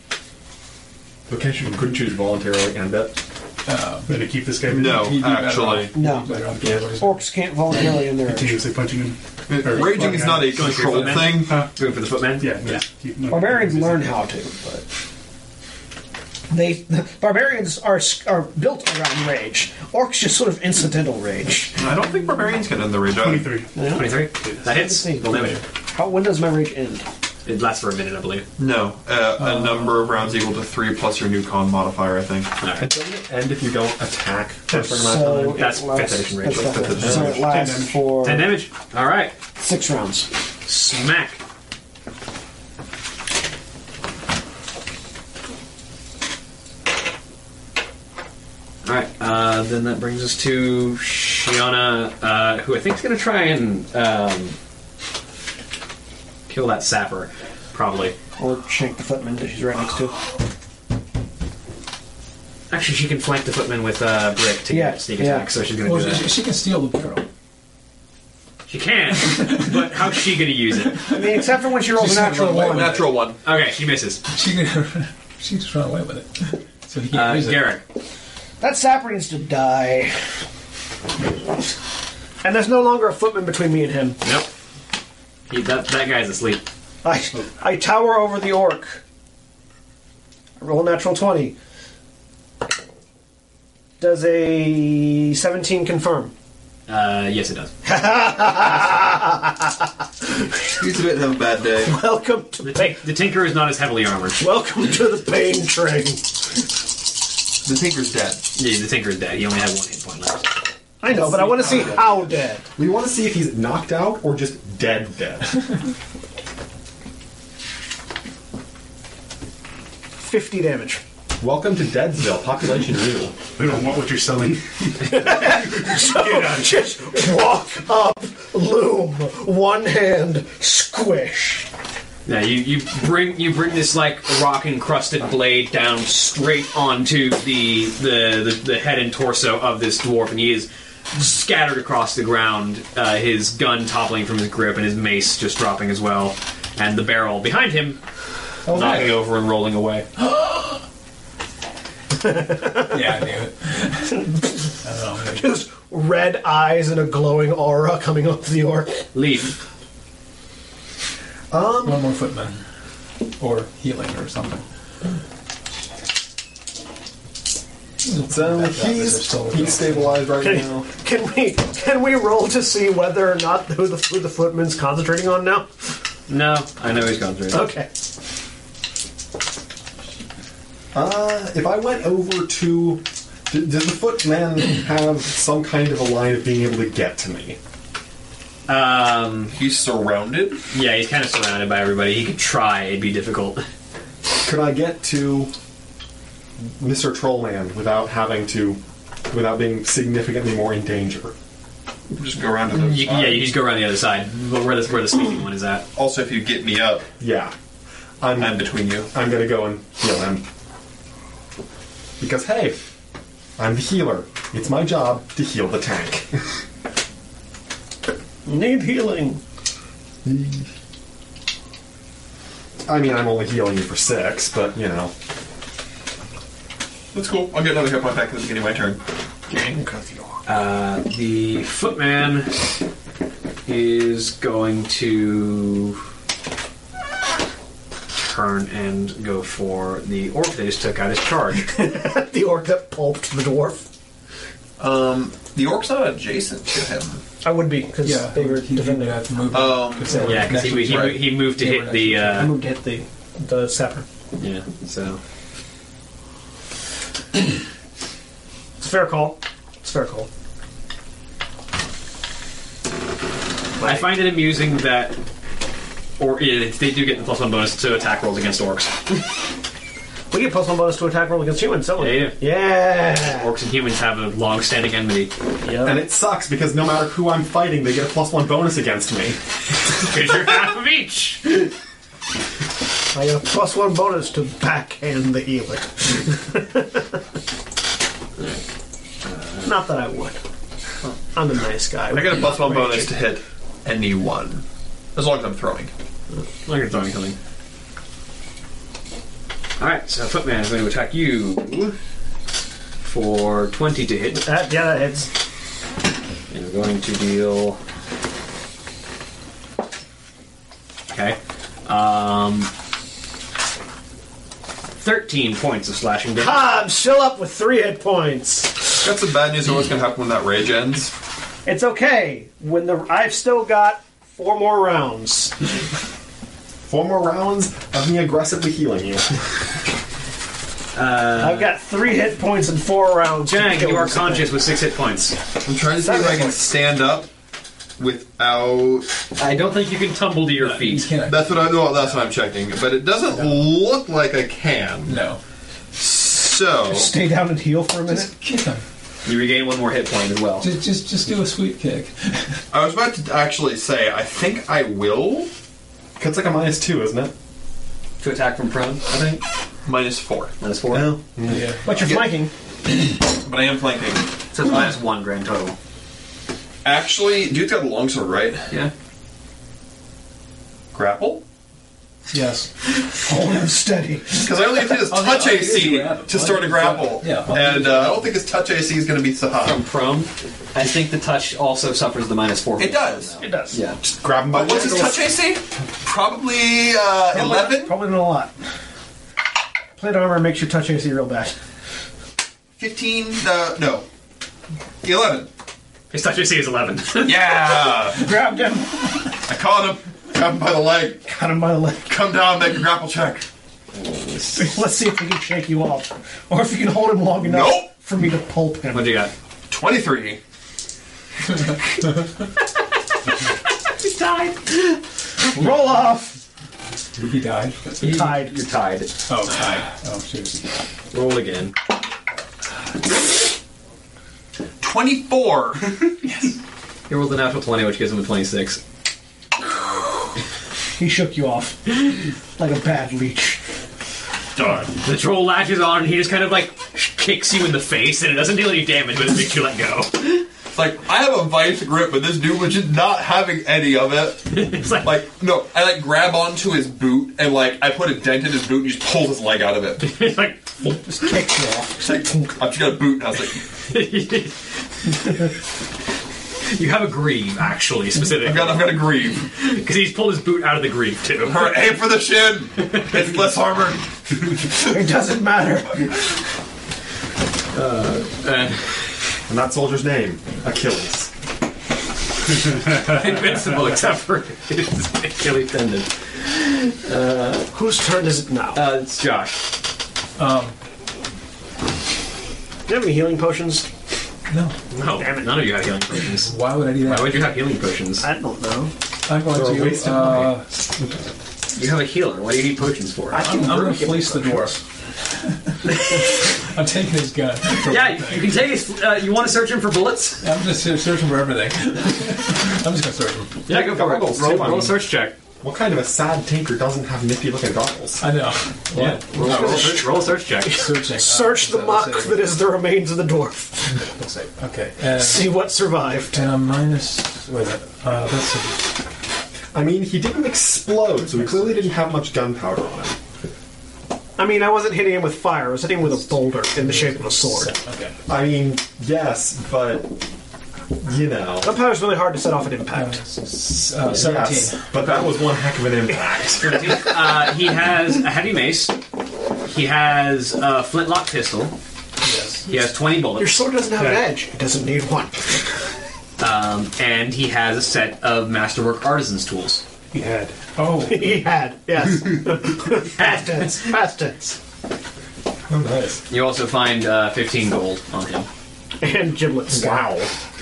Location you could choose voluntarily end it. Uh, Gonna keep this guy. No, actually. No. Continuously Orcs can't voluntarily in their punching him. Raging is not a Going for your control footman? thing. Going for the footman? Yeah. Yeah. Keep- Barbarians learn how to, but They barbarians are are built around rage. Orcs just sort of incidental rage. I don't think barbarians get in the rage. Twenty-three. Twenty-three. That hits. Roll damage. How when does my rage end? It lasts for a minute, I believe. No, uh, a number of rounds equal to three plus your new con modifier. I think. And if you don't attack, for a certain amount of So time- it lasts- that's fifth edition. So it lasts for Ten damage. All right. six rounds. Smack. All right. Uh, then that brings us to Shiana, uh, who I think is going to try and um, kill that sapper, probably. Or shank the footman that she's right next to. Actually, she can flank the footman with uh, brick to Yeah, get sneak yeah. attack, so she's going to Well, do that. she, she can steal the barrel. She can, but how's she going to use it? I mean, except for when she rolls She's a gonna natural run away one. with it. Natural one. Okay, she misses. She can. she just run away with it. So he can't Uh, use it. Garrick. That sapper needs to die. And there's no longer a footman between me and him. Nope. He, that, that guy's asleep. I, I tower over the orc. I roll a natural 20. Does a 17 confirm? Uh, yes, it does. He's a bit having a bad day. Welcome to The, tin- the Tinker is not as heavily armored. welcome to the pain train. The Tinker's dead. Yeah, the Tinker is dead. He only had one hit point left. I know, but I want to see how dead. Uh, We want to see if he's knocked out or just dead dead. 50 damage. Welcome to Deadsville, population new. We don't want what you're selling. So just walk up, loom, one hand, squish. Yeah, you, you bring you bring this like rock encrusted blade down straight onto the the, the the head and torso of this dwarf, and he is scattered across the ground. Uh, his gun toppling from his grip, and his mace just dropping as well, and the barrel behind him knocking over and rolling away. Yeah, I knew it. I don't know. maybe- Just red eyes and a glowing aura coming off the orc. Leaf. One more footman. Or healing or something. So Back up, he's, there's still- he's stabilized right Can, now. can we can we roll to see whether or not who the who the footman's concentrating on now? No, I know he's gone through. it. Okay. Uh, if I went over to. d- Does the footman have some kind of a line of being able to get to me? Um, He's surrounded. yeah, he's kind of surrounded by everybody. He could try; it'd be difficult. Could I get to Mr. Trollland without having to. without being significantly more in danger? Just go around to the. You, yeah, you just go around the other side, but where the where the speaking one is at. Also, if you get me up, Yeah. I'm, I'm between you. I'm gonna go and heal him. Because, hey, I'm the healer. It's my job to heal the tank. Need healing. I mean, I'm only healing you for six, but you know. That's cool. I'll get another hit point back at the beginning of my turn. Uh, the footman is going to turn and go for the orc that just took out his charge. the orc that pulped the dwarf. Um, the orc's not adjacent to him. I would be because Yeah, they were he defending. that move. Um, yeah, because he, he, he moved Oh, to hit the. I Uh, moved to hit the the sapper. yeah, so. It's a fair call. It's a fair call. I find it amusing that. Or yeah, they do get the plus one bonus to attack rolls against orcs. We get plus one bonus to attack roll against humans. Don't we? Yeah, yeah. Yeah. Orcs and humans have a long-standing enmity. And it sucks because no matter who I'm fighting, they get a plus one bonus against me. Because you're half of each. I get a plus one bonus to backhand the healer. Not that I would. I'm a nice guy. I get a plus one bonus to hit anyone, as long as I'm throwing. Look at throwing something. Alright, so Footman is going to attack you for 20 to hit. That, yeah, that hits. And we're going to deal. Okay. Um, 13 points of slashing damage. Ha! I'm still up with three hit points. Got some bad news on what's going to happen when that rage ends. It's okay. When the I've still got four more rounds. Four more rounds of me aggressively healing you. I've got three hit points in four rounds. to Jang, kill you are this conscious thing. with six hit points. I'm trying to see if I can stand up without. I don't think you can tumble to your feet. That's what I well, That's what I'm checking, but it doesn't look like I can. No. So Stay down and heal for a minute. Kick him. You regain one more hit point as well. Just, just, just do a sweep kick. I was about to actually say I think I will. It's like a minus two, isn't it? To attack from prone, I think. Minus four, That's four. Yeah. But you're Yeah. flanking. but I am flanking. So it's minus one grand total. Actually, dude's got a longsword, right? Yeah. Grapple? Yes. Hold him steady. Because I only have to his Oh, no, touch it is AC grapple. to start a grapple, Yeah. and uh, I don't think his touch AC is going to be so high. From prone, I think the touch also suffers the minus four. It does. It does. Yeah. Grab him by But the Oh, what's his touch AC? Probably uh, eleven. Probably not a lot. Plate armor makes your touch AC real bad. 15, uh, no. 11. His touch AC is 11. Yeah! Grabbed him, I caught him, grabbed him by the leg, cut him by the leg. come down, make a grapple check. Let's see if we can shake you off, or if you can hold him long enough Nope. for me to pulp him. what do you got? 23. Roll off. He died. Tied. You're tied. Oh, died. Oh, shoot. Roll again. 24! He rolled a natural 20, which gives him a 26. He shook you off like a bad leech. The troll latches on and he just kind of like kicks you in the face and it doesn't deal any damage, but it makes you let go. It's like, I have a vice grip, but this dude was just not having any of it. It's like, Like, no, I like grab onto his boot and like I put a dent in his boot and he just pulls his leg out of it. it's like Just kicked you off. It's like, I've just got a boot and I was like, you have a grieve, actually, I've got, specifically. I've got a grieve. Because he's pulled his boot out of the grieve, too. Alright, aim for the shin! It's less armor. It doesn't matter. And that soldier's name, Achilles. Invincible, except for his Achilles tendon. Whose turn is it now? Uh, it's Josh. Do you have any healing potions? No. No, Damn it. none of you have healing potions. Why would I do that? Why would you have healing potions? I don't know. I'm going a waste to. of Uh, You have a healer. What do you need potions for? I'm, I'm going to fleece the dwarf. I'm taking his gun. yeah, you can take. His, uh, you want to search him for bullets? I'm just here searching for everything. I'm just going to search him. Yeah, go for it. goggles, Roll, too, I roll a mean. search check. Uh, What kind of a sad tinker doesn't have nifty looking goggles? I know. Yeah. Roll, roll, a- roll a search check. Searching. Search the muck that is the remains of the dwarf. Okay. Uh, See what survived. and I'm minus. Wait a minute. Uh, that's a, I mean, he didn't explode, so he clearly didn't have much gunpowder on him. I mean, I wasn't hitting him with fire. I was hitting him with a boulder in the shape of a sword. okay. I mean, yes, but you know, Gunpowder's really hard to set off at impact. S- Uh, 17. yes. But that was one heck of an impact. Uh, he has a heavy mace. He has a flintlock pistol. Yes. He has 20 Your bullets. sword doesn't have an edge. It doesn't need one. Um, and he has a set of masterwork artisan's tools. He had. Oh, he had, yes. Past tense. Past tense. oh, nice. You also find uh, 15 gold on him. And giblets. Wow.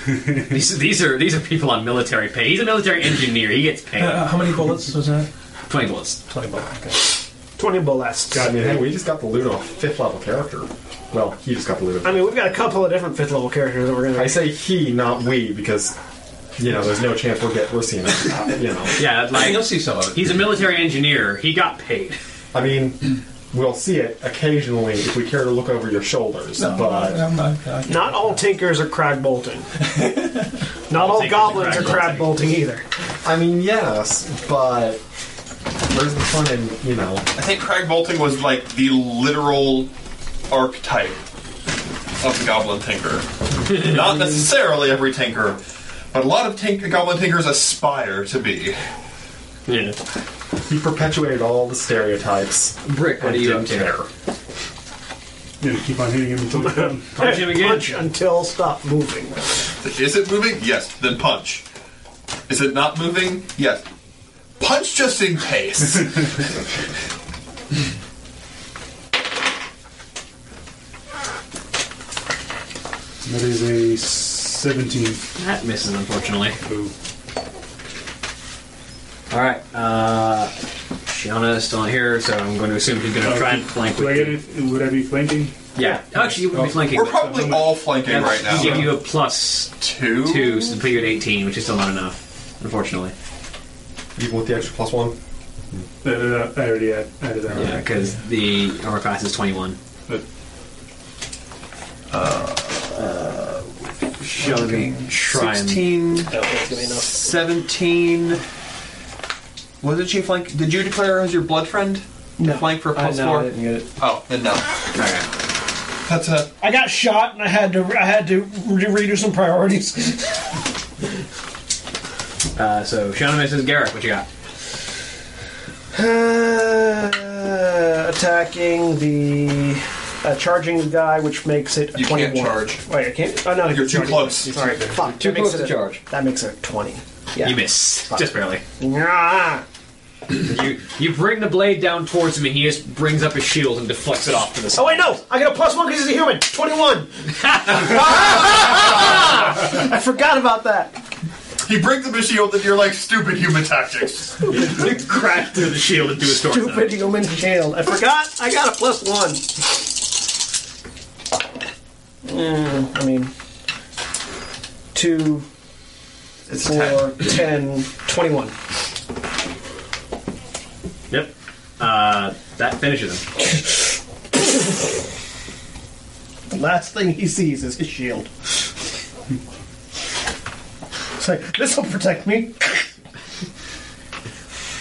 These, these are these are people on military pay. He's a military engineer. He gets paid. uh, how many bullets was that? 20 bullets. 20 bullets. Okay. 20 bullets. I mean, hey, we just got the loot off a fifth level character. Well, he just got the loot I off. mean, we've got a couple of different fifth level characters that we're I going to. say he, not we, because you know, there's no chance we're get we're seeing it. You know, Yeah, like You'll see some of it. he's a military engineer. He got paid. I mean, we'll see it occasionally if we care to look over your shoulders, Um, No, but. I'm not- I- Not all tinkers are crag bolting. Not all tinkers are goblins are crag crag bolting either. I mean, yes, but where's the fun in you know? I think crag bolting was like the literal archetype of the goblin tinker. Not necessarily every tinker, but a lot of tink- goblin tinkers aspire to be. Yeah. You perpetuated all the stereotypes. Brick, what and are you up didn't to? care. Gonna keep on hitting him until he's done. Punch him again. Punch until stop moving. Is it moving? Yes. Then punch. Is it not moving? Yes. Punch just in case. That is a 17. That misses, unfortunately. All right. Uh, Shiana is still in here, so I'm going to assume he's going to try and flank Do with I you. Oh. get it? Would I be flanking? Yeah. Actually, you would be flanking. We're but- probably all flanking That's- right now. Give you a plus two, two, so put you at 18, which is still not enough, unfortunately. Even with the extra plus one. No, no, no, I already add- added that. Yeah, because the armor class is 21. But- Shall we try and- 16, Oh, that's gonna be enough. 17. Was it Chief Flank? Did you declare her as your blood friend? No. Flank for a I- plus no, I four? didn't get it. Oh, then no. Okay. That's a. I got shot and I had to I had to re- redo some priorities. Uh, so Shiana misses Garrick. What you got? Uh, attacking the uh, charging guy, which makes it a You can't 21. charge. Wait, I can't. Oh no, You're too charging. close. You're Sorry, too- fuck. too that makes close it to a- charge. That makes it a 20. Yeah. You miss, Fuck. just barely. Nyah. You you bring the blade down towards him, and he just brings up his shield and deflects it off to the side. Oh wait, no! I got a plus one because he's a human. Twenty-one. I forgot about that. He brings the shield and you're like, stupid human tactics. Crash through the shield and do a storm. Stupid human shield. I forgot. I got a plus one. Mm, I mean, two, It's four, ten, twenty-one. Yep. Uh, that finishes him. Last thing he sees is his shield. It's like, this will protect me.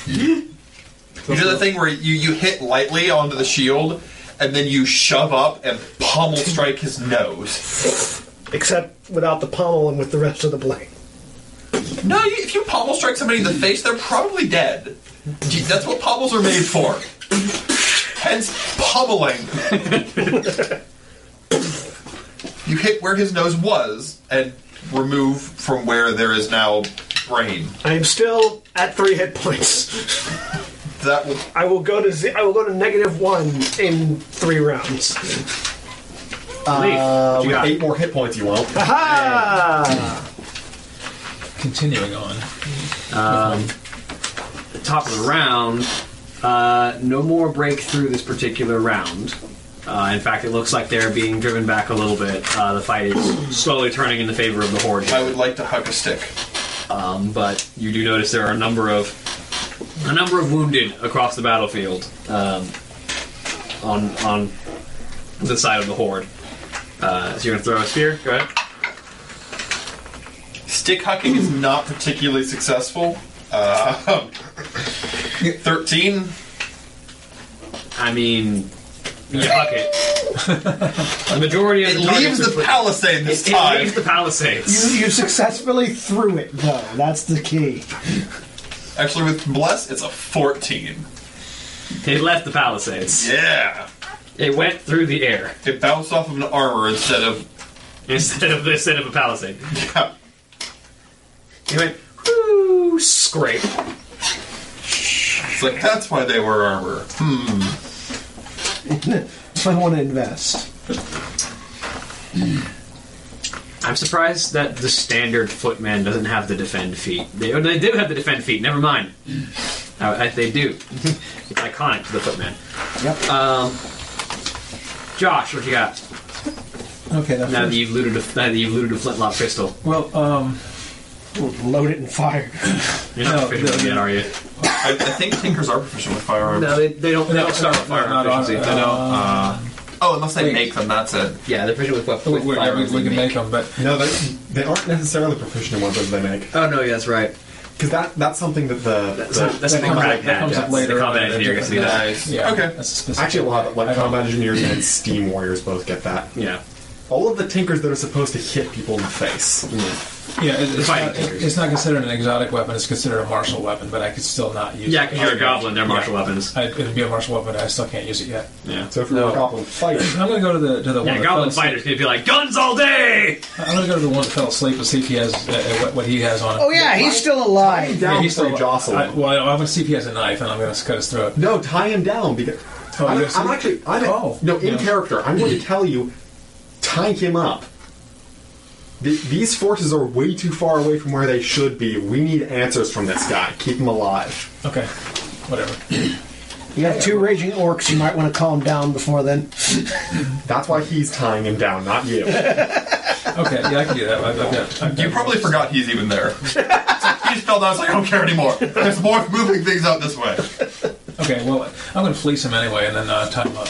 You do the thing where you, you hit lightly onto the shield and then you shove up and pommel strike his nose. Except without the pommel and with the rest of the blade. No, you, if you pommel strike somebody in the face, they're probably dead. Gee, That's what pommels are made for. Hence, pommeling. you hit where his nose was and remove from where there is now brain. I am still at three hit points. That will I will go to ze- I will go to negative one in three rounds. Uh, what you with got? eight more hit points, you won't. Aha! Continuing on. Um, top of the round. Uh, no more breakthrough this particular round. Uh, in fact, it looks like they're being driven back a little bit. Uh, the fight is slowly turning in the favor of the horde. I would like to hug a stick. Um, but you do notice there are a number of a number of wounded across the battlefield um, on on the side of the horde. Uh, so you're gonna throw a spear. Go ahead. Stick hucking is not particularly successful. Uh, 13. I mean, you huck it. the majority of It the targets leaves are the put- palisade this It, it time. leaves the palisades. You, you successfully threw it though. That's the key. Actually, with Bless, it's a 14. It left the palisades. Yeah. It went through the air It bounced off of an armor instead of. instead of instead of a palisade. Yeah. It went whoo scrape. It's like, that's why they wear armor. Hmm. If I want to invest. I'm surprised that the standard footman doesn't have the defend feat. They, oh, they do have the defend feat. Never mind. I, I- they do. it's iconic to the footman. Yep. Um, Josh, what you got? Okay, that's Now that you've looted a, now that you've looted a flintlock pistol, Well, um, Load it and fire. you're not No, no, proficient with it, no. are you? I, I think Tinkers are proficient with firearms. No, they, they don't. They don't start with no, firearm not on- proficiency. uh, They don't. Oh, unless they Wait. make them, that's it. Yeah, they're proficient with weapons. we, With we, we, firearms we they can make them, but No, they, they aren't necessarily proficient in weapons they make. Oh no, yeah, that's right. Because that, that's something that the. That's, the- that's that something comes up- Brad that had. comes up That's later The on combat in a engineer gets to do different- that. Nice. yeah, Okay. that's a specific. Actually, a lot of I like don't- combat engineers and steam warriors both get that. Yeah. all of the tinkers that are supposed to hit people in the face. Yeah, it, it's, Fighting not, tinkers. it's not considered an exotic weapon. It's considered a martial weapon, but I could still not use Yeah, it. 'cause you're a goblin, they're martial weapons. I, it'd be a martial weapon. I still can't use it yet. Yeah. So if you're a goblin fighter, I'm going to go to the to the yeah, one that goblin fell asleep. fighters gonna be like guns all day. I'm going to go to the one that fell asleep and see if he has uh, uh, what, what he has on him. Oh yeah, he's still alive. Yeah, he's still jostle. I, well, I'm going to see if he has a knife, and I'm going to cut his throat. No, tie him down because Oh, I'm, you're I'm asleep? actually I'm Oh. no in Yeah. character. I'm going to tell you, tie him up. Th- these forces are way too far away from where they should be. We need answers from this guy. Keep him alive. Okay, whatever. You got two raging orcs. You might want to calm down before then. That's why he's tying him down, not you. okay, yeah, I can do that. I've, I've got, I've got You probably forgot he's even there. It's like, he just fell down. I was like, I don't care anymore. There's more moving things out this way. Okay, well, I'm going to fleece him anyway, and then uh, tie him up.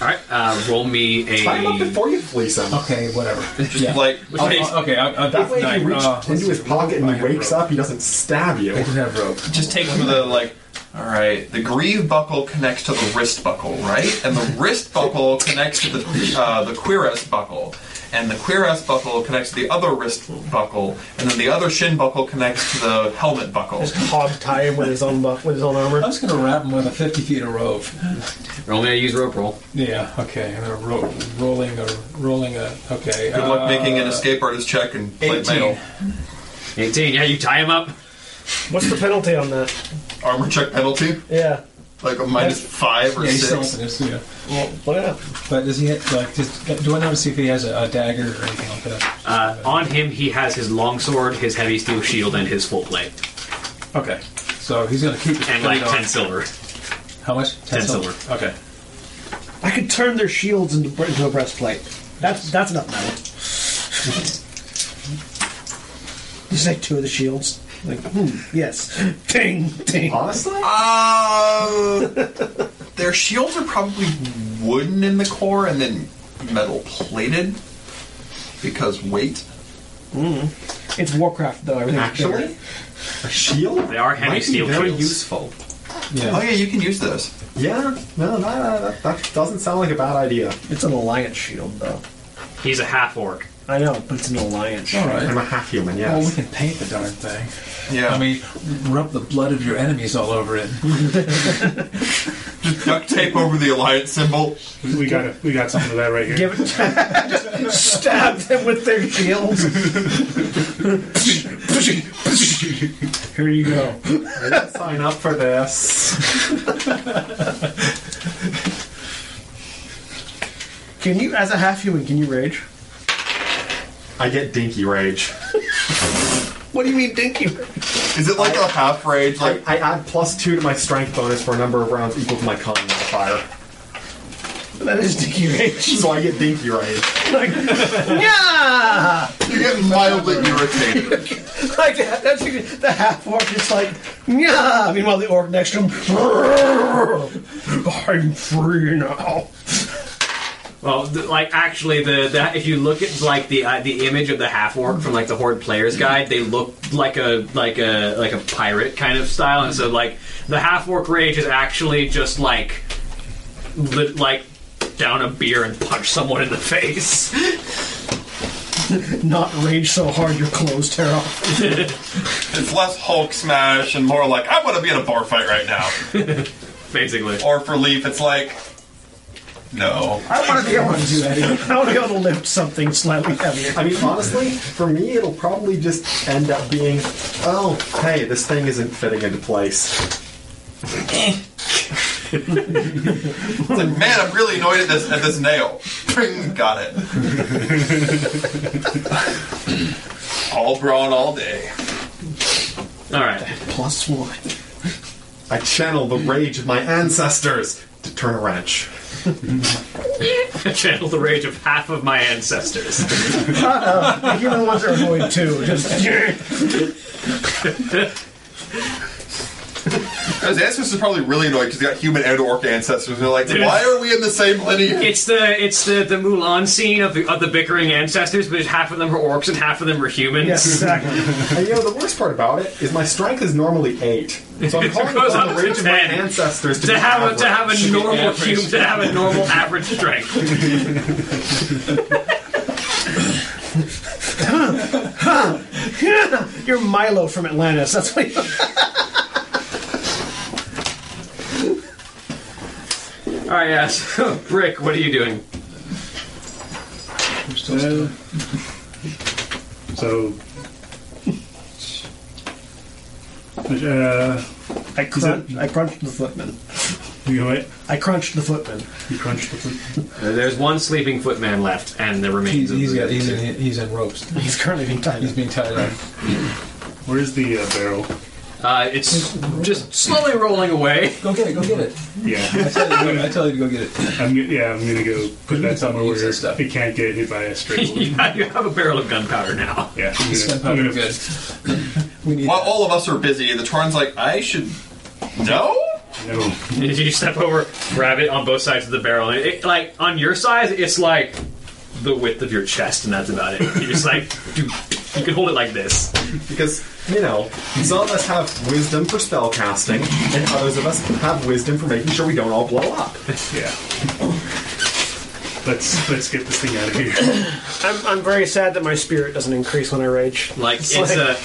All right, uh, roll me a. Tie him up before you fleece him. Okay, whatever. yeah. Like, I'll- I'll- Oh, okay, I'll, I'll That way, if knife. he reaches Uh, into his pocket and he wakes up, he doesn't stab you. have rope. Just take him to the like. All right, the greave buckle connects to the wrist buckle, right? And the wrist buckle connects to the uh, the cuirass buckle, and the cuirass buckle connects to the other wrist buckle, and then the other shin buckle connects to the helmet buckle. Hog tie him with his own bu- with his own armor. I'm just going to wrap him with a 50 feet of rope. Roll me a use rope roll. Yeah. Okay. I'm going to roll, rolling a rolling a. Okay. Good luck uh, making an escape artist check and plate 18. mail. 18. Yeah, you tie him up. What's the penalty on that? Armor check penalty, Yeah. like a minus five or Yeah, he's still six. in this, yeah. Well, well, But does he have, like? Just, do I notice if he has a, a dagger or anything like that? Uh, on him, he has his longsword, his heavy steel shield, and his full plate, Okay. So he's going to keep his and like plate on. ten silver. How much? 10 silver. Okay. I could turn their shields into, bre- into a breastplate. That's that's enough metal. Just like two of the shields. Like, hmm, yes. Ting, ting. Honestly? Um, their shields are probably wooden in the core and then metal plated because weight. Mm. It's Warcraft, though. Everything's Actually? bigger. A shield? They are heavy Might be steel very plates. useful. Oh yeah, you can use this. Yeah, no, no, no, that, that doesn't sound like a bad idea. It's an alliance shield, though. Oh, He's a half orc. I know, but it's an alliance shield. All right. I'm a half human, Well, we yes. can paint the darn thing. Yeah. I mean, rub the blood of your enemies all over it. Just duct tape over the alliance symbol. We got it. We got something of that right here. Give it. Stab them with their shields. Here you go. I didn't sign up for this. Can you, as a half human, can you rage? I get dinky rage. What do you mean, dinky? Is it like a half rage? I, Like I add plus two to my strength bonus for a number of rounds equal to my con modifier. That is dinky rage. So I get dinky rage. Like, yeah. you get mildly irritated. Like that, that's the half orc is like, yeah. Meanwhile, the orc next to him, I'm free now. Well, th- like actually, the, the if you look at like the uh, the image of the half orc from like the Horde Player's Guide, they look like a like a like a pirate kind of style, and so like the half orc rage is actually just like li- like down a beer and punch someone in the face. Not rage so hard your clothes tear off. It's less Hulk smash and more like I want to be in a bar fight right now. Basically, Or for Leaf, it's like no. I want to be able to do that. I want to be able to lift something slightly heavier. I mean, honestly, for me, it'll probably just end up being, oh, hey, this thing isn't fitting into place. It's like man, I'm really annoyed at this at this nail. Pring, got it. all brawn all day. all right. Plus one. I channel the rage of my ancestors to turn a wrench. Channel the rage of half of my ancestors. The human ones are annoyed too. Just His ancestors are probably really annoyed because they got human and orc ancestors. And they're like, why are we in the same lineage? It's the it's the, the Mulan scene of the of the bickering ancestors, but half of them are orcs and half of them are humans. yes, exactly. And you know, the worst part about it is my strength is normally eight. So I'm calling goes upon up the rage to of my 10. ancestors to, to be have a, to average. have a normal human to have a normal average strength. You're Milo from Atlantis. That's what you. All right, yeah. So, Brick, what are you doing? Uh, so. Uh, I crunch, I crunched the footman. You know what? I crunched the footman. You crunched the footman. Uh, There's one sleeping footman left, and the remains. He's, of he's, the got, he's, in, he's in ropes. He's currently being tied. He's being tied up. Where's the uh, barrel? Uh, it's just slowly rolling away. Go get it. Go get it. Yeah. I tell you, to go- I tell you to go get it. I'm, go- yeah, I'm gonna go put that somewhere where it can't get hit by a straight bullet. Yeah, you have a barrel of gunpowder now. Yeah, I'm This gonna- I'm gunpowder gonna- good. While all of us are busy, the Torn's like, I should. No? No. You step over, grab it on both sides of the barrel, and it, like on your size, it's like the width of your chest, and that's about it. You're just like, dude, you can hold it like this. Because, you know, some of us have wisdom for spell casting, and others of us have wisdom for making sure we don't all blow up. Yeah. Let's let's get this thing out of here. I'm, I'm very sad that my spirit doesn't increase when I rage. Like it's, a,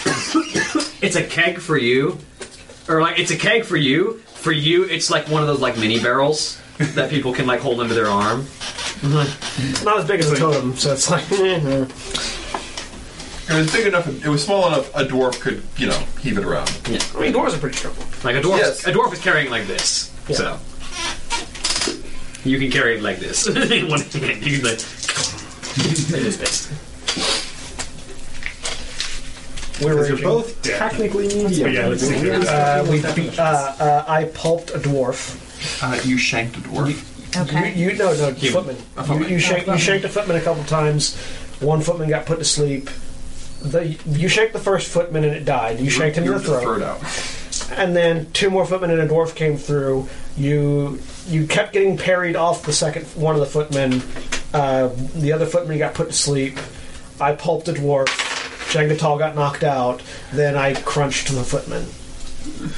it's a keg for you, or like it's a keg for you. For you, it's like one of those like mini barrels that people can like hold under their arm. It's not as big as a totem, so it's like. eh, eh. It was big enough, it was small enough, a dwarf could, you know, heave it around. Yeah, I mean, dwarves are pretty strong. like a dwarf. Yes. A dwarf is carrying it like this, so you can carry it like this. In one hand, you can like. It is best. We're Because raging. you're both technically medium. yeah, let's take care of that. Uh, we beat. Uh, uh, I pulped a dwarf. Uh, you shanked a dwarf. Okay. You, you no no Human. footman. You, you, shake, you shanked a footman a couple times. One footman got put to sleep. The, you shanked the first footman and it died. You shanked him in the throat, out. and then two more footmen and a dwarf came through. You you kept getting parried off the second one of the footmen. Uh, the other footman got put to sleep. I pulped a dwarf. Shangatal got knocked out. Then I crunched the footman.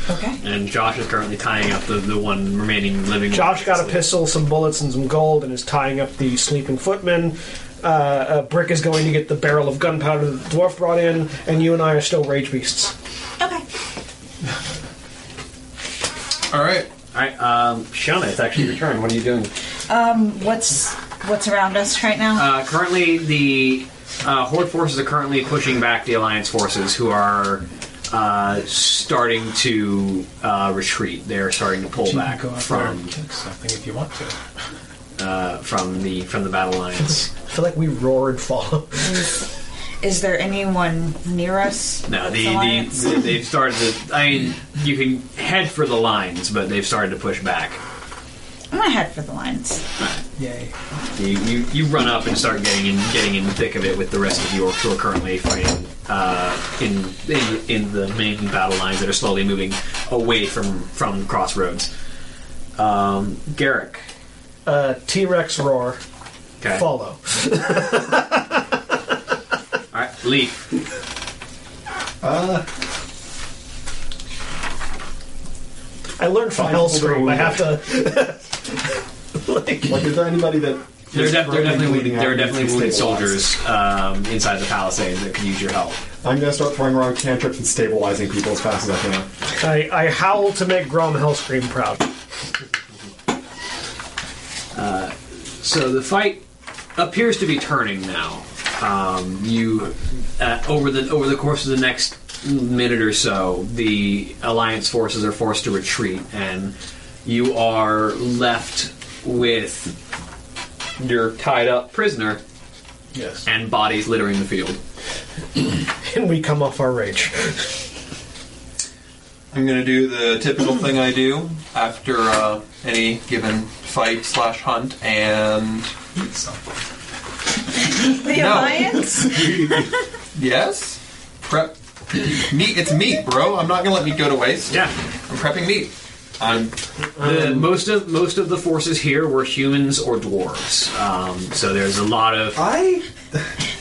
Okay. And Josh is currently tying up the, the one remaining living. Josh one. got a pistol, some bullets, and some gold, and is tying up the sleeping footman. Uh, uh, Brick is going to get the barrel of gunpowder that the dwarf brought in, and you and I are still rage beasts. Okay. Alright. All right, um, Shauna, it's actually your turn. What are you doing? Um, what's what's around us right now? Uh, currently, the uh, Horde forces are currently pushing back the Alliance forces, who are uh, starting to uh, retreat. They're starting to pull You back can go out there from and kick something if you want to. uh, from the from the Battle Alliance. I feel like we roar and follow. Is there anyone near us? No, with the, Alliance? the, they've started to. I mean, you can head for the lines, but they've started to push back. I'm gonna head for the lines. Yay. You, you, you run up and start getting in getting in the thick of it with the rest of York who are currently fighting uh, in, in in the main battle lines that are slowly moving away from from crossroads. Um, Garrick, Uh, T Rex roar, okay, all follow. right, Lee, I learned Final Scream. I have to. Like, is there anybody that. There are is def- there are currently definitely bleeding wounded, out there are and needs to definitely wounded be stabilized? soldiers um, inside the palisade that could use your help. I'm gonna start throwing around cantrips and stabilizing people as fast as I can. I, I howl to make Grom Hell Scream proud. So the fight appears to be turning now. Um, you uh, over the over the course of the next minute or so, the alliance forces are forced to retreat, and you are left with your tied up prisoner Yes. and bodies littering the field. And we come off our rage. I'm gonna do the typical thing I do after uh, any given fight slash hunt, and The No. alliance? yes, prep meat. It's meat, bro. I'm not gonna let meat go to waste. Yeah, I'm prepping meat. I'm the, most of most of the forces here were humans or dwarves. Um, so there's a lot of I.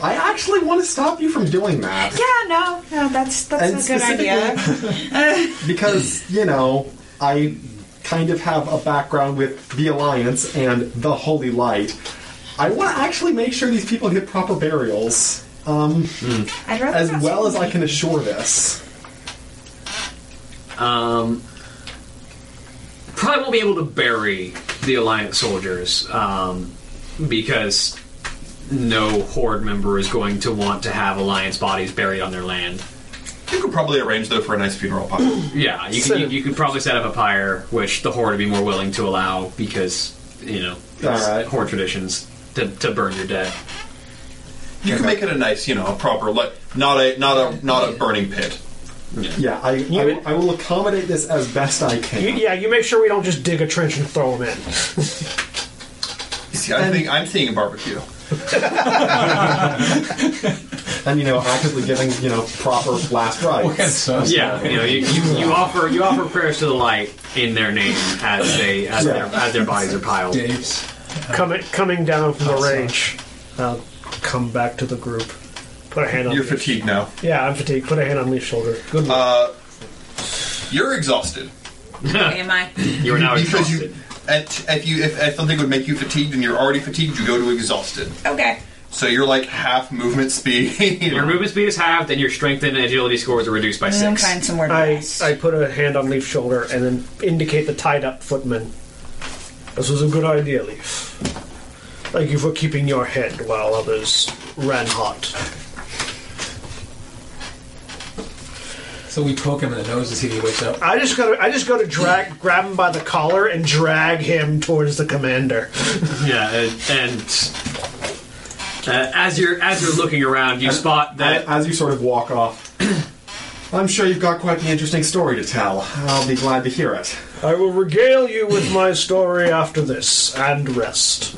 I actually want to stop you from doing that. Yeah, no, no, that's And that's a good idea. because you know I kind of have a background with the Alliance and the Holy Light. I want to actually make sure these people get proper burials. Um, I'd rather as not well as say- I can assure this. Um, probably won't be able to bury the Alliance soldiers um, because no Horde member is going to want to have Alliance bodies buried on their land. You could probably arrange though for a nice funeral pyre. Yeah, you could, you, you could probably set up a pyre, which the Horde would be more willing to allow because, you know, it's Alright. Horde traditions to, to burn your dead. You could make it a nice, you know, a proper like not a not a not a burning pit. Yeah, I, I, will- I will accommodate this as best I can. You- yeah, you make sure we don't just dig a trench and throw them in. See, I think I'm seeing a barbecue. and you know, actively giving you know proper last rites. yeah, you know, you, you, you offer you offer prayers to the light in their name as they as, their, as their bodies are piled. Coming coming down from the range, I'll come back to the group. Put a hand on. You're Leaf's- fatigued now. Yeah, I'm fatigued. Put a hand on Leaf's shoulder. Good luck. Uh, you're exhausted. Am I? You are now because you. At, if you if, if something would make you fatigued and you're already fatigued, you go to exhausted. Okay. So you're like half movement speed. Your movement speed is halved, and your strength and agility scores are reduced Mm, by six. Uh, somewhere. I, I put a hand on Leaf's shoulder and then indicate the tied up footman. This was a good idea, Leaf. Thank you for keeping your head while others ran hot. So we poke him in the nose to see if he wakes up. I just gotta, I just gotta drag, grab him by the collar and drag him towards the commander. Yeah, and, and uh, as you're as you're looking around, you spot that As you sort of walk off, I'm sure you've got quite the interesting story to tell. I'll be glad to hear it. I will regale you with my story after this and rest.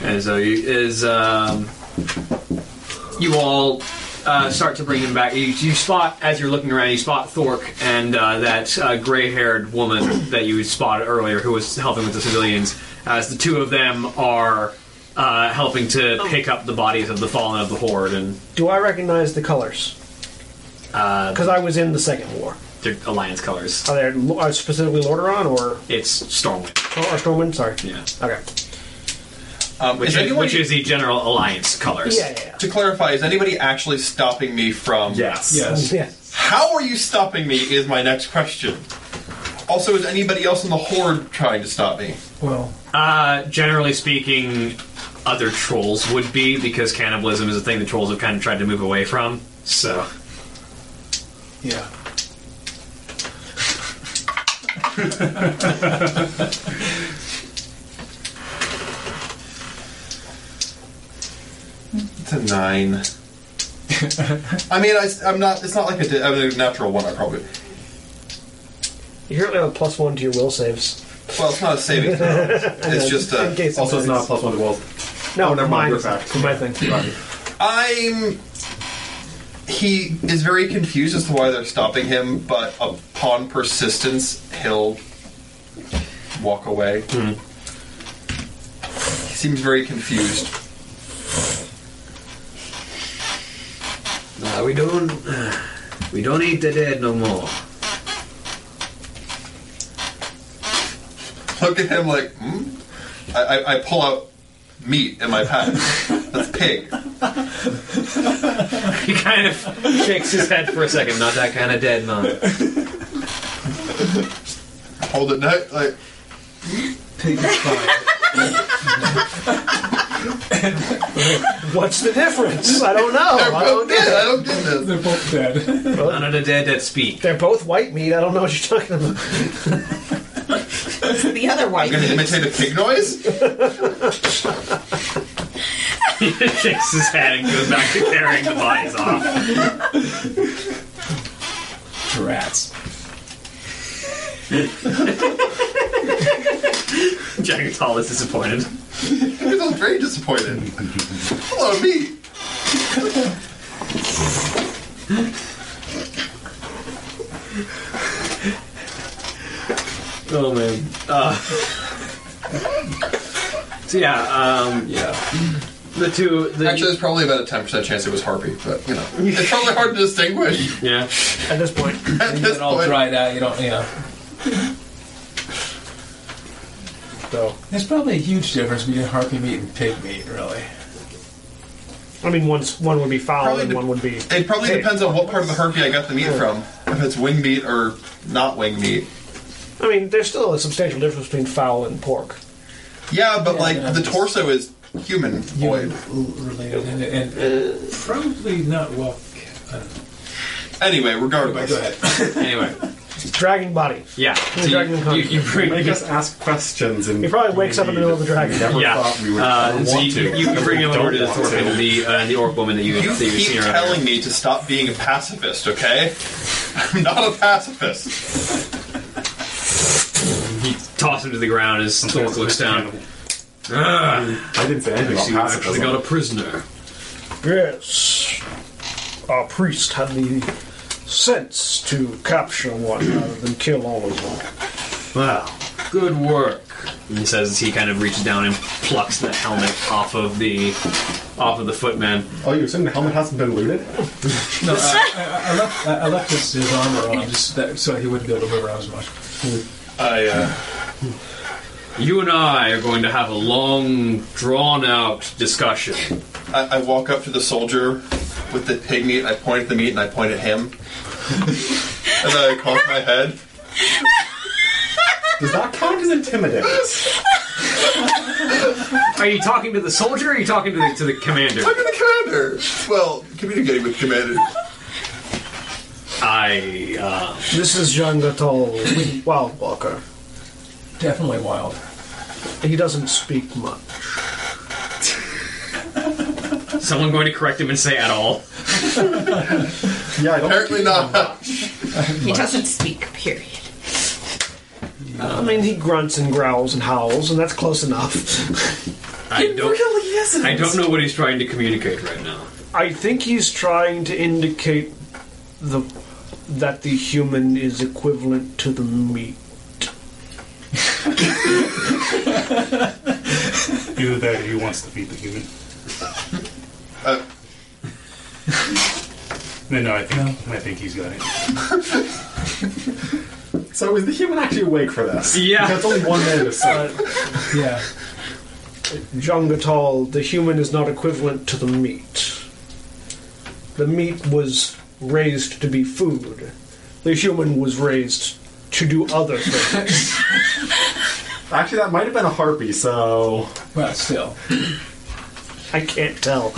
And so you, is um, you all uh, start to bring him back. You, you spot as you're looking around. You spot Thork and uh, that uh, gray-haired woman that you spotted earlier, who was helping with the civilians. As the two of them are uh, helping to pick up the bodies of the fallen of the horde, and Do I recognize the colors? Because uh, I was in the Second War. their alliance colors. Are they lo- are specifically Lordaeron or It's Stormwind, or Stormwind? Sorry. Yeah. Okay. Um, which is is, anyone- which is the general alliance colors. To clarify, is anybody actually stopping me from? Yes. Yes. Yes. How are you stopping me? Is my next question. Also, is anybody else in the horde trying to stop me? Well, Uh, generally speaking, other trolls would be because cannibalism is a thing the trolls have kind of tried to move away from. So yeah. It's a nine. I mean, I, am not. It's not like a, di- I mean, a natural one. I probably. You currently have a plus one to your will saves. Well, it's not a saving throw. It's just a. In case Also, it's not a plus one to will. No, oh, never mind. You're mine. back. For my thing. I'm. He is very confused as to why they're stopping him, but upon persistence, he'll walk away. Hmm. He seems very confused. Uh, we don't. we don't eat the dead no more. Look at him like, hmm? I, I, I pull out meat in my pack. That's pig. he kind of shakes his head for a second. I'm not that kind of dead man. Hold it night, like. Pig is fine. What's the difference? I don't know. I don't get it. I don't get this. They're both dead. None of the dead that speak. They're both white meat. I don't know what you're talking about. the other I'm white. gonna imitate a pig noise? he shakes his head and goes back to carrying the bodies off. Rats. Jagatal is disappointed. He's all very disappointed. Hello, meat. Oh man. Uh, so yeah, um, Yeah. the two. The, Actually, there's probably about a 10% chance it was Harpy, but you know. It's probably hard to distinguish. yeah. At this point, At You this get all point. dried out. You don't. You know. so There's probably a huge difference between harpy meat and pig meat, really. I mean, one's, one would be foul Probably and de- one would be. It probably Hey. depends on what part of the herpy I got the meat Yeah. from. If it's wing meat or not wing meat. I mean, there's still a substantial difference between fowl and pork. Yeah, but like the torso is human void. related and, and probably not well. I don't know. Anyway, regardless. Go ahead. anyway, dragon body. Yeah. The dragon comes. make us ask questions. And He probably wakes up in the middle of the dragon. Never thought we would Uh, ever and so want you, to. you can bring him Don't over to the want orc, to. the, uh, the orc woman that you, You that you've keep seen earlier. telling me to stop being a pacifist, okay? I'm not a pacifist. He tosses him to the ground as the orc looks down. Ah, I didn't say anything so you about actually pacifism. got a prisoner. Yes. Our priest had the sense to capture one rather than kill all of them. Wow. Good work. And he says he kind of reaches down and plucks the helmet off of the off of the footman. Oh, you're saying the helmet hasn't been looted? No, I, I, I left, I I left his, his armor uh, on just that, so he wouldn't be able to move around as much. I, uh, You and I are going to have a long, drawn out discussion. I, I walk up to the soldier with the pig meat, I point at the meat, and I point at him. and then I cock my head. Does that count as intimidating? Are you talking to the soldier or are you talking to the, to the commander? Look at the commander! Well, communicating with commander. I, uh, This is Jean Gatal, Wild Walker. Definitely wild. He doesn't speak much. someone going to correct him and say at all? Yeah, I don't Apparently not. He doesn't speak, period. I mean, he grunts and growls and howls, and that's close enough. I don't, isn't. I don't know what he's trying to communicate right now. I think he's trying to indicate the that the human is equivalent to the meat. Either that or he wants to feed the human. Uh, No, no, I think I think he's got it. So is the human actually awake for this? Yeah. That's only one minute of sleep. Yeah. John Gatal, the human is not equivalent to the meat. The meat was raised to be food. The human was raised to do other things. Actually, that might have been a harpy. So Well, still. I can't tell.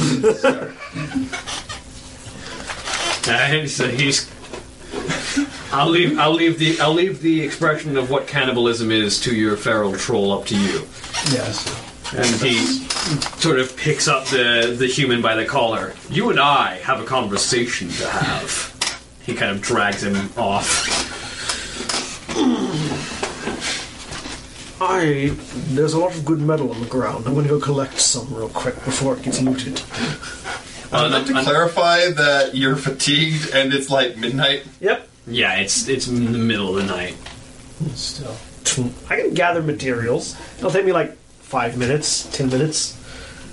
And so he's. I'll leave. I'll leave the. I'll leave the expression of what cannibalism is to your feral troll up to you. Yes. And he sort of picks up the the human by the collar. You and I have a conversation to have. He kind of drags him off. I there's a lot of good metal on the ground. I'm going to go collect some real quick before it gets looted. I'd like to clarify that you're fatigued and it's like midnight. Yep. Yeah, it's it's in the middle of the night. Still. I can gather materials. It'll take me like five minutes, ten minutes.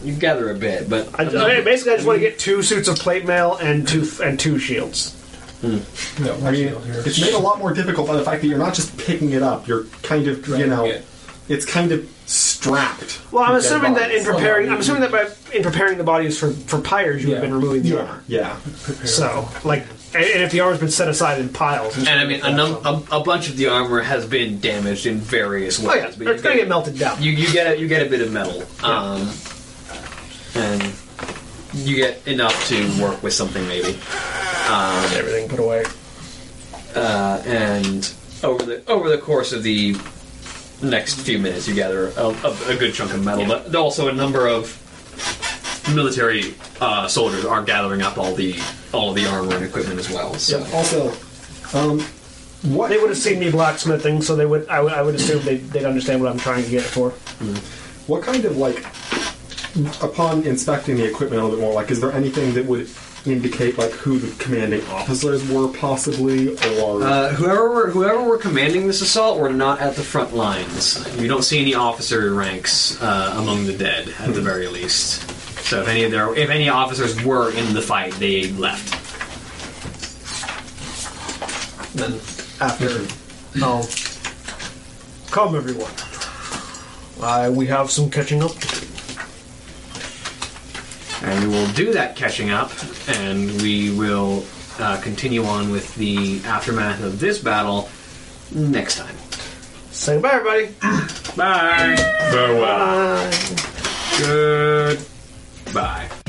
You gather a bit, but I, I- basically, I just want to get two suits of plate mail and two and two shields. No, I mean, shield here. it's made a lot more difficult by the fact that you're not just picking it up. You're kind of, you Dragging know, it. it's kind of strapped. Well, I'm to dead assuming that in bodies. preparing, I'm assuming that by in preparing the bodies for for pyres, you would have been removing the armor. Yeah. So, like, and, and if the armor's been set aside in piles, And I mean, a, num- a, a bunch of the armor has been damaged in various ways. oh yeah, but it's you going to get- get melted down. You, you get a, you get a bit of metal, um, and you get enough to work with something maybe. Get everything put away. Uh, and over the over the course of the next few minutes, you gather a, a, a good chunk of metal, but also a number of military uh, soldiers are gathering up all the all of the armor and equipment as well. So. Yeah. Also, um, what They would have seen me blacksmithing, so they would. I would, I would assume they'd, they'd understand what I'm trying to get it for. What kind of like, upon inspecting the equipment a little bit more, like, is there anything that would indicate like who the commanding officers were possibly, or Uh, whoever were, whoever were commanding this assault were not at the front lines. You don't see any officer ranks uh, among the dead, at the very least. So if any of their if any officers were in the fight, they left. then after I'll come everyone. Uh, we have some catching up. to do. And we will do that catching up, and we will uh, continue on with the aftermath of this battle next time. Say bye, everybody. Bye. Farewell. Good. Bye.